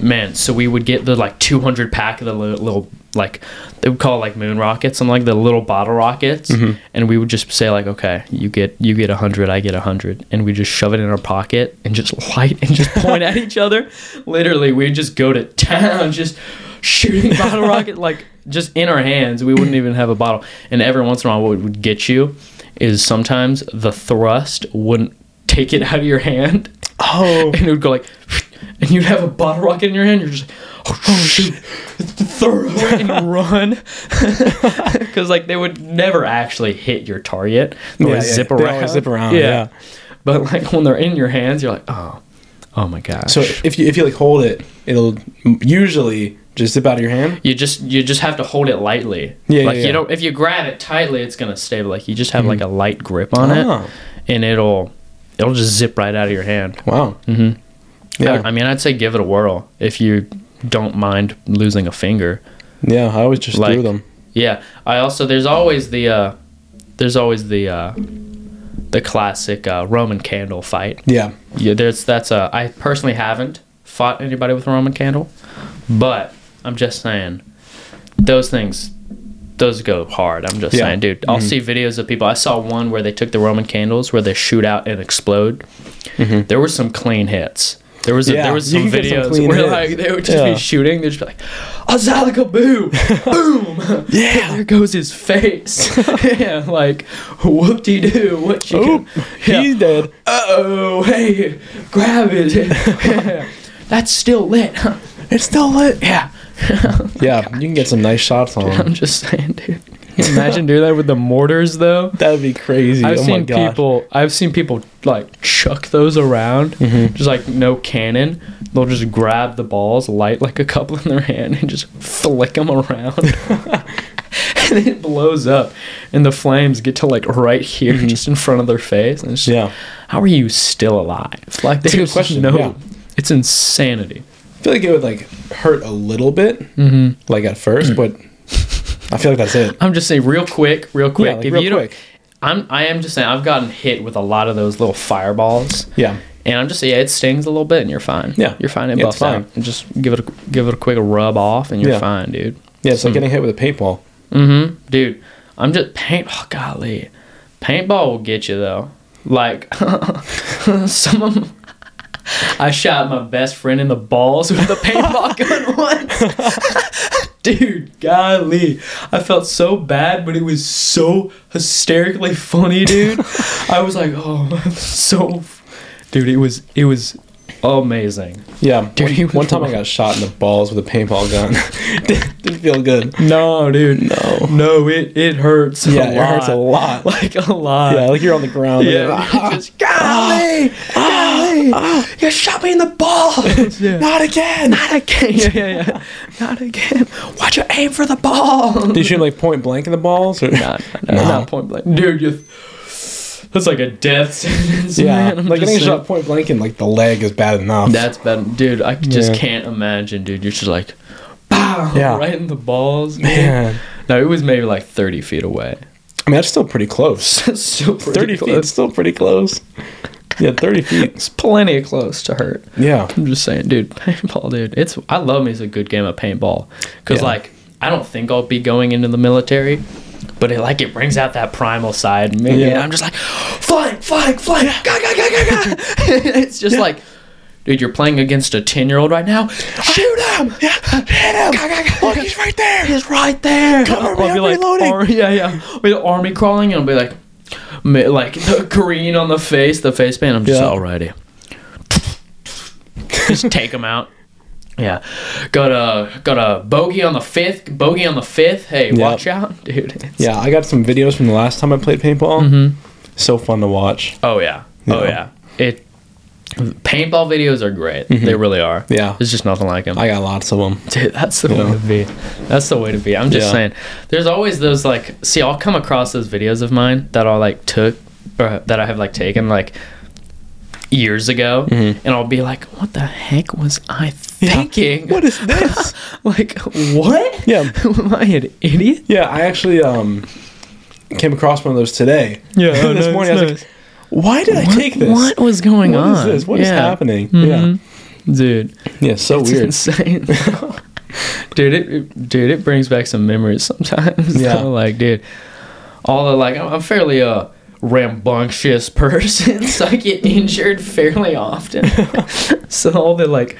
Speaker 2: man, so we would get the like 200 pack of the li- little like they would call it like moon rockets and like the little bottle rockets and we would just say like okay, you get you get 100, I get 100 and we just shove it in our pocket and just light and just point at each other. Literally, we'd just go to town just shooting bottle rocket like just in our hands. We wouldn't even have a bottle. And every once in a while what would get you is sometimes the thrust wouldn't take it out of your hand
Speaker 1: [laughs] Oh,
Speaker 2: [laughs] and it would go like and you'd have a bottle rocket in your hand you're just like, oh,
Speaker 1: [laughs]
Speaker 2: shoot throw it and run [laughs] because like they would never actually hit your target they
Speaker 1: Yeah,
Speaker 2: would
Speaker 1: yeah,
Speaker 2: zip
Speaker 1: they
Speaker 2: around
Speaker 1: always zip around, yeah.
Speaker 2: but like when they're in your hands you're like oh oh my gosh
Speaker 1: so if you if you like hold it, it'll usually just zip out of your hand.
Speaker 2: you just you just have to hold it lightly.
Speaker 1: Yeah, yeah, Mm.
Speaker 2: like you
Speaker 1: yeah.
Speaker 2: don't if you grab it tightly, it's gonna stay. But like you just have like a light grip on
Speaker 1: Ah.
Speaker 2: it, and it'll it'll just zip right out of your hand.
Speaker 1: Wow. Mm-hmm. Yeah,
Speaker 2: I, I mean, I'd say give it a whirl if you don't mind losing a finger.
Speaker 1: yeah. I always just
Speaker 2: Like-
Speaker 1: threw them.
Speaker 2: Yeah, I also there's always the uh, there's always the uh, the classic uh, Roman candle fight.
Speaker 1: Yeah.
Speaker 2: Yeah, there's that's uh, I personally haven't fought anybody with a Roman candle, but I'm just saying those things those go hard. I'm just
Speaker 1: Yeah. Mm-hmm.
Speaker 2: saying, dude. I'll see videos of people. I saw one where they took the Roman candles where they shoot out and explode. There were some clean hits. There was a,
Speaker 1: Mm-hmm. Yeah,
Speaker 2: there
Speaker 1: [laughs]
Speaker 2: was
Speaker 1: you
Speaker 2: some
Speaker 1: can get some
Speaker 2: videos
Speaker 1: clean
Speaker 2: where
Speaker 1: hits.
Speaker 2: like they would just
Speaker 1: Yeah.
Speaker 2: be shooting. They'd just be like, "Azalika,
Speaker 1: [laughs]
Speaker 2: boo, boom!"
Speaker 1: Yeah.
Speaker 2: there goes his face. [laughs]
Speaker 1: [laughs]
Speaker 2: yeah, like whoop de doo, what you
Speaker 1: Oop,
Speaker 2: can-
Speaker 1: [laughs]
Speaker 2: yeah.
Speaker 1: he's dead.
Speaker 2: Uh oh, hey, grab it. [laughs] Yeah. That's still lit. [laughs] huh?
Speaker 1: It's still lit.
Speaker 2: yeah, [laughs]
Speaker 1: Yeah, you can get some nice shots on
Speaker 2: I'm
Speaker 1: him.
Speaker 2: just saying, dude. Can you Imagine doing that with the mortars, though.
Speaker 1: That would be crazy.
Speaker 2: I've
Speaker 1: oh my
Speaker 2: seen
Speaker 1: god.
Speaker 2: people. I've seen people like chuck those around,
Speaker 1: Mm-hmm.
Speaker 2: just like no cannon. They'll just grab the balls, light like a couple in their hand, and just flick
Speaker 1: [laughs]
Speaker 2: them around. [laughs] and it blows up, and the flames get to like right here, just in front of their face. And it's just,
Speaker 1: Mm-hmm. Yeah.
Speaker 2: how are you still alive? Like
Speaker 1: a good
Speaker 2: there's
Speaker 1: question,
Speaker 2: no.
Speaker 1: yeah.
Speaker 2: It's insanity.
Speaker 1: I feel like it would like hurt a little bit, mm-hmm. like at first, but I feel like that's it.
Speaker 2: I'm just saying, real quick, real quick.
Speaker 1: Yeah, like, real
Speaker 2: don't-
Speaker 1: quick.
Speaker 2: I'm I am just saying, I've gotten hit with a lot of those little fireballs.
Speaker 1: Yeah.
Speaker 2: And I'm just yeah, it stings a little bit, and you're fine.
Speaker 1: Yeah.
Speaker 2: you're fine. It
Speaker 1: Yeah,
Speaker 2: buffs
Speaker 1: it's fine.
Speaker 2: out. And Just give it a, give it a quick rub off, and you're
Speaker 1: Yeah.
Speaker 2: fine, dude.
Speaker 1: Yeah,
Speaker 2: Hmm.
Speaker 1: it's like getting hit with a paintball.
Speaker 2: Dude, I'm just paint. Oh golly, paintball will get you though. Like [laughs] some of. 'em- I shot my best friend in the balls with
Speaker 1: [laughs]
Speaker 2: a paintball gun once. [laughs] Dude, golly. I felt so bad, but it was so hysterically
Speaker 1: [laughs]
Speaker 2: funny, dude. I was like, oh, so. Dude, it was it was amazing.
Speaker 1: Yeah.
Speaker 2: Dude,
Speaker 1: one,
Speaker 2: he was
Speaker 1: one time I
Speaker 2: wrong.
Speaker 1: got shot in the balls with a paintball gun. [laughs] Didn't feel good.
Speaker 2: No, dude. No. No, it it hurts. a
Speaker 1: Yeah, it hurts a lot.
Speaker 2: [laughs] Like a lot.
Speaker 1: Yeah, like you're on the ground. and you're
Speaker 2: Yeah,
Speaker 1: like,
Speaker 2: you just
Speaker 4: Ah.
Speaker 2: golly, golly, you shot me in the
Speaker 4: [laughs]
Speaker 2: balls. Not again. Not again. [laughs] Yeah, yeah, yeah. Not again. Why'd you aim for the ball?
Speaker 1: [laughs] Did you shoot him, like point blank in the balls? Or?
Speaker 2: Not, no, not point blank, dude. You. That's like a death [laughs] sentence.
Speaker 1: Yeah,
Speaker 2: man. I'm
Speaker 1: like
Speaker 2: just
Speaker 1: getting
Speaker 2: saying.
Speaker 1: shot point blank in like the leg is bad enough.
Speaker 2: That's bad, dude. I just
Speaker 1: Yeah. Ah.
Speaker 2: can't imagine, dude. You're just like, pow,
Speaker 1: Yeah.
Speaker 2: right in the balls,
Speaker 1: man.
Speaker 2: No, it was maybe like 30 feet
Speaker 1: [laughs]
Speaker 2: away.
Speaker 1: I mean, that's still pretty close.
Speaker 2: That's still pretty
Speaker 1: Thirty feet, it's still pretty close. Yeah, thirty feet.
Speaker 2: It's plenty close to hurt.
Speaker 1: Yeah,
Speaker 2: I'm just saying, dude, [laughs] paintball, dude. It's I love me it's a good game of paintball because
Speaker 1: Yeah.
Speaker 2: like I don't think I'll be going into the military, but it like it brings out that primal side in me, and
Speaker 1: Yeah.
Speaker 2: I'm just like flying, flying, flying, ga, ga, ga, ga, ga. [laughs] It's just like, dude, you're playing against a ten year old right now. Shoot him! Yeah, hit him! Look, he's right there. He's right there. Cover
Speaker 1: me, I'm reloading.
Speaker 2: Ar- yeah, yeah. With army crawling, and I'll be like, ma- like the green on the face, the face paint. I'm just
Speaker 1: Yeah.
Speaker 2: alrighty just take them out. Yeah, got a got a bogey on the fifth. Bogey on the fifth. Hey, watch out, [laughs] dude. It's-
Speaker 1: yeah. I got some videos from the last time I played paintball. So fun to watch.
Speaker 2: Oh yeah. Oh yeah.
Speaker 1: Yeah. Mm-hmm.
Speaker 2: It. Paintball videos are great. They really are.
Speaker 1: Yeah.
Speaker 2: There's just nothing like them.
Speaker 1: I got lots of them.
Speaker 2: Dude, that's the way
Speaker 1: Yeah.
Speaker 2: to be. That's the way to be. I'm just
Speaker 1: Yeah.
Speaker 2: saying. There's always those like. See, I'll come across those videos of mine that I like took or that I have like taken like years ago,
Speaker 1: Mm-hmm.
Speaker 2: and I'll be like, "What the heck was I thinking?
Speaker 1: What
Speaker 2: [laughs]
Speaker 1: is [laughs] this?
Speaker 2: like [laughs] what?
Speaker 1: Yeah.
Speaker 2: Am I an idiot?
Speaker 1: yeah, I actually um came across one of those today. [laughs]
Speaker 2: [laughs] Yeah. oh,
Speaker 1: this morning I was like, why did I take this?
Speaker 2: What was going
Speaker 1: What Mm-hmm.
Speaker 2: on?
Speaker 1: is this? What is happening?
Speaker 2: Yeah. Dude.
Speaker 1: Yeah, yeah, so
Speaker 2: It's
Speaker 1: [laughs] weird.
Speaker 2: insane. [laughs] dude, it, it- dude, it brings back some memories sometimes. [laughs]
Speaker 1: Yeah.
Speaker 2: Yeah. like, dude, all the like, I'm, I'm fairly a rambunctious [laughs] person, so I get injured fairly often. so all the like,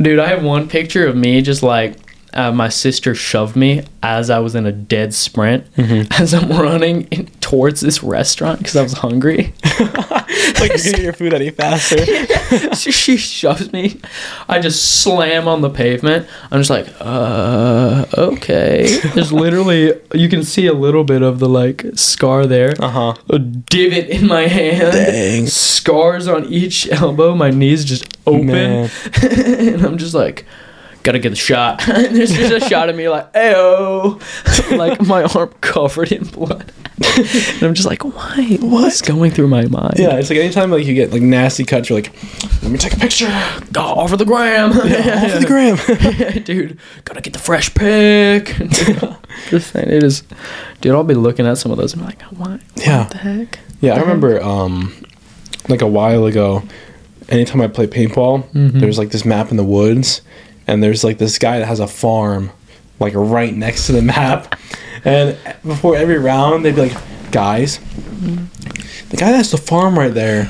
Speaker 2: dude, I have one picture of me just like. Uh, my sister shoved me as I was in a dead sprint [laughs] as I'm running in, towards this restaurant because I was hungry.
Speaker 1: like you can get your food any faster. [laughs]
Speaker 2: So [laughs] she shoves me. I just slam on the pavement. I'm just like, uh, okay. There's literally, you can see a little bit of the like scar there.
Speaker 1: Uh huh.
Speaker 2: A divot in my hand.
Speaker 1: Dang.
Speaker 2: Scars on each elbow. My knees just open.
Speaker 1: Man.
Speaker 2: [laughs] and I'm just like, gotta get the shot. [laughs] and there's just a shot of me like, ayo. [laughs] like my arm covered in blood. [laughs] and I'm just like, why? What's going through my mind?
Speaker 1: Yeah, it's like anytime like you get like nasty cuts, you're like, let me take a picture
Speaker 2: Oh, offer the gram. [laughs]
Speaker 1: off of the gram. [laughs]
Speaker 2: dude, gotta get the fresh pick. [laughs] Just saying, it is, dude. I'll be looking at some of those and be like, why?
Speaker 1: yeah,
Speaker 2: What the heck?
Speaker 1: Yeah, I remember um, like a while ago, anytime I play paintball,
Speaker 2: Mm-hmm.
Speaker 1: there's like this map in the woods, and there's like this guy that has a farm like right next to the map. and before every round, they'd be like, guys, the guy that has the farm right there,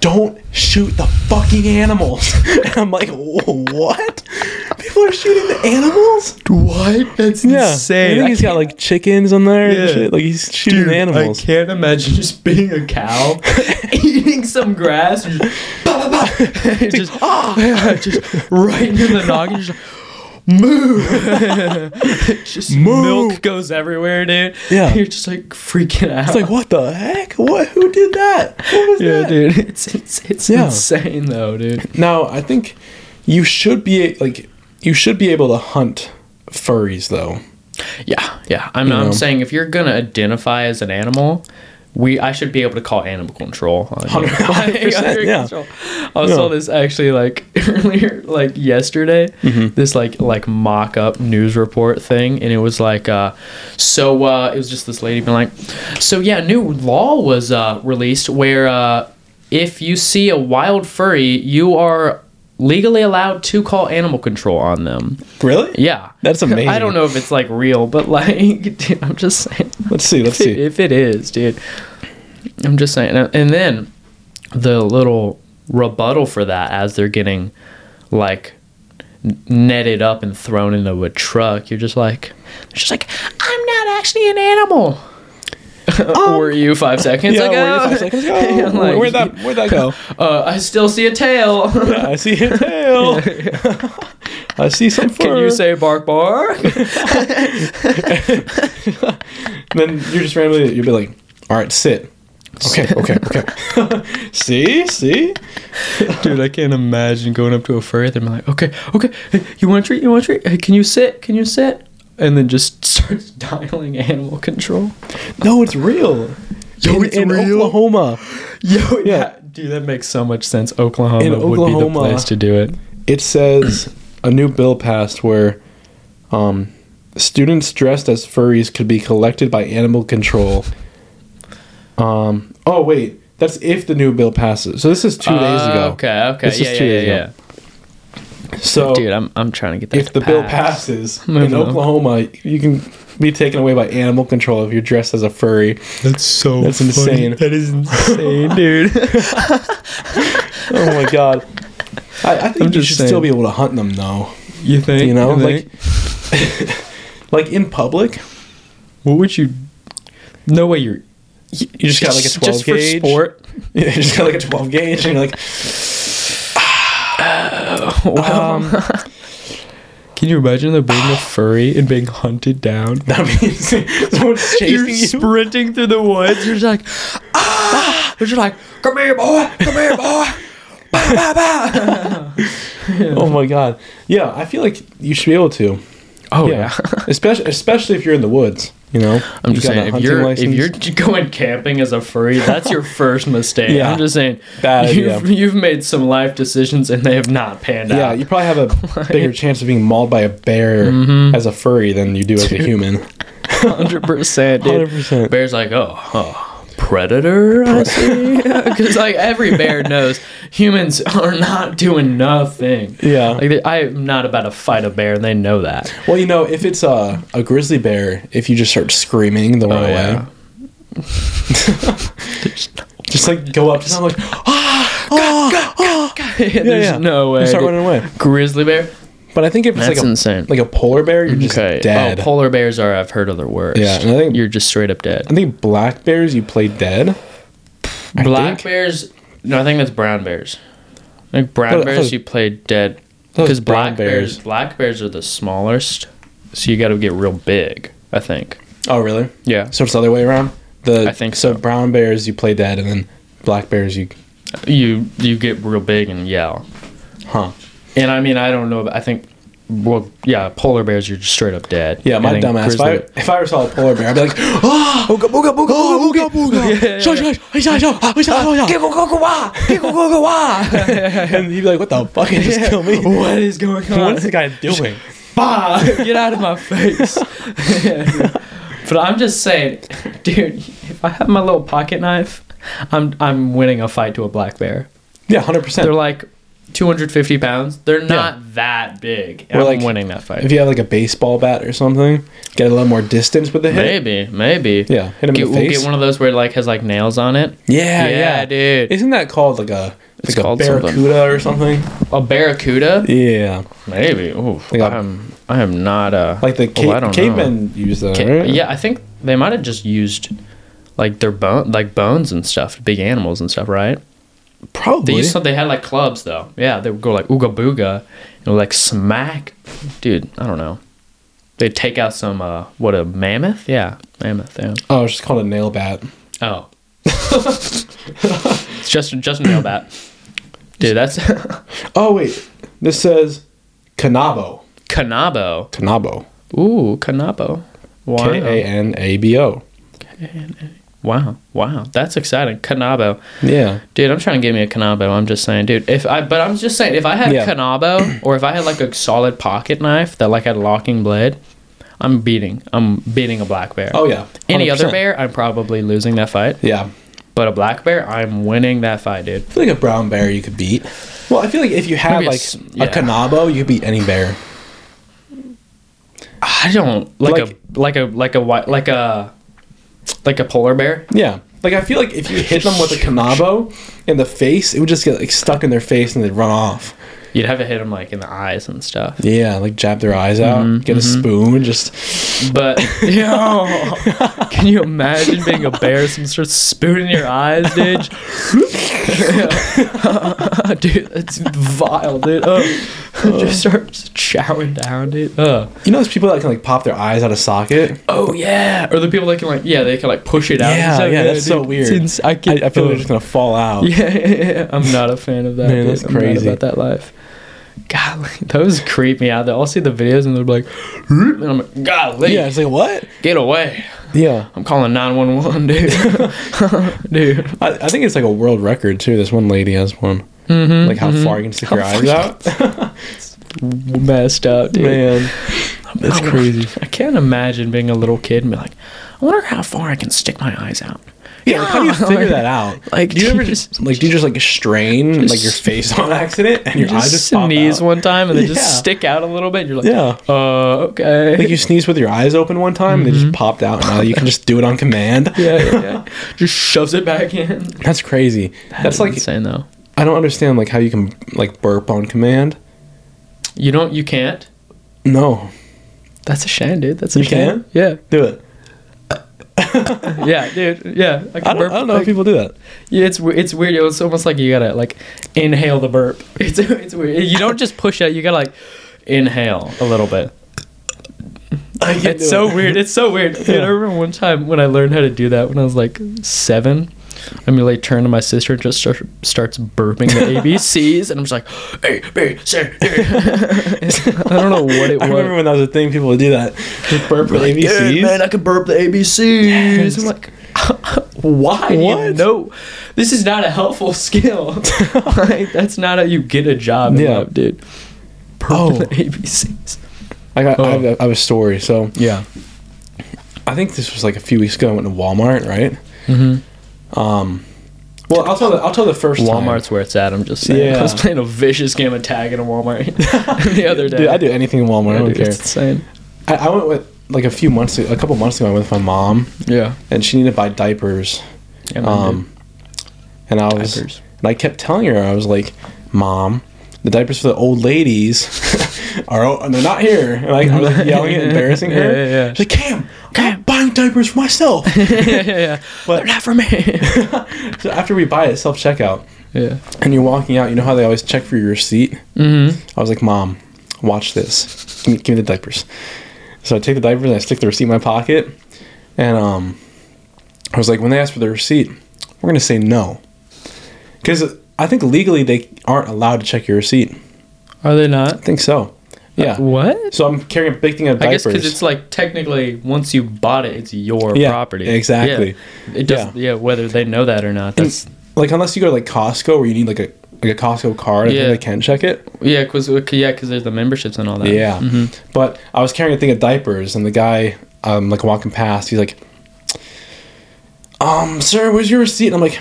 Speaker 1: don't shoot the fucking animals. [laughs] and I'm like, what? People are shooting the animals?
Speaker 2: What? That's
Speaker 1: I think he's got like chickens on there. and
Speaker 2: Yeah.
Speaker 1: shit. Like he's shooting animals.
Speaker 2: I can't imagine just being
Speaker 1: [laughs]
Speaker 2: a cow, eating some grass, and just, bah, bah, bah.
Speaker 1: [laughs]
Speaker 2: And just,
Speaker 1: "Oh."
Speaker 2: [laughs] ah, just right into the noggin. Just,
Speaker 1: [laughs]
Speaker 2: move. just milk goes everywhere, dude.
Speaker 1: Yeah.
Speaker 2: you're just like freaking out.
Speaker 1: It's like, what the heck? What? Who did that? What was
Speaker 2: yeah,
Speaker 1: that?
Speaker 2: dude. [laughs] It's it's it's
Speaker 1: Yeah.
Speaker 2: insane though, dude.
Speaker 1: Now, I think you should be like you should be able to hunt furries though.
Speaker 2: Yeah, yeah. I'm,
Speaker 1: You know.
Speaker 2: I'm saying if you're gonna identify as an animal, we I should be able to call animal control. on you. [laughs]
Speaker 1: 100%,
Speaker 2: Under
Speaker 1: yeah.
Speaker 2: control. I saw
Speaker 1: Yeah.
Speaker 2: this actually like [laughs] earlier, like yesterday.
Speaker 1: Mm-hmm.
Speaker 2: This like like mock up news report thing, and it was like uh, so uh, it was just this lady being like, so yeah, new law was uh, released where uh, if you see a wild furry, you are legally allowed to call animal control on them.
Speaker 1: Really?
Speaker 2: Yeah.
Speaker 1: That's amazing.
Speaker 2: [laughs] I don't know if it's like real, but like, [laughs] dude, I'm just saying.
Speaker 1: Let's see. Let's
Speaker 2: If
Speaker 1: [laughs]
Speaker 2: it,
Speaker 1: see.
Speaker 2: if it is, dude, I'm just saying. And then the little rebuttal for that as they're getting like n- netted up and thrown into a truck, you're just like, it's just like, I'm not actually an animal. [laughs] were you five seconds
Speaker 1: Um, [laughs] Yeah,
Speaker 2: ago?
Speaker 1: where did- I was like,
Speaker 2: [laughs]
Speaker 1: let's go.
Speaker 2: Yeah, I'm like,
Speaker 1: where'd that Where'd that [laughs] go?
Speaker 2: Uh, I still see a tail. [laughs]
Speaker 1: I see [laughs] a tail. [laughs] I see some fur.
Speaker 2: Can you say
Speaker 1: [laughs]
Speaker 2: bark bark?
Speaker 1: Then you're just randomly. You'd be like, all right, sit. [laughs] Okay, okay, okay. [laughs] see, see.
Speaker 2: Dude, I can't imagine going up to a furry and being like, okay, okay, hey, you want a treat? You want a treat? Hey, can you sit? Can you sit? And then just [laughs] starts dialing animal control.
Speaker 1: No, it's real. Yo,
Speaker 2: it's
Speaker 1: in
Speaker 2: real?
Speaker 1: Oklahoma.
Speaker 2: Yo,
Speaker 1: yeah.
Speaker 2: Dude, that makes so much sense. Oklahoma
Speaker 1: In
Speaker 2: would be the
Speaker 1: Oklahoma-
Speaker 2: place to do it.
Speaker 1: it says a new bill passed where um, students dressed as furries could be collected by animal control. Um, oh wait, that's if the new bill passes. So this is two days ago.
Speaker 2: Ah, Oh, Okay, okay.
Speaker 1: This is
Speaker 2: yeah,
Speaker 1: two
Speaker 2: yeah,
Speaker 1: days
Speaker 2: yeah,
Speaker 1: ago. So
Speaker 2: Dude, I'm, I'm trying to get that
Speaker 1: if
Speaker 2: to
Speaker 1: the bill
Speaker 2: pass. [laughs]
Speaker 1: passes
Speaker 2: Moving
Speaker 1: in
Speaker 2: on.
Speaker 1: Oklahoma, you can be taken away by animal control if you're dressed as a furry.
Speaker 2: That's so
Speaker 1: That's insane.
Speaker 2: That is insane, dude.
Speaker 1: Oh
Speaker 2: [laughs]
Speaker 1: my god. I, I think
Speaker 2: I'm
Speaker 1: you
Speaker 2: just
Speaker 1: should
Speaker 2: saying.
Speaker 1: still be able to hunt them though.
Speaker 2: [laughs] you think?
Speaker 1: You know,
Speaker 2: think?
Speaker 1: like like [laughs] in public,
Speaker 2: what would you. No way you're.
Speaker 1: you just got like a twelve
Speaker 2: Just
Speaker 1: gauge.
Speaker 2: for sport.
Speaker 1: [laughs] Yeah, you just got like a 12 gauge, and you're like, [laughs]
Speaker 2: Can you imagine there being a furry and being hunted
Speaker 1: [laughs]
Speaker 2: down?
Speaker 1: that means someone's chasing [laughs]
Speaker 2: You're
Speaker 1: you.
Speaker 2: sprinting through the woods. You're just like, ah! You're just like, come here, boy. Come here, [laughs] boy. [laughs]
Speaker 1: oh my god. Yeah, I feel like you should be able to.
Speaker 2: Oh
Speaker 1: [laughs] yeah. especially, especially if you're in the woods, you know?
Speaker 2: I'm
Speaker 1: You
Speaker 2: just
Speaker 1: got a
Speaker 2: saying, if
Speaker 1: hunting
Speaker 2: you're
Speaker 1: license.
Speaker 2: if you're [laughs] j- going camping as a furry, that's your first mistake.
Speaker 1: Yeah.
Speaker 2: I'm just saying,
Speaker 1: Bad
Speaker 2: you've,
Speaker 1: idea.
Speaker 2: you've made some life decisions and they have not panned
Speaker 1: Yeah,
Speaker 2: out.
Speaker 1: you probably have a
Speaker 2: [laughs]
Speaker 1: bigger chance of being mauled by a bear
Speaker 2: Mm-hmm.
Speaker 1: as a furry than you do as a
Speaker 2: [laughs]
Speaker 1: human.
Speaker 2: hundred percent, dude.
Speaker 1: 100%.
Speaker 2: Bear's like, oh, oh, predator. I see. [laughs] Because like every bear knows humans are not doing nothing.
Speaker 1: Yeah.
Speaker 2: Like they- I'm not about to fight a bear, and they know that. [laughs]
Speaker 1: well, you know, if it's a, a grizzly bear, if you just start screaming, they'll run away. [laughs]
Speaker 2: yeah.
Speaker 1: just like go up to someone like, "Ah, oh,
Speaker 2: There's
Speaker 1: yeah.
Speaker 2: no way.
Speaker 1: and start
Speaker 2: dude.
Speaker 1: running away.
Speaker 2: Grizzly bear.
Speaker 1: But I think if it's
Speaker 2: That's
Speaker 1: like a,
Speaker 2: insane.
Speaker 1: like a polar bear, you're just
Speaker 2: okay.
Speaker 1: dead.
Speaker 2: Oh, polar bears are. I've heard of the worst.
Speaker 1: Yeah, and I think-
Speaker 2: you're just straight up dead.
Speaker 1: I think black bears you play dead. I
Speaker 2: Black
Speaker 1: think.
Speaker 2: bears. No, I think that's brown bears. Like brown
Speaker 1: But I
Speaker 2: bears,
Speaker 1: thought-
Speaker 2: you play dead.
Speaker 1: thought it
Speaker 2: Because
Speaker 1: was brown
Speaker 2: black bears.
Speaker 1: bears.
Speaker 2: black bears are the smallest, so you got to get real big. I think.
Speaker 1: Oh, really?
Speaker 2: Yeah.
Speaker 1: So it's the other way around. The
Speaker 2: I think so.
Speaker 1: brown bears you play dead, and then black bears you.
Speaker 2: You you get real big and yell.
Speaker 1: Huh.
Speaker 2: And I mean, I don't know. But I think. Well, yeah, polar bears, you're just straight up dead.
Speaker 1: Yeah,
Speaker 2: I
Speaker 1: my
Speaker 2: think
Speaker 1: dumbass. If
Speaker 2: grizzly-
Speaker 1: I, if I ever saw a polar bear, I'd be like, ah, ooga booga booga booga booga booga. Shush, shush, shush, shush, shush, shush, shush, shush. And he'd be like, what the fuck? It just killed me.
Speaker 2: What is going
Speaker 1: [laughs]
Speaker 2: on? [laughs]
Speaker 1: What is the guy doing?
Speaker 2: bah, get out of my face. [laughs] but I'm just saying, dude, if I have my little pocket knife I'm I'm winning a fight to a black bear.
Speaker 1: Yeah, hundred percent.
Speaker 2: They're like 250 pounds. They're not that big.
Speaker 1: Or
Speaker 2: I'm
Speaker 1: like-
Speaker 2: winning that fight.
Speaker 1: If you have like a baseball bat or something, get a little more distance with the hit.
Speaker 2: maybe, maybe.
Speaker 1: Yeah, hit him
Speaker 2: Get,
Speaker 1: in the
Speaker 2: we'll
Speaker 1: face.
Speaker 2: get one of those where it like has like nails on it.
Speaker 1: yeah,
Speaker 2: Yeah,
Speaker 1: yeah,
Speaker 2: dude.
Speaker 1: Isn't that called like a
Speaker 2: It's
Speaker 1: like a
Speaker 2: called something.
Speaker 1: barracuda or something?
Speaker 2: A barracuda?
Speaker 1: Yeah,
Speaker 2: Maybe. Ooh,
Speaker 1: Like a-
Speaker 2: I am I am not a
Speaker 1: like the
Speaker 2: oh, I
Speaker 1: ca-
Speaker 2: don't know.
Speaker 1: cavemen use that.
Speaker 2: Ca-
Speaker 1: right?
Speaker 2: Yeah, I think they might have just used like their bone, like bones and stuff, big animals and stuff, right? They
Speaker 1: probably.
Speaker 2: used some, they had like clubs though. Yeah, they would go like ooga booga and would, like smack. Dude, I don't know. They would take out some uh what a mammoth? Yeah, mammoth. Yeah.
Speaker 1: oh, it's just called a nail bat.
Speaker 2: Oh, it's just just a nail bat. Dude, that's
Speaker 1: Oh wait, this says canabo.
Speaker 2: Kanabo.
Speaker 1: Canabo.
Speaker 2: Ooh, Kanabo. Wow.
Speaker 1: K a n a b o.
Speaker 2: wow. Wow. That's exciting. Kanabo.
Speaker 1: Yeah.
Speaker 2: Dude, I'm trying to get me a Kanabo. I'm just saying, dude. If I, but I'm just saying, if I had
Speaker 1: Yeah.
Speaker 2: a Kanabo or if I had like a solid pocket knife that like had a locking blade, I'm beating. I'm beating a black bear.
Speaker 1: Oh yeah.
Speaker 2: Any other
Speaker 1: 100%.
Speaker 2: bear, I'm probably losing that fight.
Speaker 1: Yeah.
Speaker 2: But a black bear, I'm winning that fight, dude.
Speaker 1: I feel like a brown bear you could beat. Well, I feel like if you had
Speaker 2: Maybe a
Speaker 1: like
Speaker 2: s-
Speaker 1: a,
Speaker 2: yeah.
Speaker 1: canabo, you could beat any bear.
Speaker 2: I don't like,
Speaker 1: Like-
Speaker 2: a like a like a white like a like a polar bear.
Speaker 1: Yeah. Like I feel like if you hit them with [laughs] a canabo in the face, it would just get like stuck in their face and they'd run off.
Speaker 2: You'd have to hit him like in the eyes and stuff.
Speaker 1: Yeah, like jab their eyes out, get a spoon, just [laughs]
Speaker 2: But yo, [laughs] can you imagine being a bear? Some sort of spoon in your eyes, dude. [laughs] dude, that's vile, dude. Oh, just start showering down, dude. Oh.
Speaker 1: you know those people that can like pop their eyes out of socket.
Speaker 2: oh yeah. Or the people that can like, yeah, they can like push it out.
Speaker 1: Yeah,
Speaker 2: It's so
Speaker 1: yeah,
Speaker 2: good,
Speaker 1: that's so
Speaker 2: dude.
Speaker 1: weird.
Speaker 2: It's ins- I,
Speaker 1: I,
Speaker 2: can,
Speaker 1: I feel they're just gonna fall out.
Speaker 2: [laughs] Yeah, yeah, yeah. I'm not a fan of that.
Speaker 1: Man,
Speaker 2: dude.
Speaker 1: that's
Speaker 2: I'm not
Speaker 1: crazy.
Speaker 2: about that life. Golly, [laughs] those creep me out. I'll see the videos and they're like, and I'm like, golly,
Speaker 1: Yeah, it's like what?
Speaker 2: get away.
Speaker 1: Yeah,
Speaker 2: I'm calling
Speaker 1: [laughs]
Speaker 2: 911, dude. [laughs] dude.
Speaker 1: I, I think it's like a world record too. This one lady has one. Like Mm-hmm, how far you can stick your eyes out.
Speaker 2: [laughs] Messed up, dude.
Speaker 1: Man, [laughs] that's
Speaker 2: I-
Speaker 1: crazy.
Speaker 2: I can't imagine being a little kid and be like, I wonder how far I can stick my eyes out.
Speaker 1: Yeah, like, how [laughs] do you figure that out?
Speaker 2: Like,
Speaker 1: do you
Speaker 2: [laughs]
Speaker 1: ever
Speaker 2: just-
Speaker 1: just like do you just like strain like your face on accident and your eyes
Speaker 2: Just,
Speaker 1: just pop
Speaker 2: sneeze
Speaker 1: out?
Speaker 2: one time and they
Speaker 1: Yeah.
Speaker 2: just stick out a little bit. You're like,
Speaker 1: Yeah.
Speaker 2: uh, okay.
Speaker 1: Like you sneeze with your eyes open one time and they just popped out. Now you can just do it on command.
Speaker 2: [laughs] Mm-hmm.
Speaker 1: [laughs]
Speaker 2: yeah, yeah, yeah. just shoves it back in.
Speaker 1: That's crazy. That's like
Speaker 2: insane though.
Speaker 1: I don't understand like how you can like burp on command.
Speaker 2: You don't. You can't.
Speaker 1: No,
Speaker 2: That's a shame, dude. That's a
Speaker 1: You
Speaker 2: shame.
Speaker 1: can't?
Speaker 2: Yeah,
Speaker 1: do it.
Speaker 2: [laughs] yeah, dude. Yeah, I can
Speaker 1: I don't,
Speaker 2: burp.
Speaker 1: I don't know if
Speaker 2: like-
Speaker 1: people do that.
Speaker 2: Yeah, it's we- it's weird. It's almost like you gotta like inhale the burp. [laughs] It's it's weird. You don't just push out. You gotta like inhale a little bit. It's so weird. It's
Speaker 1: [laughs]
Speaker 2: so weird. Dude, I remember one time when I learned how to do that when I was like seven. I mean, like, turn to my sister and just start, starts burping the ABCs, and I'm just like, A B C. D."
Speaker 1: [laughs]
Speaker 2: [laughs] I don't know what it
Speaker 1: I
Speaker 2: was.
Speaker 1: remember when that was a thing. People would do that. Just burp with
Speaker 2: like,
Speaker 1: ABCs.
Speaker 2: "Dude, man, I could burp the ABCs. I'm like, [laughs] why?
Speaker 1: What?
Speaker 2: No, this is not a helpful skill. [laughs]
Speaker 1: [laughs]
Speaker 2: like, that's not how you get a job. Yeah,
Speaker 1: Yeah.
Speaker 2: dude. Burp
Speaker 1: Oh.
Speaker 2: the ABCs.
Speaker 1: I, got, I, have a, I have a story. So
Speaker 2: Yeah.
Speaker 1: I think this was like a few weeks ago. I went to Walmart, right? Mm-hmm. Um, well, I'll tell the I'll tell the first time. [laughs]
Speaker 2: Walmart's where it's at. I'm just saying. I
Speaker 1: Yeah.
Speaker 2: was playing a vicious game of tag in a Walmart [laughs] the other day.
Speaker 1: Dude, I do anything in Walmart. I,
Speaker 2: Yeah,
Speaker 1: don't
Speaker 2: dude,
Speaker 1: care.
Speaker 2: It's insane.
Speaker 1: I, I went with like a few months, a couple months ago. I went with my mom,
Speaker 2: Yeah.
Speaker 1: and she needed to buy diapers.
Speaker 2: yeah man,
Speaker 1: Um, and I was,
Speaker 2: Diapers.
Speaker 1: and I kept telling her, I was like, "Mom, the diapers for the old ladies [laughs] are, o- and they're not here." And like, I was
Speaker 2: [laughs]
Speaker 1: like, yelling and embarrassing her.
Speaker 2: Yeah, yeah, yeah.
Speaker 1: She's like, "Cam, I'm not buying diapers for myself."
Speaker 2: dude. [laughs] yeah, yeah, yeah.
Speaker 1: But-
Speaker 2: They're not for me.
Speaker 1: [laughs] so after we buy it, self checkout,
Speaker 2: yeah.
Speaker 1: and you're walking out, you know how they always check for your receipt. Mm-hmm. I was like, "Mom, watch this. Give me, give me the diapers." So I take the diapers and I stick the receipt in my pocket, and um, I was like, "When they ask for the receipt, we're gonna say no." Because I think legally they aren't allowed to check your receipt.
Speaker 2: Are they not?
Speaker 1: I think so. Yeah.
Speaker 2: What?
Speaker 1: So I'm carrying a big thing of
Speaker 2: Uh, I
Speaker 1: diapers.
Speaker 2: guess because it's like technically, once you bought it, it's your
Speaker 1: Yeah,
Speaker 2: property.
Speaker 1: exactly.
Speaker 2: Yeah. It does. Yeah. whether they know that or not. That's
Speaker 1: like unless you go to like Costco where you need like a like a Costco card, I
Speaker 2: Yeah.
Speaker 1: think they can check it.
Speaker 2: yeah, because yeah, because there's the memberships and all that.
Speaker 1: Yeah. But I was carrying a thing of diapers, and the guy, um, like walking past, he's like, "Um, sir, where's your receipt?" And I'm like,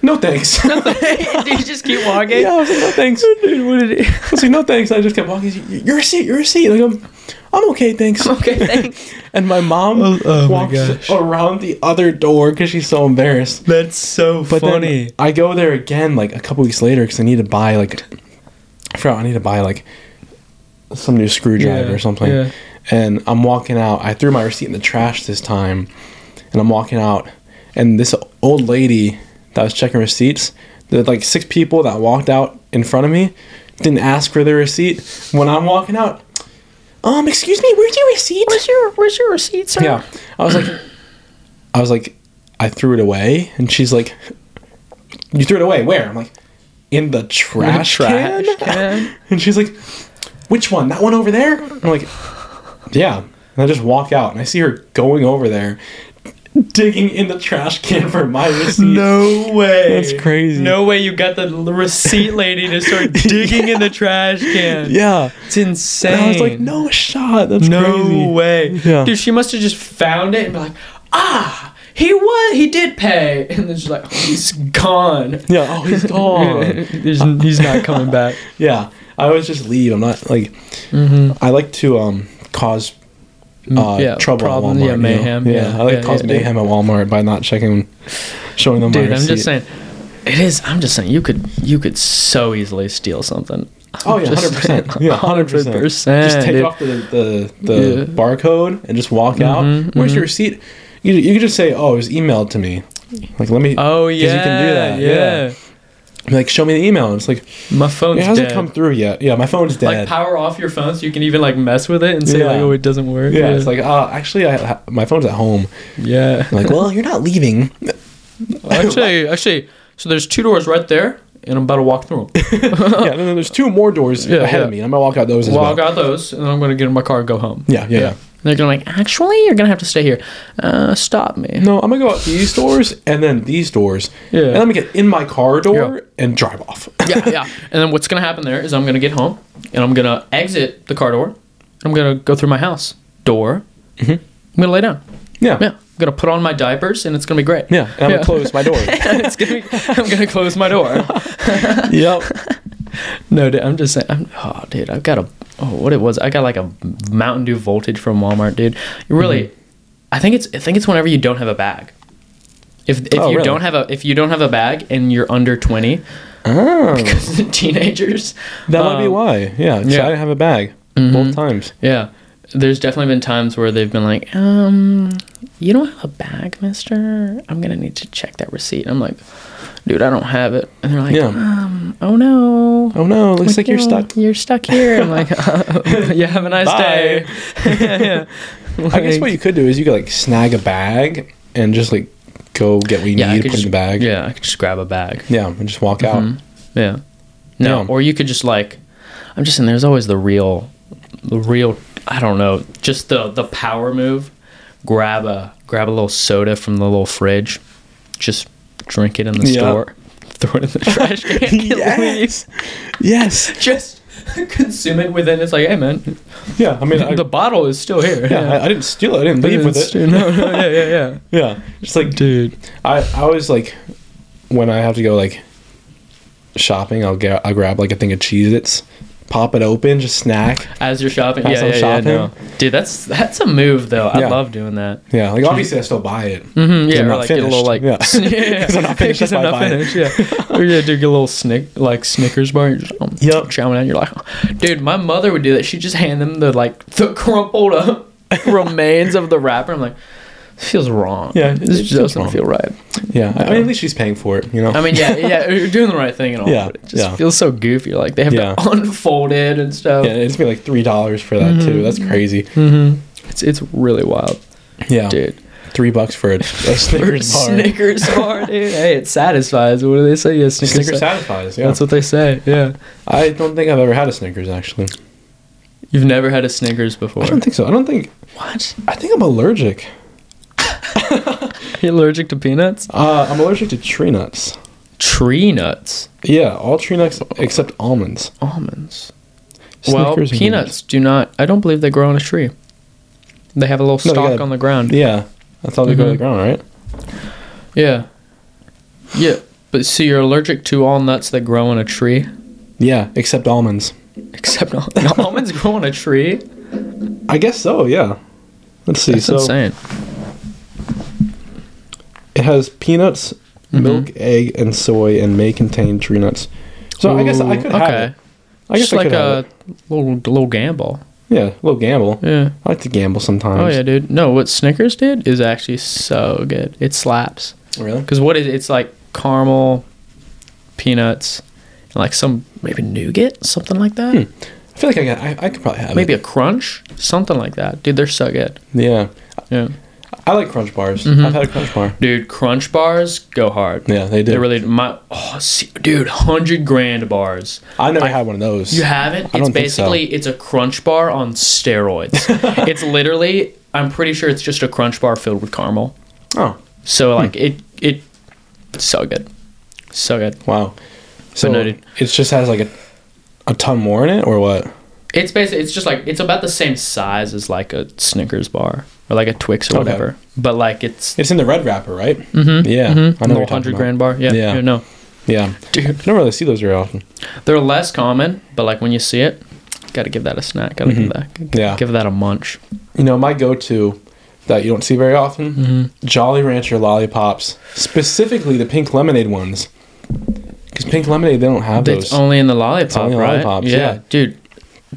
Speaker 1: no thanks. [laughs]
Speaker 2: [laughs] Do you just keep walking?
Speaker 1: yeah, I was like, no thanks.
Speaker 2: [laughs] Dude, what did he?
Speaker 1: I was like, no thanks. I just kept walking. He's like, You're a seat. You're a seat. Like I'm, I'm okay. Thanks.
Speaker 2: Okay, thanks.
Speaker 1: [laughs] And my mom
Speaker 8: Oh, oh my
Speaker 1: walks
Speaker 8: gosh.
Speaker 1: around the other door because she's so embarrassed.
Speaker 8: That's so
Speaker 1: But
Speaker 8: funny.
Speaker 1: then I go there again like a couple weeks later because I need to buy like I forgot I need to buy like some new screwdriver
Speaker 8: Yeah,
Speaker 1: or something.
Speaker 8: yeah.
Speaker 1: And I'm walking out. I threw my receipt in the trash this time, and I'm walking out, and this old lady that was checking receipts, the like six people that walked out in front of me, didn't ask for their receipt when I'm walking out. Um, excuse me, where's your receipt?
Speaker 4: Where's your Where's your receipt, sir?
Speaker 1: Yeah. I was like, [coughs] I was like, I threw it away, and she's like, "You threw it away? Where?" I'm like, "In the trash,
Speaker 8: trash
Speaker 1: can." [laughs] And she's like, "Which one? That one over there?" I'm like, "Yeah." And I just walk out, and I see her going over there, digging in the trash can for my receipt.
Speaker 8: No way.
Speaker 1: That's crazy.
Speaker 8: No way you got the l- receipt lady
Speaker 1: [laughs]
Speaker 8: to start digging in the trash can.
Speaker 1: Yeah.
Speaker 8: It's insane.
Speaker 1: And I was like, "No shot. That's
Speaker 8: No
Speaker 1: crazy."
Speaker 8: way.
Speaker 1: Yeah.
Speaker 2: Dude, she must have just found it and be like, ah, he was, he did pay, [laughs] and then she's like, oh,
Speaker 1: [laughs]
Speaker 2: he's gone.
Speaker 1: Yeah. Oh,
Speaker 8: [laughs]
Speaker 1: he's gone.
Speaker 8: There's, he's not
Speaker 1: [laughs]
Speaker 8: coming back.
Speaker 1: Yeah, I always just leave. I'm not like I like to um cause uh,
Speaker 8: Mm-hmm. Mm, yeah,
Speaker 1: trouble
Speaker 8: problem,
Speaker 1: at Walmart.
Speaker 8: yeah,
Speaker 1: you know?
Speaker 8: mayhem,
Speaker 1: Yeah,
Speaker 8: yeah,
Speaker 1: I like
Speaker 8: yeah,
Speaker 1: cause
Speaker 8: yeah,
Speaker 1: mayhem at Walmart by not checking, showing them. my
Speaker 2: Dude, I'm
Speaker 1: receipt.
Speaker 2: just saying, it is, I'm just saying, you could, you could so easily steal something.
Speaker 1: Oh yeah, hundred percent.
Speaker 2: [laughs]
Speaker 1: Yeah, hundred percent.
Speaker 2: 100%,
Speaker 1: Just take
Speaker 2: dude.
Speaker 1: off the the, the
Speaker 2: Yeah. Mm-hmm,
Speaker 1: barcode and just walk out. Where's your receipt? You you could just say, oh, it was emailed to me. Like let me.
Speaker 2: Oh,
Speaker 1: 'cause
Speaker 2: yeah.
Speaker 1: You can do that. Yeah.
Speaker 8: yeah.
Speaker 1: Like show me the email. And it's like
Speaker 8: My phone's
Speaker 1: it hasn't
Speaker 8: dead.
Speaker 1: come through yet. Yeah, my phone's
Speaker 2: Like,
Speaker 1: dead.
Speaker 2: power off your phone so you can even, like, mess with it and say,
Speaker 1: Yeah.
Speaker 2: like, oh, it doesn't work.
Speaker 1: yeah, it's like uh, actually, I, my phone's at home.
Speaker 2: yeah.
Speaker 1: like, well, you're not
Speaker 2: [laughs]
Speaker 1: leaving. [laughs]
Speaker 2: actually, actually, so there's two doors right there, and I'm about to walk through
Speaker 1: [laughs]
Speaker 2: them.
Speaker 1: yeah, and then there's two more doors
Speaker 2: Yeah,
Speaker 1: ahead
Speaker 2: yeah.
Speaker 1: of me. and I'm gonna walk out those as well.
Speaker 2: Walk out those, and I'm going to get in my car and go home.
Speaker 1: Yeah, yeah, yeah.
Speaker 2: They're going to like, actually, you're going to have to stay here. Uh, stop me.
Speaker 1: No, I'm gonna go out these doors and then these doors.
Speaker 2: Yeah.
Speaker 1: And I'm gonna get in my car door and drive off.
Speaker 2: [laughs]
Speaker 1: [laughs]
Speaker 2: yeah, yeah. And then what's gonna happen there is I'm gonna get home and I'm gonna exit the car door. I'm gonna go through my house door.
Speaker 1: Mm-hmm.
Speaker 2: I'm gonna lay down.
Speaker 1: yeah.
Speaker 2: Yeah, I'm gonna put on my diapers and it's gonna be great.
Speaker 1: Yeah, and I'm
Speaker 2: Yeah.
Speaker 1: gonna close my door.
Speaker 2: it's gonna be, [laughs] I'm gonna close my
Speaker 1: [laughs]
Speaker 2: door.
Speaker 1: yep.
Speaker 2: no, dude, I'm just saying. I'm, oh, dude, I've got a. Oh, what it was? I got like a Mountain Dew voltage from Walmart, dude. You really,
Speaker 1: Mm-hmm.
Speaker 2: I think it's. I think it's whenever you don't have a bag. If, if
Speaker 1: Oh,
Speaker 2: you
Speaker 1: really?
Speaker 2: don't have a if you don't have a bag and you're under twenty, [laughs]
Speaker 1: Oh,
Speaker 2: teenagers,
Speaker 1: that might be
Speaker 2: um,
Speaker 1: why. Yeah, Mm-hmm. 'cause
Speaker 2: yeah.
Speaker 1: I didn't have a bag both times.
Speaker 2: Yeah. There's definitely been times where they've been like, um, you don't have a bag, mister. I'm going to need to check that receipt. I'm like, dude, I don't have it. And they're like,
Speaker 1: Yeah.
Speaker 2: um, oh no.
Speaker 1: Oh no, looks uh, like you're
Speaker 2: Yeah,
Speaker 1: stuck.
Speaker 2: You're stuck here.
Speaker 1: [laughs]
Speaker 2: I'm like, [laughs] yeah, have a nice
Speaker 1: Bye.
Speaker 2: day. yeah.
Speaker 1: I guess what you could do is you could uh, like snag a bag and just like go get what you
Speaker 2: yeah, I
Speaker 1: need,
Speaker 2: could
Speaker 1: put
Speaker 2: just,
Speaker 1: in the bag.
Speaker 2: Yeah, I could just grab a bag.
Speaker 1: Yeah, and just walk out.
Speaker 2: Yeah. No,
Speaker 1: Yeah.
Speaker 2: or you could just like, I'm just saying, there's always the real, the real, I don't know, just the the power move. Grab a grab a little soda from the little fridge, just drink it in the
Speaker 1: Yeah.
Speaker 2: store, [laughs] throw it
Speaker 1: [laughs]
Speaker 2: in the trash can, yes.
Speaker 1: Yes.
Speaker 2: just consume it within. It's like, hey man,
Speaker 1: Yeah, I [laughs] mean, I,
Speaker 2: the bottle is still here.
Speaker 1: yeah,
Speaker 2: [laughs]
Speaker 1: I, I didn't steal it. I didn't leave with it.
Speaker 2: No,
Speaker 1: [laughs]
Speaker 2: no, yeah, yeah, yeah.
Speaker 1: Yeah, just like dude. I I always like when I have to go like shopping, I'll get I'll grab like a thing of Cheez-Its, pop it open, just snack.
Speaker 2: As you're shopping,
Speaker 1: As
Speaker 2: yeah,
Speaker 1: I'm
Speaker 2: yeah,
Speaker 1: shopping.
Speaker 2: yeah, no. dude, that's that's a move though. I
Speaker 1: Yeah.
Speaker 2: love doing that.
Speaker 1: Yeah, like obviously I still buy it.
Speaker 2: Mm, yeah,
Speaker 1: I'm
Speaker 2: or
Speaker 1: not
Speaker 2: like get a little like
Speaker 1: finished. Yeah.
Speaker 2: [laughs]
Speaker 1: [laughs]
Speaker 2: yeah,
Speaker 1: 'Cause I'm not finished,
Speaker 2: 'Cause
Speaker 1: that's
Speaker 2: I'm
Speaker 1: why I
Speaker 2: not
Speaker 1: buy it.
Speaker 2: finished,
Speaker 1: [laughs]
Speaker 2: yeah. or yeah, dude, get a little snick like Snickers bar. You're just, um,
Speaker 1: Yep.
Speaker 2: chowing down. You're like, "Oh." dude, my mother would do that. She'd just hand them the like the [laughs]
Speaker 1: [laughs]
Speaker 2: crumpled up remains of the wrapper. I'm like, this feels wrong.
Speaker 1: Yeah, it
Speaker 2: this
Speaker 1: feels
Speaker 2: just doesn't
Speaker 1: wrong.
Speaker 2: feel right.
Speaker 1: Yeah, I mean at least she's paying for it. You know.
Speaker 2: I mean,
Speaker 1: [laughs]
Speaker 2: yeah, yeah, you're doing the right thing and all.
Speaker 1: Yeah,
Speaker 2: but it just
Speaker 1: yeah.
Speaker 2: feels so goofy. Like they have
Speaker 1: Yeah.
Speaker 2: to [laughs] unfold it and stuff.
Speaker 1: yeah, it's been like three dollars for that
Speaker 2: Mm-hmm.
Speaker 1: too. That's crazy.
Speaker 2: It's it's really wild,
Speaker 1: Yeah,
Speaker 2: dude.
Speaker 1: three bucks for a,
Speaker 2: [laughs]
Speaker 1: a Oh, Snickers bar.
Speaker 2: Snickers bar, dude. Hey, it satisfies. What do they say? Yeah, Snickers.
Speaker 1: Snickers
Speaker 2: sa-
Speaker 1: satisfies. Yeah,
Speaker 2: That's what they say. Yeah.
Speaker 1: I don't think I've ever had a Snickers actually.
Speaker 2: You've never had a Snickers before.
Speaker 1: I don't think so. I don't think.
Speaker 2: What?
Speaker 1: I think I'm allergic.
Speaker 2: Are you allergic to peanuts?
Speaker 1: Uh, I'm allergic to tree nuts.
Speaker 2: Tree nuts.
Speaker 1: Yeah, all tree nuts except almonds.
Speaker 2: Almonds. well,
Speaker 1: Snickers and
Speaker 2: peanuts do not, I don't believe they grow on a tree. They have a little
Speaker 1: No, they
Speaker 2: stalk
Speaker 1: gotta-
Speaker 2: on the ground.
Speaker 1: Mm-hmm. Yeah, that's how they go to the
Speaker 2: Mhm.
Speaker 1: ground, right?
Speaker 2: Yeah. Yeah. But so you're allergic to all nuts that grow on a tree, [laughs]
Speaker 1: Yeah, except almonds.
Speaker 2: except al- [laughs] almonds grow on a tree.
Speaker 1: I guess so. Yeah. Let's see.
Speaker 2: That's
Speaker 1: so
Speaker 2: insane.
Speaker 1: it has peanuts,
Speaker 2: Mm-hmm.
Speaker 1: milk, egg, and soy, and may contain tree nuts. So I guess I
Speaker 2: Ooh,
Speaker 1: could have
Speaker 2: okay.
Speaker 1: it. I guess
Speaker 2: Just
Speaker 1: I
Speaker 2: like
Speaker 1: could have
Speaker 2: a
Speaker 1: it.
Speaker 2: little little gamble.
Speaker 1: Yeah, a little gamble.
Speaker 2: Yeah.
Speaker 1: I like to gamble sometimes.
Speaker 2: Oh yeah, dude. No, what Snickers did is actually so good. It slaps.
Speaker 1: Really?
Speaker 2: Cause what is it's like caramel, peanuts, and like some maybe nougat, something like that.
Speaker 1: I feel like I, got, I, I could probably have
Speaker 2: Maybe
Speaker 1: it.
Speaker 2: a crunch, something like that. Dude, they're so good.
Speaker 1: Yeah.
Speaker 2: Yeah.
Speaker 1: I like Crunch Bars.
Speaker 2: Mm-hmm.
Speaker 1: I've had a Crunch Bar.
Speaker 2: Dude, crunch bars go hard.
Speaker 1: Yeah, they do.
Speaker 2: They really my oh see, dude, hundred grand bars.
Speaker 1: I never had one of those.
Speaker 2: You haven't?
Speaker 1: I
Speaker 2: It's
Speaker 1: don't think so.
Speaker 2: basically it's a crunch bar on steroids. [laughs] it's literally I'm pretty sure it's just a crunch bar filled with caramel.
Speaker 1: Oh,
Speaker 2: So like it it it's so good. So good.
Speaker 1: wow. So
Speaker 2: no, dude.
Speaker 1: it just has like a, a ton more in it, or what?
Speaker 2: It's basically it's just like it's about the same size as like a Snickers bar or like a Twix or whatever. But like it's
Speaker 1: It's in the red wrapper, right? Mm-hmm. Yeah. I know what
Speaker 2: a
Speaker 1: you're talking
Speaker 2: hundred
Speaker 1: about.
Speaker 2: grand bar. Yeah,
Speaker 1: Yeah.
Speaker 2: yeah. No,
Speaker 1: Yeah.
Speaker 2: dude,
Speaker 1: I don't really see those very often.
Speaker 2: they're less common, but like when you see it, gotta give that a snack. Gotta give that.
Speaker 1: Yeah.
Speaker 2: Give that a munch.
Speaker 1: You know, my go to that you don't see very often
Speaker 2: Mm-hmm.
Speaker 1: Jolly Rancher lollipops, specifically the pink lemonade ones. Because pink lemonade, they don't have
Speaker 2: It's
Speaker 1: those.
Speaker 2: only in the lollipop,
Speaker 1: only in
Speaker 2: right?
Speaker 1: lollipops,
Speaker 2: yeah.
Speaker 1: yeah.
Speaker 2: dude.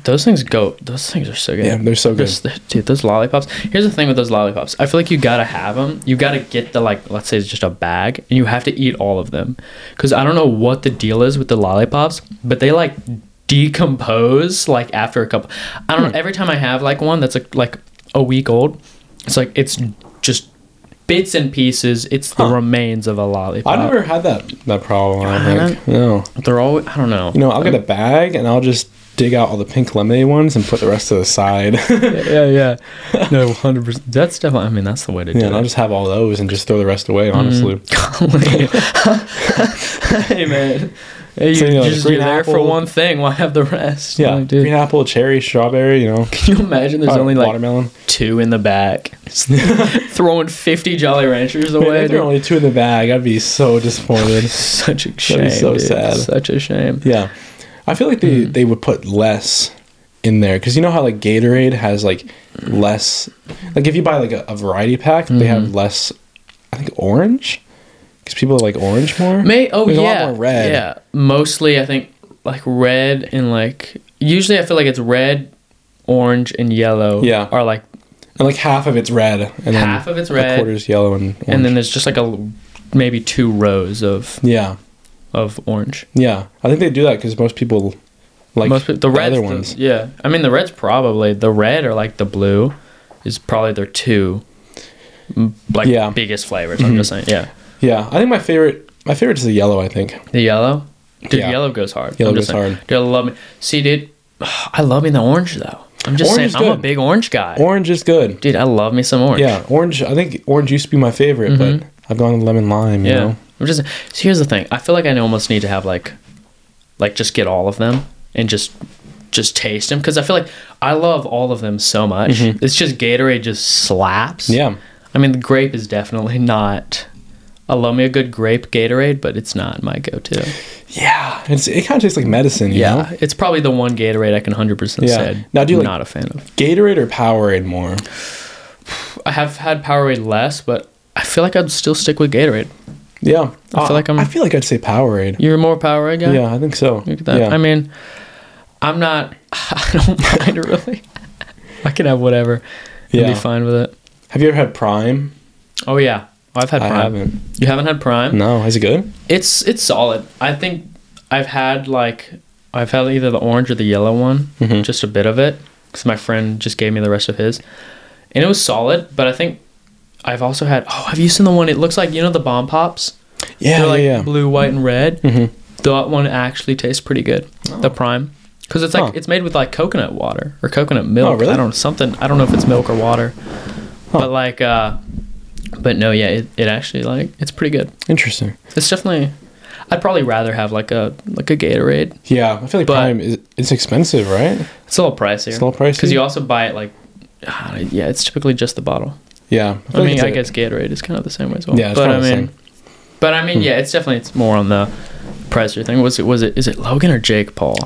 Speaker 2: Those things go. Those things are so good.
Speaker 1: Yeah, they're so good.
Speaker 2: Just- dude, those lollipops. Here's the thing with those lollipops. I feel like you gotta have them. You gotta get the like. Let's say it's just a bag, and you have to eat all of them. Cause I don't know what the deal is with the lollipops, but they like decompose like after a couple. I
Speaker 1: Hmm.
Speaker 2: don't know. Every time I have like one that's like like a week old, it's like it's just bits and pieces. It's the remains of a lollipop.
Speaker 1: I never had that that problem. I don't think. No,
Speaker 2: They're all. I don't know.
Speaker 1: you know, I'll get a
Speaker 2: Oh.
Speaker 1: bag and I'll just dig out all the pink lemonade ones and put the rest to the
Speaker 2: [laughs]
Speaker 1: side. yeah,
Speaker 2: yeah, yeah. No, hundred percent. That's definitely. I mean, that's the way to do
Speaker 1: and I'll
Speaker 2: it.
Speaker 1: just have all those and just throw the rest
Speaker 2: Mm-hmm.
Speaker 1: away. Honestly,
Speaker 2: [laughs] hey man, hey, you,
Speaker 1: So, you know,
Speaker 2: just,
Speaker 1: green
Speaker 2: you're there for
Speaker 1: apple-
Speaker 2: one thing. Why have the rest?
Speaker 1: yeah,
Speaker 2: Like, dude,
Speaker 1: green apple, cherry, strawberry. You know, Uh,
Speaker 2: can you imagine? There's only like
Speaker 1: watermelon.
Speaker 2: two in the back, throwing fifty Jolly Ranchers
Speaker 1: Man,
Speaker 2: away.
Speaker 1: if there were
Speaker 2: dude.
Speaker 1: only two in the bag, I'd be so disappointed.
Speaker 2: Such a shame.
Speaker 1: so
Speaker 2: dude.
Speaker 1: sad.
Speaker 2: Such a shame.
Speaker 1: yeah, I feel like they
Speaker 2: Hmm.
Speaker 1: they would put less in there because you know how like Gatorade has like less. Like if you buy like a, a variety pack, they
Speaker 2: Hmm.
Speaker 1: have less. I think orange. Because people like orange more.
Speaker 2: May oh
Speaker 1: There's a lot
Speaker 2: yeah,
Speaker 1: more red.
Speaker 2: yeah. Mostly, I think like red and like usually I feel like it's red, orange, and yellow.
Speaker 1: Yeah.
Speaker 2: are like
Speaker 1: And like half of it's red, and
Speaker 2: Half
Speaker 1: then
Speaker 2: of it's
Speaker 1: a
Speaker 2: red.
Speaker 1: quarter's yellow, and orange.
Speaker 2: and then there's just like a maybe two rows of
Speaker 1: yeah,
Speaker 2: of orange.
Speaker 1: yeah. I think they do that because most people like
Speaker 2: Most peop- the red
Speaker 1: other ones.
Speaker 2: yeah, I mean the reds probably the red or like the blue is probably their two m- like
Speaker 1: Yeah. Mm-hmm.
Speaker 2: biggest flavors. I'm just saying, yeah,
Speaker 1: yeah, I think my favorite, my favorite is the yellow. I think
Speaker 2: the yellow, dude,
Speaker 1: Yeah.
Speaker 2: yellow goes hard.
Speaker 1: Yellow
Speaker 2: I'm just
Speaker 1: goes
Speaker 2: saying.
Speaker 1: hard.
Speaker 2: Dude, I love me. See, dude, [sighs] I love me the orange though. I'm just
Speaker 1: Orange
Speaker 2: saying,
Speaker 1: is
Speaker 2: I'm a
Speaker 1: good.
Speaker 2: big orange guy.
Speaker 1: orange is good.
Speaker 2: Dude, I love me some orange.
Speaker 1: Yeah, orange. I think orange used to be my favorite, but I've gone with lemon lime. You
Speaker 2: Mm-hmm. yeah.
Speaker 1: know?
Speaker 2: I'm just. So here's the thing. I feel like I almost need to have like, like just get all of them and just, just taste them because I feel like I love all of them so much. It's just Gatorade just slaps.
Speaker 1: Mm-hmm. yeah,
Speaker 2: I mean, the grape is definitely not. I love me a good grape Gatorade, but it's not my go-to.
Speaker 1: yeah. It's it kind of tastes like medicine. You
Speaker 2: Yeah,
Speaker 1: know?
Speaker 2: it's probably the one Gatorade I can 100%
Speaker 1: Yeah.
Speaker 2: say
Speaker 1: Now, do you like-
Speaker 2: not a fan of.
Speaker 1: Gatorade or Powerade more.
Speaker 2: I have had Powerade less, but I feel like I'd still stick with Gatorade.
Speaker 1: Yeah, Ah,
Speaker 2: I feel like I'm-
Speaker 1: I feel like I'd say Powerade.
Speaker 2: You're more Powerade guy.
Speaker 1: Yeah, I think so.
Speaker 2: Look at that.
Speaker 1: Yeah.
Speaker 2: I mean, I'm not. [laughs] I don't mind really. I can have whatever. Yeah.
Speaker 1: Yeah.
Speaker 2: be fine with it.
Speaker 1: have you ever had Prime?
Speaker 2: Oh yeah, I've had
Speaker 1: I
Speaker 2: Prime.
Speaker 1: haven't.
Speaker 2: You haven't had Prime?
Speaker 1: No, is it good?
Speaker 2: It's it's solid. I think I've had like I've had either the orange or the yellow one,
Speaker 1: Mm-hmm.
Speaker 2: just a bit of it, because my friend just gave me the rest of his, and it was solid. But I think I've also had. Oh, have you seen the one? It looks like you know the bomb pops.
Speaker 1: Yeah,
Speaker 2: They're like
Speaker 1: yeah, Mm-hmm. yeah.
Speaker 2: blue, white, and red. That one actually tastes pretty good. The prime, because it's like
Speaker 1: Huh. Oh,
Speaker 2: it's made with like coconut water or coconut milk.
Speaker 1: really?
Speaker 2: I don't know something. I don't know if it's milk or water, but like, uh, but no, yeah, it, it actually like it's pretty good.
Speaker 1: Interesting.
Speaker 2: It's definitely. I'd probably rather have like a like a Gatorade.
Speaker 1: Yeah, I feel like
Speaker 2: But-
Speaker 1: Prime is it's expensive, right?
Speaker 2: It's a little pricier. It's
Speaker 1: a little pricey?
Speaker 2: because you also buy it like. ah, Yeah, it's typically just the bottle.
Speaker 1: Yeah,
Speaker 2: I
Speaker 1: feel like
Speaker 2: mean,
Speaker 1: it's
Speaker 2: I
Speaker 1: a-
Speaker 2: guess Gatorade is kind of the same way as well.
Speaker 1: Yeah, it's
Speaker 2: but I
Speaker 1: kinda the
Speaker 2: mean,
Speaker 1: same. Hmm.
Speaker 2: But I mean, yeah, it's definitely it's more on the Presser thing. Was it was it is it Logan or Jake Paul?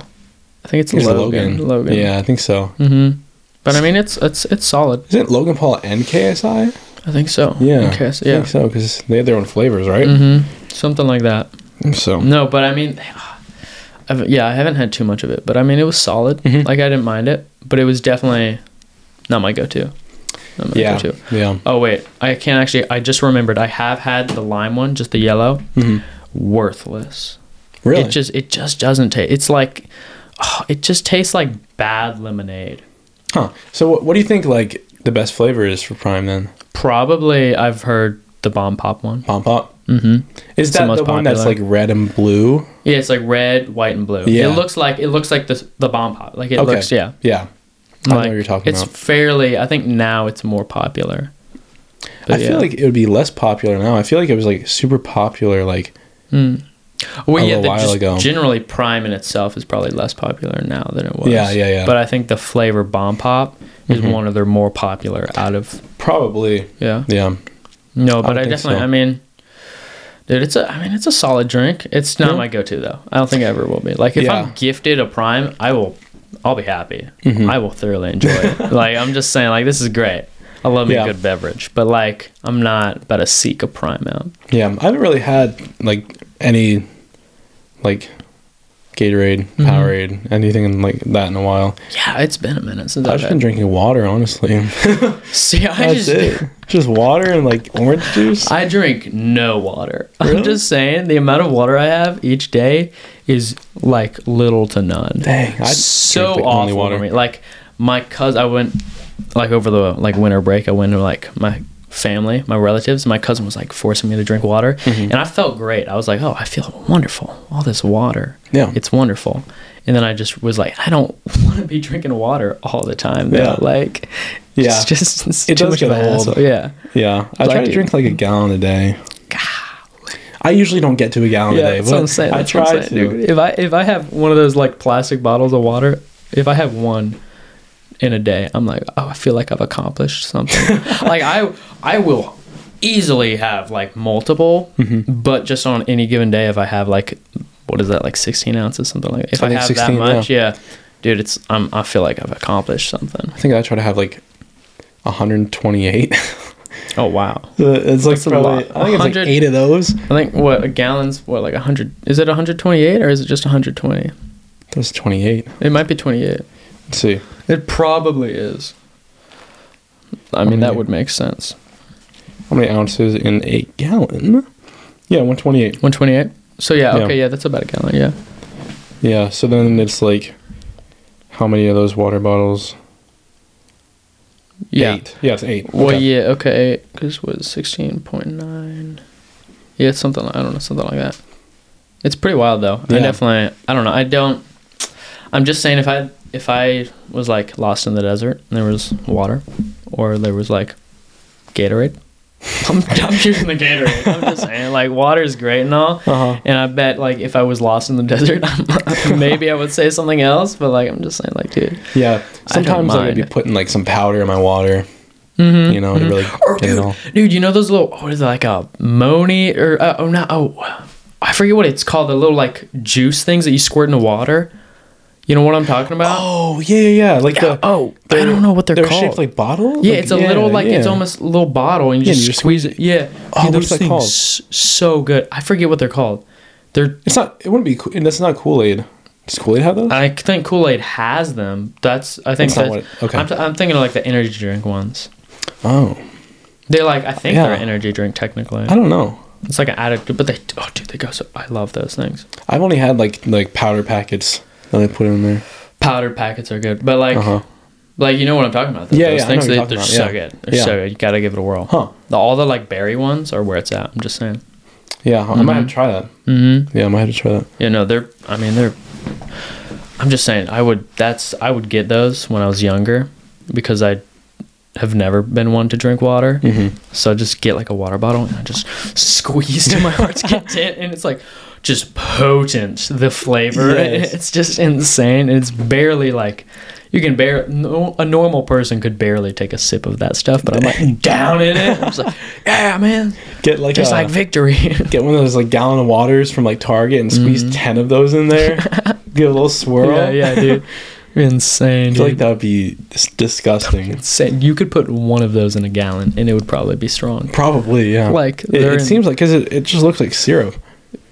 Speaker 2: I think it's,
Speaker 1: Here's
Speaker 2: Logan. Logan. Mm.
Speaker 1: Yeah, I think so.
Speaker 2: But I mean, it's it's it's solid.
Speaker 1: Isn't Logan Paul and KSI?
Speaker 2: I think so.
Speaker 1: Yeah.
Speaker 2: Okay. So,
Speaker 1: I
Speaker 2: yeah.
Speaker 1: think so, because they had their own flavors, right?
Speaker 2: Something like that.
Speaker 1: So.
Speaker 2: No, but I mean, [sighs] I've, yeah, I haven't had too much of it, but I mean, it was solid.
Speaker 1: Mm-hmm.
Speaker 2: Like I didn't mind it, but it was definitely not my go-to. Not my
Speaker 1: Yeah.
Speaker 2: go-to.
Speaker 1: Yeah.
Speaker 2: Oh wait, I can't actually. I just remembered. I have had the lime one, just the yellow.
Speaker 1: Mm-hmm.
Speaker 2: Worthless.
Speaker 1: Really?
Speaker 2: It just it just doesn't taste. It's like oh, it just tastes like bad lemonade.
Speaker 1: huh. So, what, what do you think, like, the best flavor is for Prime then?
Speaker 2: Probably I've heard the bomb pop one.
Speaker 1: Pom Pop? Mm hmm. Is
Speaker 2: Mm-hmm. the
Speaker 1: that the,
Speaker 2: most
Speaker 1: one that's, like,
Speaker 2: popular.
Speaker 1: red and blue?
Speaker 2: Yeah, it's like red, white, and blue.
Speaker 1: Yeah.
Speaker 2: It looks like it looks like the the bomb pop. Like it looks yeah.
Speaker 1: Yeah. I know
Speaker 2: like,
Speaker 1: what you're talking
Speaker 2: it's
Speaker 1: about.
Speaker 2: fairly. I think now it's more popular.
Speaker 1: I feel like it would be less popular now. I feel like it was, like, super popular, like,
Speaker 2: well,
Speaker 1: a
Speaker 2: yeah,
Speaker 1: little
Speaker 2: the-
Speaker 1: while
Speaker 2: just
Speaker 1: ago.
Speaker 2: Generally, Prime in itself is probably less popular now than it was.
Speaker 1: Yeah, yeah, yeah.
Speaker 2: But I think the flavor bomb pop is one of their more popular out of
Speaker 1: probably.
Speaker 2: yeah.
Speaker 1: Yeah.
Speaker 2: No, but
Speaker 1: would
Speaker 2: I,
Speaker 1: think
Speaker 2: definitely.
Speaker 1: so.
Speaker 2: I mean, dude, it's a. I mean, it's a solid drink. It's not my go-to though. I don't think it ever will be. Like if
Speaker 1: Yeah. Mm-hmm.
Speaker 2: I'm gifted a Prime, I will. I'll be happy. I will thoroughly enjoy
Speaker 1: [laughs]
Speaker 2: it. like I'm just saying, like this is great. I love me
Speaker 1: Yeah.
Speaker 2: a good beverage, but like I'm not about to seek a Prime out.
Speaker 1: Yeah. I haven't really had, like, any, like, Gatorade, Powerade, anything like that in a while.
Speaker 2: Yeah, Mm-hmm. it's been a minute since I've
Speaker 1: I've just been
Speaker 2: had.
Speaker 1: drinking water, honestly.
Speaker 2: [laughs] See, [laughs] I
Speaker 1: That's
Speaker 2: just.
Speaker 1: it. Just water and like orange juice.
Speaker 2: I drink no water. [laughs]
Speaker 1: Really?
Speaker 2: I'm just saying the amount of water I have each day is like little to none.
Speaker 1: Dang, I
Speaker 2: so
Speaker 1: drink the
Speaker 2: awful
Speaker 1: only water.
Speaker 2: for me. Like my cousin, I went like over the like winter break. I went to like my family, my relatives. My cousin was like forcing me to drink water,
Speaker 1: Mm-hmm.
Speaker 2: and I felt great. I was like, oh, I feel wonderful. All this water,
Speaker 1: Yeah.
Speaker 2: it's wonderful. And then I just was like, I don't [laughs] want to be drinking water all the time. Though.
Speaker 1: Yeah.
Speaker 2: like,
Speaker 1: Yeah.
Speaker 2: it's just it's
Speaker 1: It
Speaker 2: too
Speaker 1: does
Speaker 2: much of a
Speaker 1: get old.
Speaker 2: hassle. Yeah.
Speaker 1: yeah, I try
Speaker 2: I
Speaker 1: to
Speaker 2: do.
Speaker 1: drink like a gallon a day. I usually don't get to a gallon
Speaker 2: Yeah,
Speaker 1: a day,
Speaker 2: that's
Speaker 1: but
Speaker 2: what I'm saying.
Speaker 1: I
Speaker 2: That's what
Speaker 1: try
Speaker 2: I'm
Speaker 1: to.
Speaker 2: saying, dude. If I if I have one of those like plastic bottles of water, if I have one in a day, I'm like, oh, I feel like I've accomplished something. [laughs] like I I will easily have like multiple,
Speaker 1: Mm-hmm.
Speaker 2: but just on any given day, if I have like what is that like 16 ounces something like if
Speaker 1: I
Speaker 2: I,
Speaker 1: think
Speaker 2: have
Speaker 1: 16,
Speaker 2: that much, yeah. dude, it's I'm, I feel like I've accomplished something.
Speaker 1: I think I try to have like [laughs] 128.
Speaker 2: Oh wow,
Speaker 1: it's like
Speaker 2: a
Speaker 1: probably.
Speaker 2: lot.
Speaker 1: I think it's like
Speaker 2: 100
Speaker 1: eight of those.
Speaker 2: I think what a gallons what like 100 is it 128 or is it just 120?
Speaker 1: That's 28.
Speaker 2: It might be 28.
Speaker 1: Let's see.
Speaker 2: It probably is. I mean, that would make sense.
Speaker 1: How many ounces in a gallon? Yeah, 128.
Speaker 2: 128? So, yeah,
Speaker 1: Yeah.
Speaker 2: okay, yeah, that's about a gallon, yeah.
Speaker 1: Yeah, so then it's like, how many of those water bottles?
Speaker 2: Yeah.
Speaker 1: Eight. Yeah, it's eight.
Speaker 2: Well,
Speaker 1: Okay.
Speaker 2: yeah, okay, because was 16.9. Yeah, it's something, I don't know, something like that. It's pretty wild, though. I
Speaker 1: Yeah.
Speaker 2: definitely, I don't know, I don't, I'm just saying if I, if I was like lost in the desert and there was water or there was like
Speaker 1: [laughs]
Speaker 2: Gatorade, I'm, I'm choosing the Gatorade. I'm just saying, like, water is great and all.
Speaker 1: Uh-huh.
Speaker 2: And I bet, like, if I was lost in the [laughs] desert, I'm, maybe I would say something else. But like, I'm just saying, like, dude,
Speaker 1: Yeah. Sometimes I would be
Speaker 2: mind. Mm-hmm.
Speaker 1: putting like some powder in my water. You know, to really get it all.
Speaker 2: Oh, dude, you know those little what is it, like a moni or uh, oh no oh I forget what it's called the little like juice things that you squirt in the water. You know what I'm talking about?
Speaker 1: Oh yeah, yeah, yeah. Like the
Speaker 2: oh, I
Speaker 1: they're-
Speaker 2: don't know what they're,
Speaker 1: they're
Speaker 2: called.
Speaker 1: shaped like bottles.
Speaker 2: yeah, it's a little like it's
Speaker 1: yeah.
Speaker 2: almost a little bottle and you
Speaker 1: Yeah,
Speaker 2: just
Speaker 1: you just
Speaker 2: squeeze it. Yeah,
Speaker 1: Oh, what is that called?
Speaker 2: s- so good. I forget what they're called. They're
Speaker 1: It's not. It wouldn't be. Coo- and That's not Kool Aid. Does Kool Aid have those?
Speaker 2: I think Kool Aid has them. That's I think
Speaker 1: That's not
Speaker 2: that's,
Speaker 1: what- okay.
Speaker 2: I'm, t- I'm thinking of like the energy drink ones.
Speaker 1: oh,
Speaker 2: They're like I think they're
Speaker 1: Yeah.
Speaker 2: an energy drink technically.
Speaker 1: I don't know.
Speaker 2: It's like an addict, but they oh dude they go so I love those things.
Speaker 1: I've only had like like powder packets that I put in there.
Speaker 2: Powdered packets are good, but like
Speaker 1: Uh huh.
Speaker 2: like you know what I'm talking about. Though.
Speaker 1: Yeah,
Speaker 2: those
Speaker 1: yeah, I know
Speaker 2: things
Speaker 1: what
Speaker 2: they,
Speaker 1: you're
Speaker 2: they're
Speaker 1: talking
Speaker 2: so
Speaker 1: about, yeah.
Speaker 2: good. They're
Speaker 1: Yeah.
Speaker 2: so good. You gotta give it a whirl.
Speaker 1: Huh.
Speaker 2: The, all the like berry ones are where it's at. I'm just saying.
Speaker 1: Yeah, I might have to try that. Mm-hmm. Yeah, I might have to try that.
Speaker 2: You know they're. I mean they're. I'm just saying I would. That's I would get those when I was younger, because I have never been one to drink water. So I just get like a water bottle and I just squeeze to my heart's content, and it's like just potent the flavor.
Speaker 1: Yes.
Speaker 2: It's just insane. It's barely like You can barely no, a normal person could barely take a sip of that stuff, but I'm [laughs] like down in it. I'm just like, yeah, man,
Speaker 1: Get like
Speaker 2: it's
Speaker 1: a,
Speaker 2: like victory. [laughs]
Speaker 1: get one of those like gallon of waters from like Target and squeeze ten of those in
Speaker 2: [laughs]
Speaker 1: there. Give a little swirl.
Speaker 2: Mm-hmm. yeah, yeah, dude, [laughs] insane.
Speaker 1: I feel like
Speaker 2: dude.
Speaker 1: that would be dis- disgusting.
Speaker 2: Insane. You could put one of those in a gallon, and it would probably be strong.
Speaker 1: Probably, yeah.
Speaker 2: Like,
Speaker 1: it,
Speaker 2: they're
Speaker 1: it
Speaker 2: in-
Speaker 1: seems like because it, it just looks like syrup.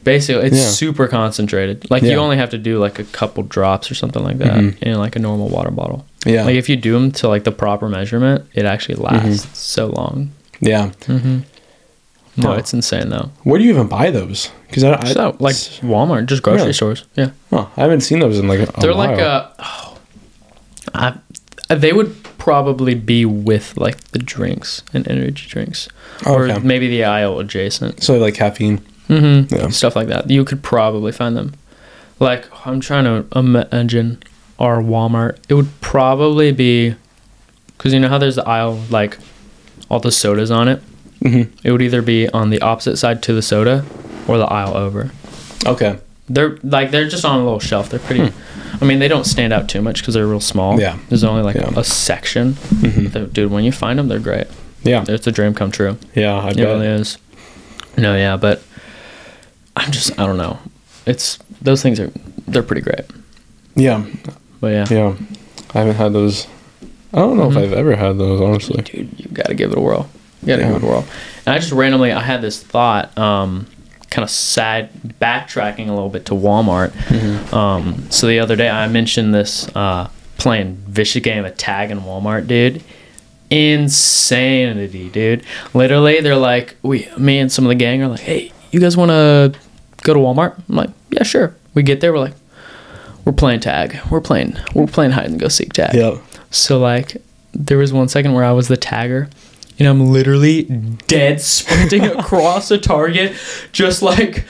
Speaker 2: Basically, it's
Speaker 1: Yeah.
Speaker 2: super concentrated. Like
Speaker 1: Yeah. Mm-hmm.
Speaker 2: you only have to do like a couple drops or something like that in like a normal water bottle.
Speaker 1: Yeah, Mm-hmm.
Speaker 2: Like if you do them to like the proper measurement, it actually lasts so long.
Speaker 1: yeah.
Speaker 2: No,
Speaker 1: Huh.
Speaker 2: it's insane though.
Speaker 1: Where do you even buy those? Because I, don't- I
Speaker 2: so like
Speaker 1: s-
Speaker 2: Walmart, just grocery
Speaker 1: Really?
Speaker 2: stores. Yeah,
Speaker 1: huh, I haven't seen those in like a, a
Speaker 2: they're
Speaker 1: while.
Speaker 2: like uh Oh, I, uh, they would probably be with like the drinks and energy drinks,
Speaker 1: Oh,
Speaker 2: uh, or
Speaker 1: okay.
Speaker 2: maybe the aisle adjacent.
Speaker 1: so like caffeine.
Speaker 2: Mm-hmm.
Speaker 1: Yeah.
Speaker 2: Stuff like that. You could probably find them. Like I'm trying to imagine our Walmart. It would probably be because you know how there's the aisle with, like all the sodas on it.
Speaker 1: Mhm.
Speaker 2: It would either be on the opposite side to the soda or the aisle over.
Speaker 1: Okay,
Speaker 2: They're like they're just on a little shelf. They're pretty. I mean, they don't stand out too much because they're real small.
Speaker 1: Hmm. Yeah.
Speaker 2: There's only like
Speaker 1: Yeah. Mm-hmm.
Speaker 2: a section. They're- Dude, when you find them, they're great.
Speaker 1: yeah,
Speaker 2: It's a dream come true.
Speaker 1: yeah. I
Speaker 2: It
Speaker 1: bet.
Speaker 2: really is. No, yeah, but I'm just I don't know. It's those things are they're pretty great.
Speaker 1: Yeah,
Speaker 2: But yeah,
Speaker 1: yeah. I haven't had those. I don't know
Speaker 2: Mm-hmm.
Speaker 1: if I've ever had those honestly.
Speaker 2: dude, you gotta give it a whirl. You gotta
Speaker 1: Yeah.
Speaker 2: give it a whirl. And I just randomly I had this thought, um, kind of sad backtracking a little bit to Walmart. Um, so the other day I mentioned this uh, playing vicious game of tag in Walmart, dude. Insanity, dude. Literally, they're like, we, me and some of the gang are like, hey, you guys want to go to Walmart? I'm like, yeah, sure. We get there, we're like, we're playing tag. We're playing, we're playing hide and go seek tag.
Speaker 1: Yeah,
Speaker 2: So like there was one second where I was the tagger and I'm literally dead [laughs] sprinting across a target just like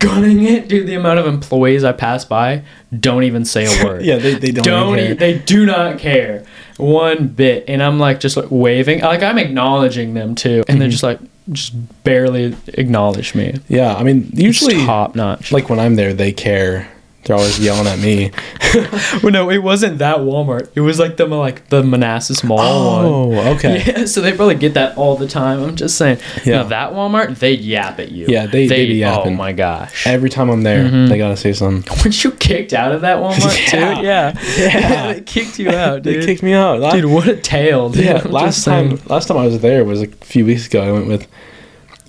Speaker 2: gunning it dude the amount of employees I pass by don't even say [laughs] a word
Speaker 1: yeah. They, they don't,
Speaker 2: don't e-
Speaker 1: care.
Speaker 2: they do not care one bit and i'm like just like waving like i'm acknowledging them too and they're just like just barely acknowledge me
Speaker 1: yeah, I mean usually
Speaker 2: top notch
Speaker 1: like when I'm there, they care. They're always yelling at me.
Speaker 2: [laughs] well, no it wasn't that walmart it was like the like the manassas mall one.
Speaker 1: Oh, okay.
Speaker 2: [laughs] Yeah, so they probably get that all the time. I'm just saying.
Speaker 1: Yeah.
Speaker 2: Yeah. that Walmart, they yap at you.
Speaker 1: Yeah, they- they be
Speaker 2: Oh
Speaker 1: yapping.
Speaker 2: my gosh. [laughs]
Speaker 1: Every time I'm there,
Speaker 2: Mm-hmm.
Speaker 1: they gotta say something.
Speaker 2: Weren't you kicked out of
Speaker 1: [laughs]
Speaker 2: that Walmart
Speaker 1: Yeah.
Speaker 2: too? Yeah. Yeah. [laughs] they kicked you out, dude.
Speaker 1: They kicked me out. La-
Speaker 2: Dude, what a tale,
Speaker 1: [laughs]
Speaker 2: dude.
Speaker 1: yeah,
Speaker 2: I'm
Speaker 1: last
Speaker 2: just
Speaker 1: time,
Speaker 2: saying.
Speaker 1: last time I was there was a few weeks ago. I went with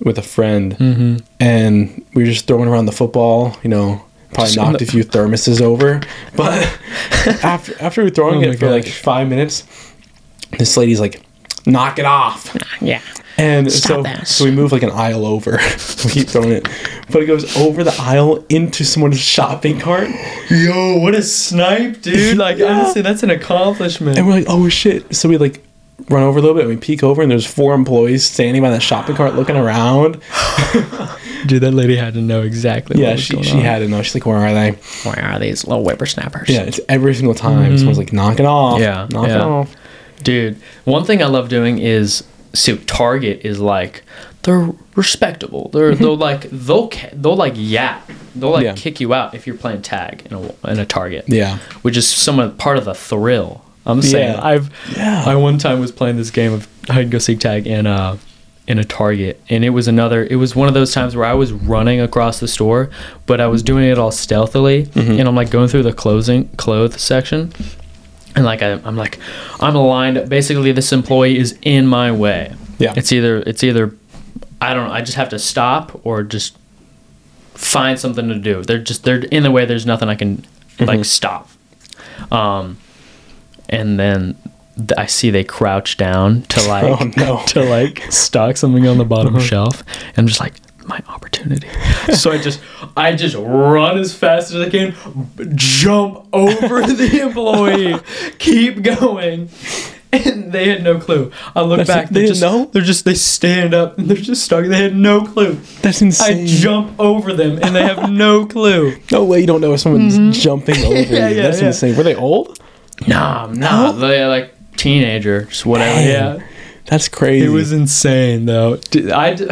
Speaker 1: with a friend,
Speaker 2: Mm-hmm.
Speaker 1: and we were just throwing around the football. You know, probably
Speaker 2: Just on
Speaker 1: knocked
Speaker 2: the-
Speaker 1: a few thermoses
Speaker 2: [laughs]
Speaker 1: over. But [laughs] after after we were throwing
Speaker 2: Oh my
Speaker 1: it for like
Speaker 2: gosh.
Speaker 1: five minutes, this lady's like, "Knock it off!"
Speaker 4: Yeah.
Speaker 1: And so,
Speaker 4: Stop this.
Speaker 1: so we move like an aisle over. [laughs] we keep throwing it, but it goes over the aisle into someone's shopping cart.
Speaker 2: Yo, what a
Speaker 1: [laughs]
Speaker 2: snipe, dude. Like
Speaker 1: Yeah.
Speaker 2: honestly, that's an accomplishment.
Speaker 1: And we're like, oh shit. So we like run over a little bit and we peek over and there's four employees standing by that shopping cart looking around.
Speaker 2: Dude, that lady had to know exactly
Speaker 1: Yeah, she, she had to know. She's like, where are they?
Speaker 4: Where are these little whippersnappers?
Speaker 1: Yeah, it's every single time.
Speaker 2: Mm-hmm.
Speaker 1: Someone's like, knock it off.
Speaker 2: Yeah,
Speaker 1: Knock it
Speaker 2: yeah.
Speaker 1: off.
Speaker 2: Dude, one thing I love doing is so Target is like they're respectable. They're they'll like they'll ca- they'll like yap. They'll like
Speaker 1: Mm-hmm. Yeah.
Speaker 2: kick you out if you're playing tag in a in a Target.
Speaker 1: Yeah.
Speaker 2: which is some of part of the thrill. I'm saying
Speaker 1: Yeah.
Speaker 2: I've
Speaker 1: Yeah.
Speaker 2: I one time was playing this game of hide and go seek tag in uh in a Target, and it was another. It was one of those times where I was running across the store, but I was doing it all stealthily, and I'm like going through the clothing clothes section, and like I, I'm like I'm aligned. up. Basically, this employee is in my way.
Speaker 1: Yeah.
Speaker 2: It's either it's either I don't know. I just have to stop or just find something to do. They're just they're in the way. There's nothing I can
Speaker 1: Mm-hmm.
Speaker 2: like stop. Um, and then th- I see they crouch down
Speaker 1: [laughs]
Speaker 2: to like
Speaker 1: Oh, no.
Speaker 2: [laughs] to like stock something on the bottom shelf. And I'm just like my opportunity. so I just I just run as fast as I can, b- jump over the employee, keep going. And they had no clue. I look
Speaker 1: That's it.
Speaker 2: back.
Speaker 1: They didn't
Speaker 2: just,
Speaker 1: know?
Speaker 2: They're just they stand up and they're just stuck. They had no clue.
Speaker 1: That's insane.
Speaker 2: I jump over them and they have no clue.
Speaker 1: no way you don't know if someone's jumping
Speaker 2: [laughs]
Speaker 1: over you.
Speaker 2: Mm-hmm. yeah,
Speaker 1: That's
Speaker 2: yeah.
Speaker 1: insane. Were they old?
Speaker 2: Nah, nah. They're like teenager, just whatever.
Speaker 1: Dang.
Speaker 2: Yeah.
Speaker 1: That's crazy.
Speaker 2: It was insane though. Dude, I d-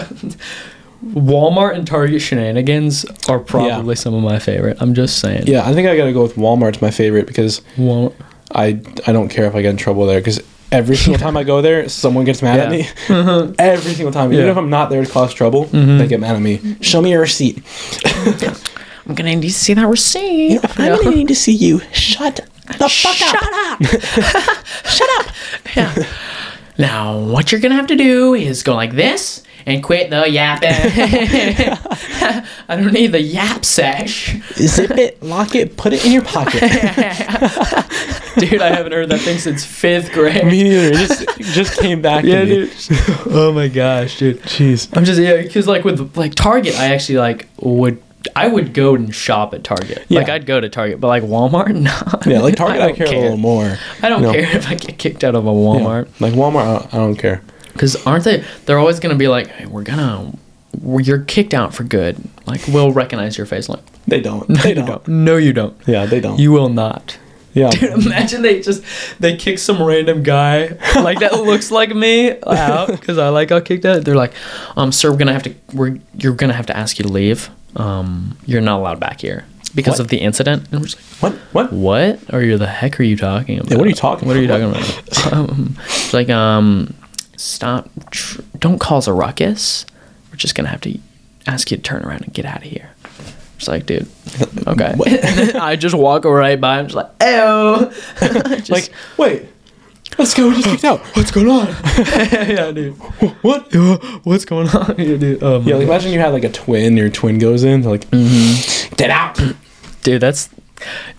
Speaker 2: Walmart and Target shenanigans are probably some of my favorite. I'm just saying.
Speaker 1: yeah, I think I gotta go with Walmart's my favorite because
Speaker 2: Walmart.
Speaker 1: I I don't care if I get in trouble there because every
Speaker 2: [laughs]
Speaker 1: single time I go there, someone gets mad at me. [laughs] every single time, even
Speaker 2: Mm-hmm. Yeah. Mm-hmm.
Speaker 1: if I'm not there to cause trouble, they get mad at me. Show me your receipt.
Speaker 4: I'm gonna need to see that receipt.
Speaker 1: I'm
Speaker 2: [laughs]
Speaker 1: gonna need to see you. Shut the fuck
Speaker 4: Shut up!
Speaker 2: [laughs]
Speaker 4: Shut up! Yeah. Now, what you're gonna have to do is go like this and quit the yapping.
Speaker 2: [laughs]
Speaker 4: I don't need the yap sesh.
Speaker 1: Zip it, lock it, put it in your
Speaker 2: [laughs]
Speaker 1: pocket.
Speaker 2: Dude, I haven't heard that thing since fifth grade.
Speaker 1: me neither. It just it just came back
Speaker 2: Yeah,
Speaker 1: to me.
Speaker 2: dude. oh my gosh, dude.
Speaker 1: Jeez.
Speaker 2: I'm just yeah, because like with like Target, I actually like would I would go and shop at Target. Like
Speaker 1: Yeah.
Speaker 2: I'd go to Target, but like Walmart, [laughs] no.
Speaker 1: Yeah, like Target, I,
Speaker 2: don't
Speaker 1: care, a little more.
Speaker 2: I don't
Speaker 1: No.
Speaker 2: care if I get kicked out of a
Speaker 1: Yeah.
Speaker 2: Walmart
Speaker 1: Like Walmart, I don't, I don't care.
Speaker 2: because aren't they? They're always gonna be like, hey, we're gonna, we you're kicked out for good. Like we'll recognize your face. Like
Speaker 1: They
Speaker 2: [laughs]
Speaker 1: don't. They
Speaker 2: you
Speaker 1: don't.
Speaker 2: No, you don't.
Speaker 1: Yeah, they don't.
Speaker 2: You will not.
Speaker 1: yeah.
Speaker 2: [laughs] Imagine they just they kick some random guy like [laughs] that looks like me out because I like got kicked out. They're like, um, sir, we're gonna have to we're you're gonna have to ask you to leave. Um, you're not allowed back here because
Speaker 1: What?
Speaker 2: of the incident. And I'm just like,
Speaker 1: What? What?
Speaker 2: what? Or you the heck are you talking about?
Speaker 1: Yeah, what are you talking
Speaker 2: What are you
Speaker 1: about?
Speaker 2: talking about? [laughs] um, it's like, um, stop, tr- don't cause a ruckus. We're just gonna have to ask you to turn around and get out of here. It's
Speaker 1: [laughs]
Speaker 2: like, dude, okay. And then [laughs] I just walk right by. I'm just like, [laughs] oh,
Speaker 1: Like, wait. Let's go. We just kicked out.
Speaker 2: what's going on? yeah, dude.
Speaker 1: What?
Speaker 2: What's going on here, dude? Oh my
Speaker 1: Yeah, like
Speaker 2: God.
Speaker 1: imagine you had like a twin. Your twin goes in, they're like,
Speaker 2: Mm-hmm.
Speaker 1: get out.
Speaker 2: dude, that's.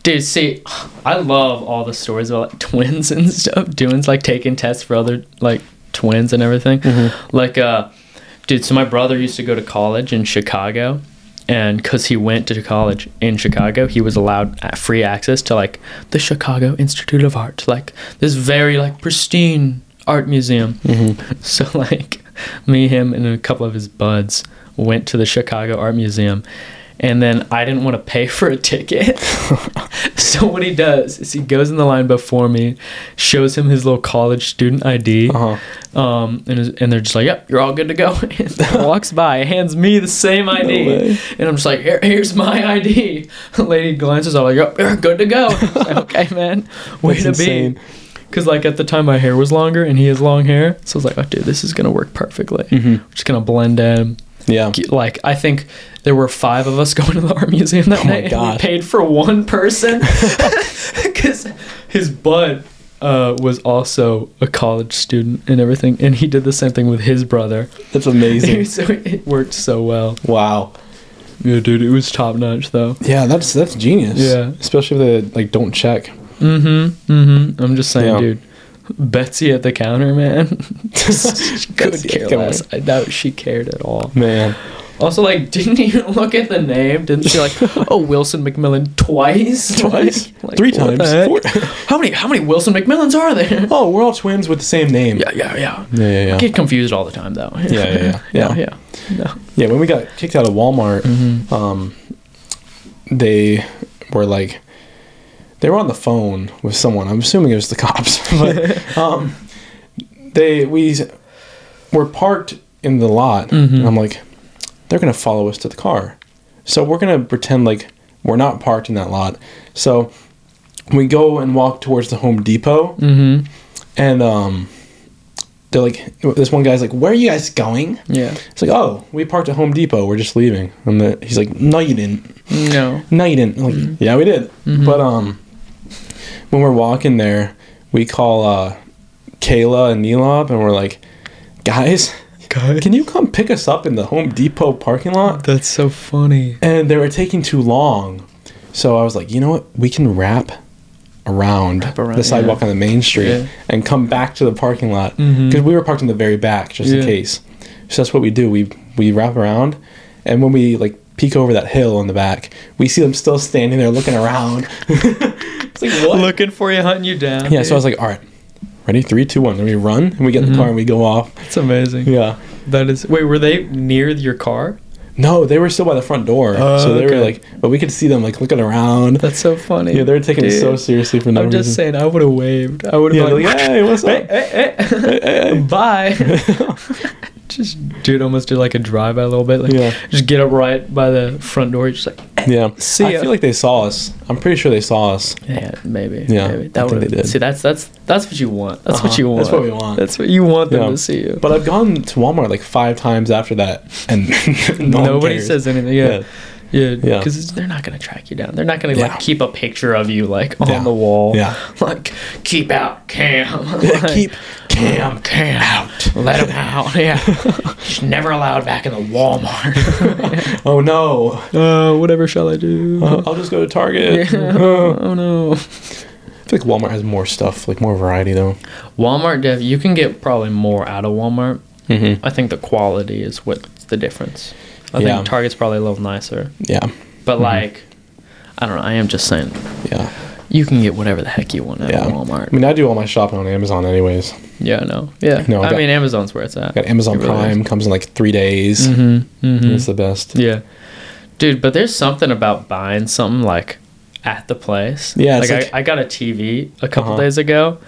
Speaker 2: Dude, see, I love all the stories about like, [laughs] twins and stuff. Doing like taking tests for other like twins and everything.
Speaker 1: Mm-hmm.
Speaker 2: Like, uh, dude, so my brother used to go to college in Chicago, and because he went to college in Chicago, he was allowed a- free access to like the Chicago Institute of Art, like this very like pristine art museum. [laughs] So like, me, him, and a couple of his buds went to the Chicago Art Museum. And then I didn't want to pay [laughs] for a ticket. so what he does is he goes in the line before me, shows him his little college student ID,
Speaker 1: Uh-huh.
Speaker 2: um, and, is- and they're just like, "Yep, you're all good to go." [laughs]
Speaker 1: [laughs]
Speaker 2: And then walks by, hands me the same ID,
Speaker 1: way.
Speaker 2: and I'm just like, Here, "Here's my ID." [laughs] Lady glances, I'm like, "Yep, you're good
Speaker 1: [laughs]
Speaker 2: to go." okay, man, way
Speaker 1: That's
Speaker 2: to
Speaker 1: insane.
Speaker 2: be. Cause like at the time my hair was longer and he has long hair, so I was like, "Oh, dude, this is gonna work perfectly.
Speaker 1: Mm-hmm.
Speaker 2: We're just gonna blend in."
Speaker 1: Yeah.
Speaker 2: G- Like I think there were five of us [laughs] going to the art museum that night, and we
Speaker 1: God.
Speaker 2: paid for one [laughs] person because his bud uh, was also a college student and everything, and he did the same thing with his brother.
Speaker 1: That's amazing.
Speaker 2: [laughs] so it worked so well.
Speaker 1: wow.
Speaker 2: Yeah, dude, it was top notch though.
Speaker 1: Yeah, that's that's genius.
Speaker 2: Yeah.
Speaker 1: Especially if they like don't check.
Speaker 2: I'm just saying,
Speaker 1: Yeah.
Speaker 2: dude. Betsy at the counter, man. [laughs] Just could
Speaker 1: Betsy at
Speaker 2: care
Speaker 1: the counter.
Speaker 2: less. I doubt she cared at all.
Speaker 1: Man.
Speaker 2: Also, like, [laughs] didn't even look at the name. Didn't [laughs] she like, oh, Wilson McMillan twice, [laughs]
Speaker 1: Twice.
Speaker 2: Like- like,
Speaker 1: Three
Speaker 2: what the
Speaker 1: times.
Speaker 2: heck?
Speaker 1: Four. [laughs]
Speaker 2: How many? How many Wilson McMillans are there?
Speaker 1: oh, we're all twins with the same name.
Speaker 2: [laughs] Yeah, yeah, yeah.
Speaker 1: Yeah, yeah, yeah.
Speaker 2: I get confused all the time though.
Speaker 1: Yeah, yeah, yeah.
Speaker 2: [laughs] yeah,
Speaker 1: Oh, Yeah.
Speaker 2: yeah. No.
Speaker 1: Yeah, when we got kicked out of Walmart, um, they were like, they were on the phone with someone. I'm assuming it was the [laughs] cops, but um, they we s- were parked in the lot, and I'm like, they're gonna follow us to the car, so we're gonna pretend like we're not parked in that lot. So we go and walk towards the Home Depot, and um, they're like, this one guy's like, "Where are you guys going?"
Speaker 2: Yeah.
Speaker 1: It's like, oh, we parked at Home Depot. We're just leaving. And the, he's like, no, you didn't.
Speaker 2: No.
Speaker 1: No, you didn't. I'm like, yeah, we did. But um, when we're walking there, we call uh, Kayla and Neil up, and we're like, guys,
Speaker 2: God,
Speaker 1: can you come pick us up in the Home Depot parking lot?
Speaker 2: that's so funny.
Speaker 1: And they were taking too long, so I was like, you know what? We can wrap around,
Speaker 2: around,
Speaker 1: the sidewalk on the main street
Speaker 2: Yeah. Mm-hmm.
Speaker 1: and come back to the parking lot because we were parked in the very back just in
Speaker 2: Yeah.
Speaker 1: case. So that's what we do. We we wrap around, and when we like peek over that hill in the back, we see them still standing there looking
Speaker 2: [laughs]
Speaker 1: around. it's like what?
Speaker 2: Looking for you, hunting you down.
Speaker 1: yeah. So I was like, all right, ready, three, two, one. Then we run and we get in
Speaker 2: Mm-hmm.
Speaker 1: the car and we go off.
Speaker 2: that's amazing.
Speaker 1: Yeah.
Speaker 2: That is. Wait, were they near your car?
Speaker 1: No, they were still by the front door,
Speaker 2: Oh,
Speaker 1: so they
Speaker 2: okay.
Speaker 1: were like, but we could see them like looking around.
Speaker 2: That's so funny.
Speaker 1: Yeah, they're taking it so
Speaker 2: Dude.
Speaker 1: seriously for no
Speaker 2: I'm just
Speaker 1: reason.
Speaker 2: saying, I would have waved. I would have
Speaker 1: Yeah,
Speaker 2: been
Speaker 1: they're like,
Speaker 2: like,
Speaker 1: hey, what's up?
Speaker 2: [laughs]
Speaker 1: [laughs]
Speaker 2: bye. [laughs] just dude almost did like a drive by a little bit. Like
Speaker 1: Yeah.
Speaker 2: just get up right by the front door, just like What?
Speaker 1: Yeah.
Speaker 2: See
Speaker 1: I
Speaker 2: ya.
Speaker 1: feel like they saw us. I'm pretty sure they saw us.
Speaker 2: Yeah, maybe.
Speaker 1: Yeah,
Speaker 2: maybe.
Speaker 1: I
Speaker 2: that
Speaker 1: think
Speaker 2: would
Speaker 1: they did.
Speaker 2: see. That's that's that's what you want. That's what
Speaker 1: Uh-huh.
Speaker 2: you want.
Speaker 1: That's what we want.
Speaker 2: That's what you want them
Speaker 1: Yeah.
Speaker 2: to see you.
Speaker 1: But I've gone to Walmart like five times after that, and [laughs] no one
Speaker 2: Nobody
Speaker 1: cares.
Speaker 2: says anything. Yeah, yeah,
Speaker 1: Yeah.
Speaker 2: because they're not gonna track you down. They're not gonna
Speaker 1: Yeah.
Speaker 2: like keep a picture of you like on
Speaker 1: Yeah.
Speaker 2: the wall.
Speaker 1: Yeah.
Speaker 2: like keep out Cam. [laughs] Like,
Speaker 1: Keep Cam.
Speaker 2: Cam out. Let him out.
Speaker 1: [laughs]
Speaker 2: Yeah, he's never allowed back in the Walmart.
Speaker 1: Oh no! Uh,
Speaker 2: uh, whatever shall I do?
Speaker 1: I'll just go to Target. [laughs]
Speaker 2: oh no.
Speaker 1: I feel like Walmart has more stuff, like more variety though.
Speaker 2: Walmart Dev, you can get probably more out of Walmart. I think the quality is what's the difference. I
Speaker 1: Mm-hmm. Yeah. Mm-hmm.
Speaker 2: think Target's probably a little nicer,
Speaker 1: Yeah,
Speaker 2: but like, I don't know. I am just saying,
Speaker 1: yeah,
Speaker 2: you can get whatever the heck you want at
Speaker 1: yeah.
Speaker 2: Walmart.
Speaker 1: I mean, I do all my shopping on Amazon, anyways.
Speaker 2: yeah, no, yeah.
Speaker 1: No,
Speaker 2: I
Speaker 1: got-
Speaker 2: mean, Amazon's where it's at.
Speaker 1: Got Amazon
Speaker 2: It really
Speaker 1: Prime comes in like three days. It's the best.
Speaker 2: is. Mm-hmm. Yeah, dude. But there's something about buying something like at the place.
Speaker 1: Yeah,
Speaker 2: like,
Speaker 1: it's like-
Speaker 2: I, I got a TV a couple
Speaker 1: Uh-huh.
Speaker 2: days ago,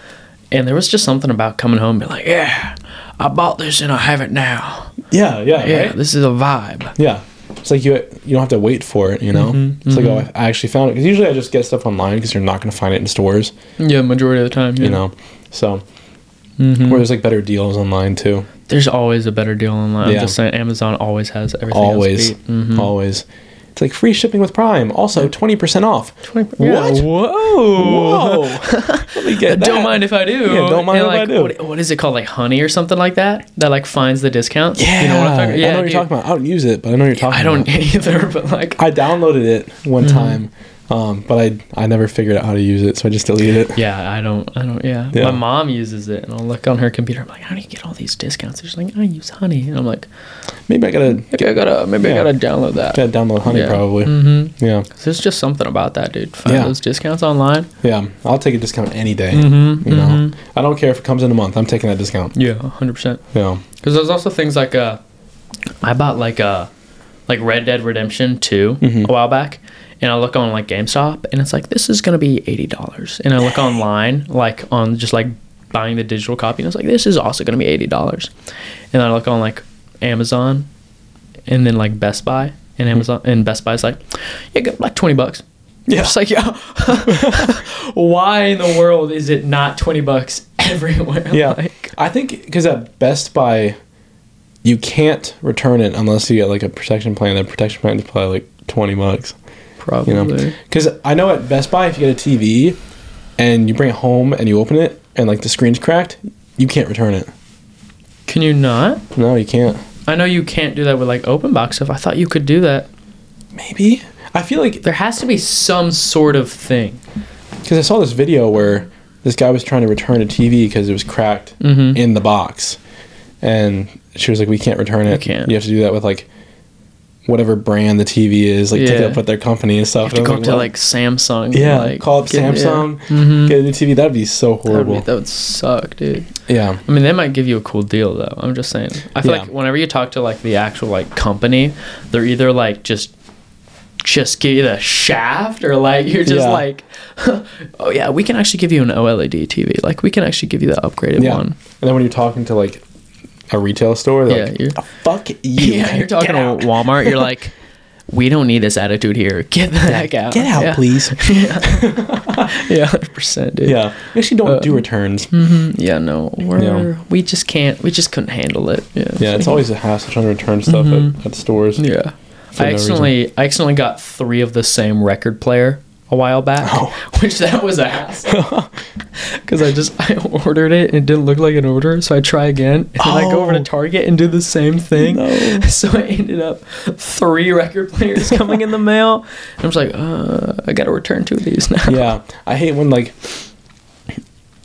Speaker 2: and there was just something about coming home and be like, yeah, I bought this and I have it now.
Speaker 1: Yeah, yeah,
Speaker 2: Yeah,
Speaker 1: right?
Speaker 2: this is a vibe.
Speaker 1: yeah. It's like you you don't have to wait for it. You know,
Speaker 2: Mm-hmm,
Speaker 1: it's like oh, I I actually found it because usually I just get stuff online because you're not gonna find it in stores.
Speaker 2: Yeah, Mm-hmm. majority of the time.
Speaker 1: You know, so where there's like better deals online too.
Speaker 2: there's always a better deal online.
Speaker 1: Yeah.
Speaker 2: I'm just saying, Amazon always has mm-hmm. everything.
Speaker 1: always, always. It's like free shipping with Prime. Also, twenty percent off.
Speaker 2: What?
Speaker 1: What?
Speaker 2: Whoa!
Speaker 1: Whoa! Let me get that.
Speaker 2: [laughs] Don't mind if I do.
Speaker 1: Yeah, don't mind
Speaker 2: And,
Speaker 1: if I
Speaker 2: like,
Speaker 1: do.
Speaker 2: What, what is it called? Like honey or something like that? That like finds the discount.
Speaker 1: Yeah,
Speaker 2: You know what I'm talking about?
Speaker 1: I know what
Speaker 2: dude.
Speaker 1: you're talking about. I don't use it, but I know what you're talking.
Speaker 2: I don't [laughs] Mm-hmm.
Speaker 1: About.
Speaker 2: either, but like.
Speaker 1: I downloaded it one time, um, but I I never figured out how to use it, so I just deleted it.
Speaker 2: Yeah, I don't. I don't. Yeah.
Speaker 1: Yeah.
Speaker 2: my mom uses it, and I'll look on her computer. I'm like, how do you get all these discounts? She's like, I use Honey, and I'm like,
Speaker 1: Maybe I gotta
Speaker 2: maybe I gotta, maybe
Speaker 1: Yeah.
Speaker 2: I gotta download that.
Speaker 1: gotta download Honey
Speaker 2: Yeah. Mm.
Speaker 1: probably. Yeah,
Speaker 2: There's just something about that, dude. Find
Speaker 1: Yeah.
Speaker 2: those discounts online.
Speaker 1: yeah. I'll take a discount any day. you know, I don't care if it comes in a month. I'm taking that discount.
Speaker 2: Yeah, 100. percent
Speaker 1: Yeah,
Speaker 2: Because there's also things like uh, I bought like uh, like Red Dead Redemption 2
Speaker 1: Mm-hmm.
Speaker 2: a while back, and I look on like GameStop, and it's like this is gonna be eighty dollars, and I
Speaker 1: [laughs]
Speaker 2: look online like on just like buying the digital copy, and it's like this is also gonna be eighty dollars, and I look on like Amazon, and then like Best Buy.
Speaker 1: Mm-hmm.
Speaker 2: And Amazon and Best Buy's like, yeah, get like twenty bucks. Yeah, it's like, yeah. [laughs] Why in the world is it not twenty bucks [laughs] everywhere?
Speaker 1: yeah.
Speaker 2: Like,
Speaker 1: I think because at Best Buy, you can't return it unless you get like a protection plan. That protection plan is probably like twenty bucks.
Speaker 2: probably.
Speaker 1: you know because i know at best buy if you get a tv and you bring it home and you open it and like the screen's cracked you can't return it
Speaker 2: Can you not?
Speaker 1: no you can't
Speaker 2: I know you can't do that with like open box stuff. I thought you could do that.
Speaker 1: maybe i feel like
Speaker 2: There has to be some sort of thing.
Speaker 1: because i saw this video where this guy was trying to return a tv because it was cracked
Speaker 2: Mm-hmm.
Speaker 1: in the box and she was like we can't return it you
Speaker 2: can't.
Speaker 1: you have to do that with like whatever brand the tv is like take it
Speaker 2: Yeah.
Speaker 1: up with their company and stuff
Speaker 2: To
Speaker 1: And I
Speaker 2: go
Speaker 1: was
Speaker 2: to
Speaker 1: "What?"
Speaker 2: like Samsung.
Speaker 1: yeah
Speaker 2: like,
Speaker 1: call up
Speaker 2: get- yeah.
Speaker 1: samsung get a new tv that'd be so
Speaker 2: That would,
Speaker 1: horrible
Speaker 2: be- that would suck, dude.
Speaker 1: yeah
Speaker 2: I mean, they might give you a cool deal though. I'm just saying. I feel
Speaker 1: Yeah.
Speaker 2: like whenever you talk to like the actual like company, they're either like just just give you the shaft or like you're just
Speaker 1: Yeah.
Speaker 2: like [laughs] oh yeah we can actually give you an oled tv like we can actually give you the upgraded
Speaker 1: Yeah.
Speaker 2: one
Speaker 1: And then when you're talking to like a retail store, they're
Speaker 2: Yeah,
Speaker 1: like,
Speaker 2: you're-
Speaker 1: "Oh, fuck you.
Speaker 2: [laughs]
Speaker 1: [laughs]
Speaker 2: Yeah, you're talking to Walmart. You're like, we don't need this attitude here. Get the heck out.
Speaker 1: Get out,
Speaker 2: yeah. [laughs]
Speaker 1: please.
Speaker 2: Yeah, hundred percent, dude.
Speaker 1: yeah. We actually
Speaker 2: Uh,
Speaker 1: don't do returns.
Speaker 2: hmm. yeah. No, we're
Speaker 1: Yeah.
Speaker 2: we just can't. We just couldn't handle it. Yeah,
Speaker 1: Yeah, it's always a hassle trying to return stuff at,
Speaker 2: Mm-hmm.
Speaker 1: at stores.
Speaker 2: yeah. I
Speaker 1: no
Speaker 2: accidentally, I accidentally got three of the same record player a while back,
Speaker 1: Oh.
Speaker 2: [laughs] which that was a
Speaker 1: [laughs]
Speaker 2: hassle. Because I just I ordered it and it didn't look like an order, so I try again, and then I go over to
Speaker 1: Oh.
Speaker 2: Target and do the same thing.
Speaker 1: No.
Speaker 2: [laughs] So I ended up three record players coming
Speaker 1: [laughs]
Speaker 2: in the mail. And I was like, uh, I got to return two of these now.
Speaker 1: Yeah. I hate when like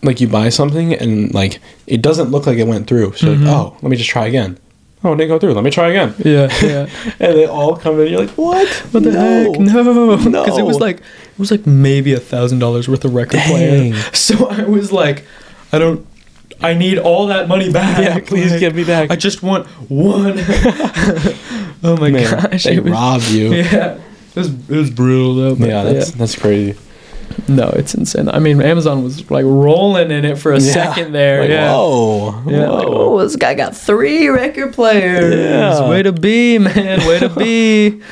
Speaker 1: like you buy something and like it doesn't look like it went through. So you're like, oh, let me just try again. Oh, it didn't go through. Let me try again.
Speaker 2: Mm-hmm. Yeah, yeah.
Speaker 1: And they all come in. You're like, what?
Speaker 2: What the heck? No,
Speaker 1: [laughs] No.
Speaker 2: because it was like it was like maybe a thousand dollars worth of record [laughs]
Speaker 1: Dang.
Speaker 2: player. So [laughs] I was like, I don't, I need all that money back.
Speaker 1: Yeah, please
Speaker 2: Like,
Speaker 1: give me back.
Speaker 2: I just want one. oh my
Speaker 1: Man,
Speaker 2: gosh,
Speaker 1: they
Speaker 2: it was,
Speaker 1: rob you. Yeah,
Speaker 2: [laughs] yeah, it was it was brutal though. but
Speaker 1: that's that's crazy.
Speaker 2: No, it's insane. I mean, Amazon was like rolling in it for a second there.
Speaker 1: Like,
Speaker 2: yeah.
Speaker 1: Whoa.
Speaker 2: Yeah, like,
Speaker 1: whoa.
Speaker 2: oh, this
Speaker 1: uh,
Speaker 2: guy got three record players.
Speaker 1: Yeah.
Speaker 2: Way to be, man. Way to be.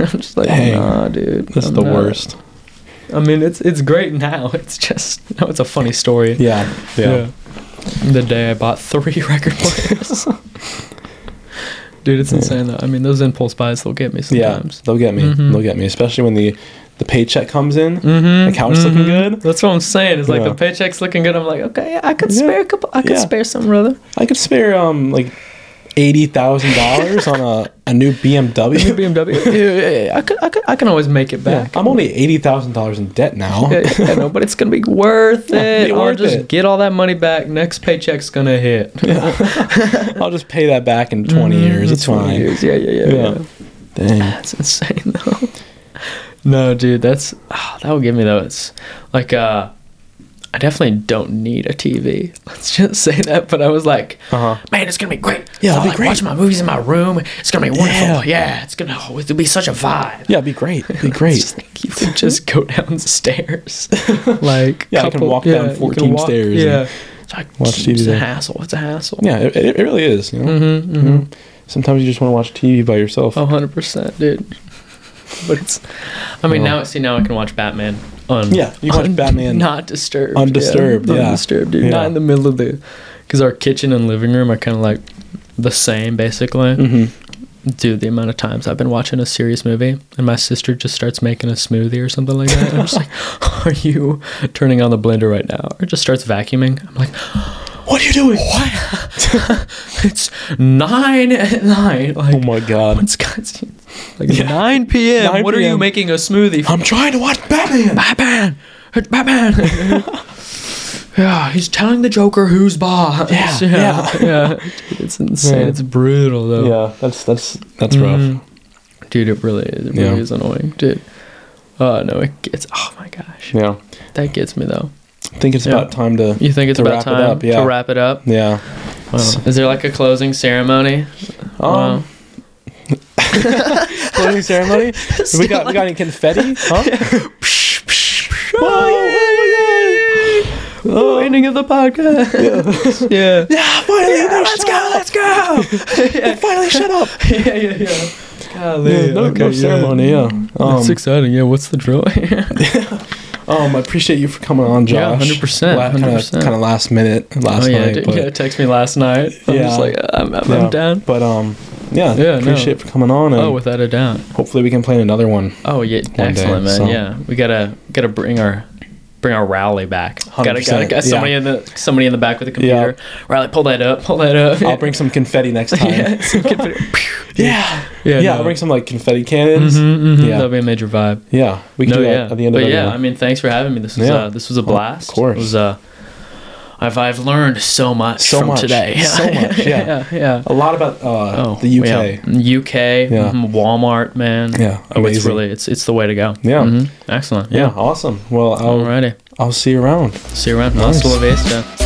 Speaker 2: I'm just like,
Speaker 1: Dang.
Speaker 2: nah, dude.
Speaker 1: That's
Speaker 2: I'm
Speaker 1: the
Speaker 2: not."
Speaker 1: worst.
Speaker 2: I mean, it's it's great now. [laughs] It's just no, it's a funny story.
Speaker 1: Yeah. Yeah.
Speaker 2: The day I bought three record players. Dude, it's insane though. I mean, those impulse buys they'll get me
Speaker 1: Yeah.
Speaker 2: sometimes. Mm-hmm.
Speaker 1: They'll get me. They'll get me. Especially when the the paycheck comes in.
Speaker 2: Mhm,
Speaker 1: The couch looking good.
Speaker 2: That's what I'm saying. It's like
Speaker 1: Yeah.
Speaker 2: the paycheck's looking good. I'm like, okay, I could
Speaker 1: Yeah.
Speaker 2: spare a couple. I could
Speaker 1: Yeah.
Speaker 2: spare some, brother.
Speaker 1: I could spare um like eighty thousand dollars on a, a new
Speaker 2: New
Speaker 1: BMW.
Speaker 2: BMW. [laughs] Yeah, yeah, yeah. I could, I could, I can always make it
Speaker 1: Yeah,
Speaker 2: back.
Speaker 1: I'm only eighty thousand dollars in debt now.
Speaker 2: Yeah, yeah, I know, but it's gonna be worth
Speaker 1: Yeah,
Speaker 2: it.
Speaker 1: be
Speaker 2: I'll
Speaker 1: worth
Speaker 2: just
Speaker 1: it.
Speaker 2: get all that money back. Next paycheck's gonna hit.
Speaker 1: I'll just pay that back in 20 years. It's
Speaker 2: 20
Speaker 1: fine.
Speaker 2: Mm-hmm. years. Yeah, yeah, yeah,
Speaker 1: Yeah.
Speaker 2: yeah,
Speaker 1: Dang.
Speaker 2: That's insane though. no, dude, that's ah, that would give me those. Like, uh, I definitely don't need a TV. [laughs] Let's just say that. But I was like,
Speaker 1: Uh huh.
Speaker 9: Man, it's gonna be great.
Speaker 1: Yeah, it'll
Speaker 9: I'll
Speaker 1: be
Speaker 9: like,
Speaker 1: great.
Speaker 9: Watch my movies in my room. It's gonna be wonderful.
Speaker 1: Yeah.
Speaker 9: Yeah, it's gonna oh, it'll be such a vibe.
Speaker 1: Yeah, it'd be
Speaker 2: [laughs]
Speaker 1: great. It'd be great.
Speaker 2: you could [laughs] just
Speaker 1: [laughs]
Speaker 2: go downstairs. like,
Speaker 1: Yeah, I can walk down
Speaker 2: you can
Speaker 1: 14 stairs and
Speaker 2: Yeah,
Speaker 9: It's like
Speaker 1: Watch TV.
Speaker 2: it's a
Speaker 1: there.
Speaker 2: hassle. It's a hassle.
Speaker 1: Yeah, it, it it really is. You know?
Speaker 2: Mm-hmm,
Speaker 1: You know? Sometimes you just want to watch TV by yourself.
Speaker 2: A hundred percent, dude. But it's, I mean, now see now I can watch Batman on
Speaker 1: Yeah, you can watch
Speaker 2: [laughs]
Speaker 1: Batman
Speaker 2: not disturbed,
Speaker 1: undisturbed, yeah.
Speaker 2: undisturbed, dude.
Speaker 1: Yeah.
Speaker 2: Not in the middle of the, because our kitchen and living room are kind of like the same basically.
Speaker 1: Mm-hmm.
Speaker 2: Dude, the amount of times I've been watching a serious movie and my sister just starts making a smoothie or something like that. and I'm
Speaker 1: [laughs]
Speaker 2: just like, [laughs] are you turning on the blender right now? Or just starts vacuuming. I'm like,
Speaker 1: What are you doing?
Speaker 2: it's nine at night. Like, [laughs]
Speaker 1: Oh my god.
Speaker 2: it's got- it's like 9 p.m.
Speaker 1: 9
Speaker 2: what are you
Speaker 1: PM?
Speaker 2: making a smoothie for?
Speaker 1: I'm trying to watch Batman.
Speaker 2: Batman! It's Batman! yeah, he's telling the Joker who's boss.
Speaker 1: Yeah,
Speaker 2: [laughs] yeah.
Speaker 1: [laughs]
Speaker 2: yeah. It's insane.
Speaker 1: Yeah.
Speaker 2: It's brutal, though.
Speaker 1: Yeah, Mm. that's that's that's rough.
Speaker 2: Dude, it really is. It really
Speaker 1: Yeah.
Speaker 2: is annoying. Dude. Oh, no, it gets. Oh, my gosh.
Speaker 1: Yeah.
Speaker 2: That gets me, though.
Speaker 1: I think it's
Speaker 2: Yeah.
Speaker 1: about time to
Speaker 2: You think it's
Speaker 1: to
Speaker 2: about
Speaker 1: wrap it
Speaker 2: time
Speaker 1: up, yeah.
Speaker 2: to wrap it up?
Speaker 1: Yeah.
Speaker 2: Wow. Is there like a closing ceremony?
Speaker 1: Um, closing [laughs] ceremony? we got we got any confetti? Huh? oh, yeah,
Speaker 2: Oh, ending of the podcast. [laughs] Yeah. yeah.
Speaker 1: Finally, let's go, let's go. [laughs] Finally, shut up.
Speaker 2: [laughs] Yeah, yeah, yeah. Golly.
Speaker 1: Yeah, no,
Speaker 2: okay,
Speaker 1: no
Speaker 2: yeah.
Speaker 1: ceremony, yeah. Um,
Speaker 2: That's exciting. Yeah, what's the drill?
Speaker 1: um, I appreciate you for coming on, Josh.
Speaker 2: Yeah, 100%,
Speaker 1: Kind of,
Speaker 2: 100%.
Speaker 1: kind of last minute, last
Speaker 2: oh yeah,
Speaker 1: night.
Speaker 2: dude,
Speaker 1: but,
Speaker 2: yeah. Text me last night. I'm
Speaker 1: Yeah.
Speaker 2: just like, uh, I'm, I'm,
Speaker 1: yeah,
Speaker 2: I'm down.
Speaker 1: But um, yeah,
Speaker 2: Yeah, no.
Speaker 1: appreciate it for coming on, and
Speaker 2: Oh, without a doubt.
Speaker 1: hopefully we can play another one.
Speaker 2: Oh yeah,
Speaker 1: day,
Speaker 2: excellent man.
Speaker 1: so-
Speaker 2: Yeah, we gotta gotta bring our bring our rally back. Gotta gotta
Speaker 1: 100%,
Speaker 2: get somebody
Speaker 1: yeah.
Speaker 2: in the somebody in the back with the
Speaker 1: Yeah.
Speaker 2: computer. Riley, pull that up. Pull that up. [laughs]
Speaker 1: I'll bring some confetti next time.
Speaker 2: yeah,
Speaker 1: yeah, [laughs]
Speaker 2: some computer.
Speaker 1: yeah,
Speaker 2: yeah,
Speaker 1: I'll bring some like confetti cannons.
Speaker 2: Mhm, mhm,
Speaker 1: Yeah.
Speaker 2: That'll be a major vibe.
Speaker 1: Yeah, we can
Speaker 2: No,
Speaker 1: do that
Speaker 2: yeah.
Speaker 1: at the end
Speaker 2: but
Speaker 1: of
Speaker 2: yeah,
Speaker 1: the
Speaker 2: I mean, thanks for having me. This was
Speaker 1: Yeah. Oh,
Speaker 2: uh, this was a blast.
Speaker 1: course.
Speaker 2: It was uh, I've I've learned so much
Speaker 1: So
Speaker 2: from
Speaker 1: much.
Speaker 2: today.
Speaker 1: [laughs]
Speaker 2: [laughs]
Speaker 1: So much, yeah.
Speaker 2: yeah, yeah.
Speaker 1: a lot about uh,
Speaker 2: Oh,
Speaker 1: the UK.
Speaker 2: yeah. UK,
Speaker 1: Yeah.
Speaker 2: mhm, Walmart, man.
Speaker 1: Yeah,
Speaker 2: oh, it's
Speaker 1: amazing.
Speaker 2: really it's it's the way to go.
Speaker 1: Yeah.
Speaker 2: Mhm. excellent.
Speaker 1: Yeah, awesome. Well, I'll
Speaker 2: Alrighty,
Speaker 1: I'll see you around.
Speaker 2: see you around. Hasta la vista.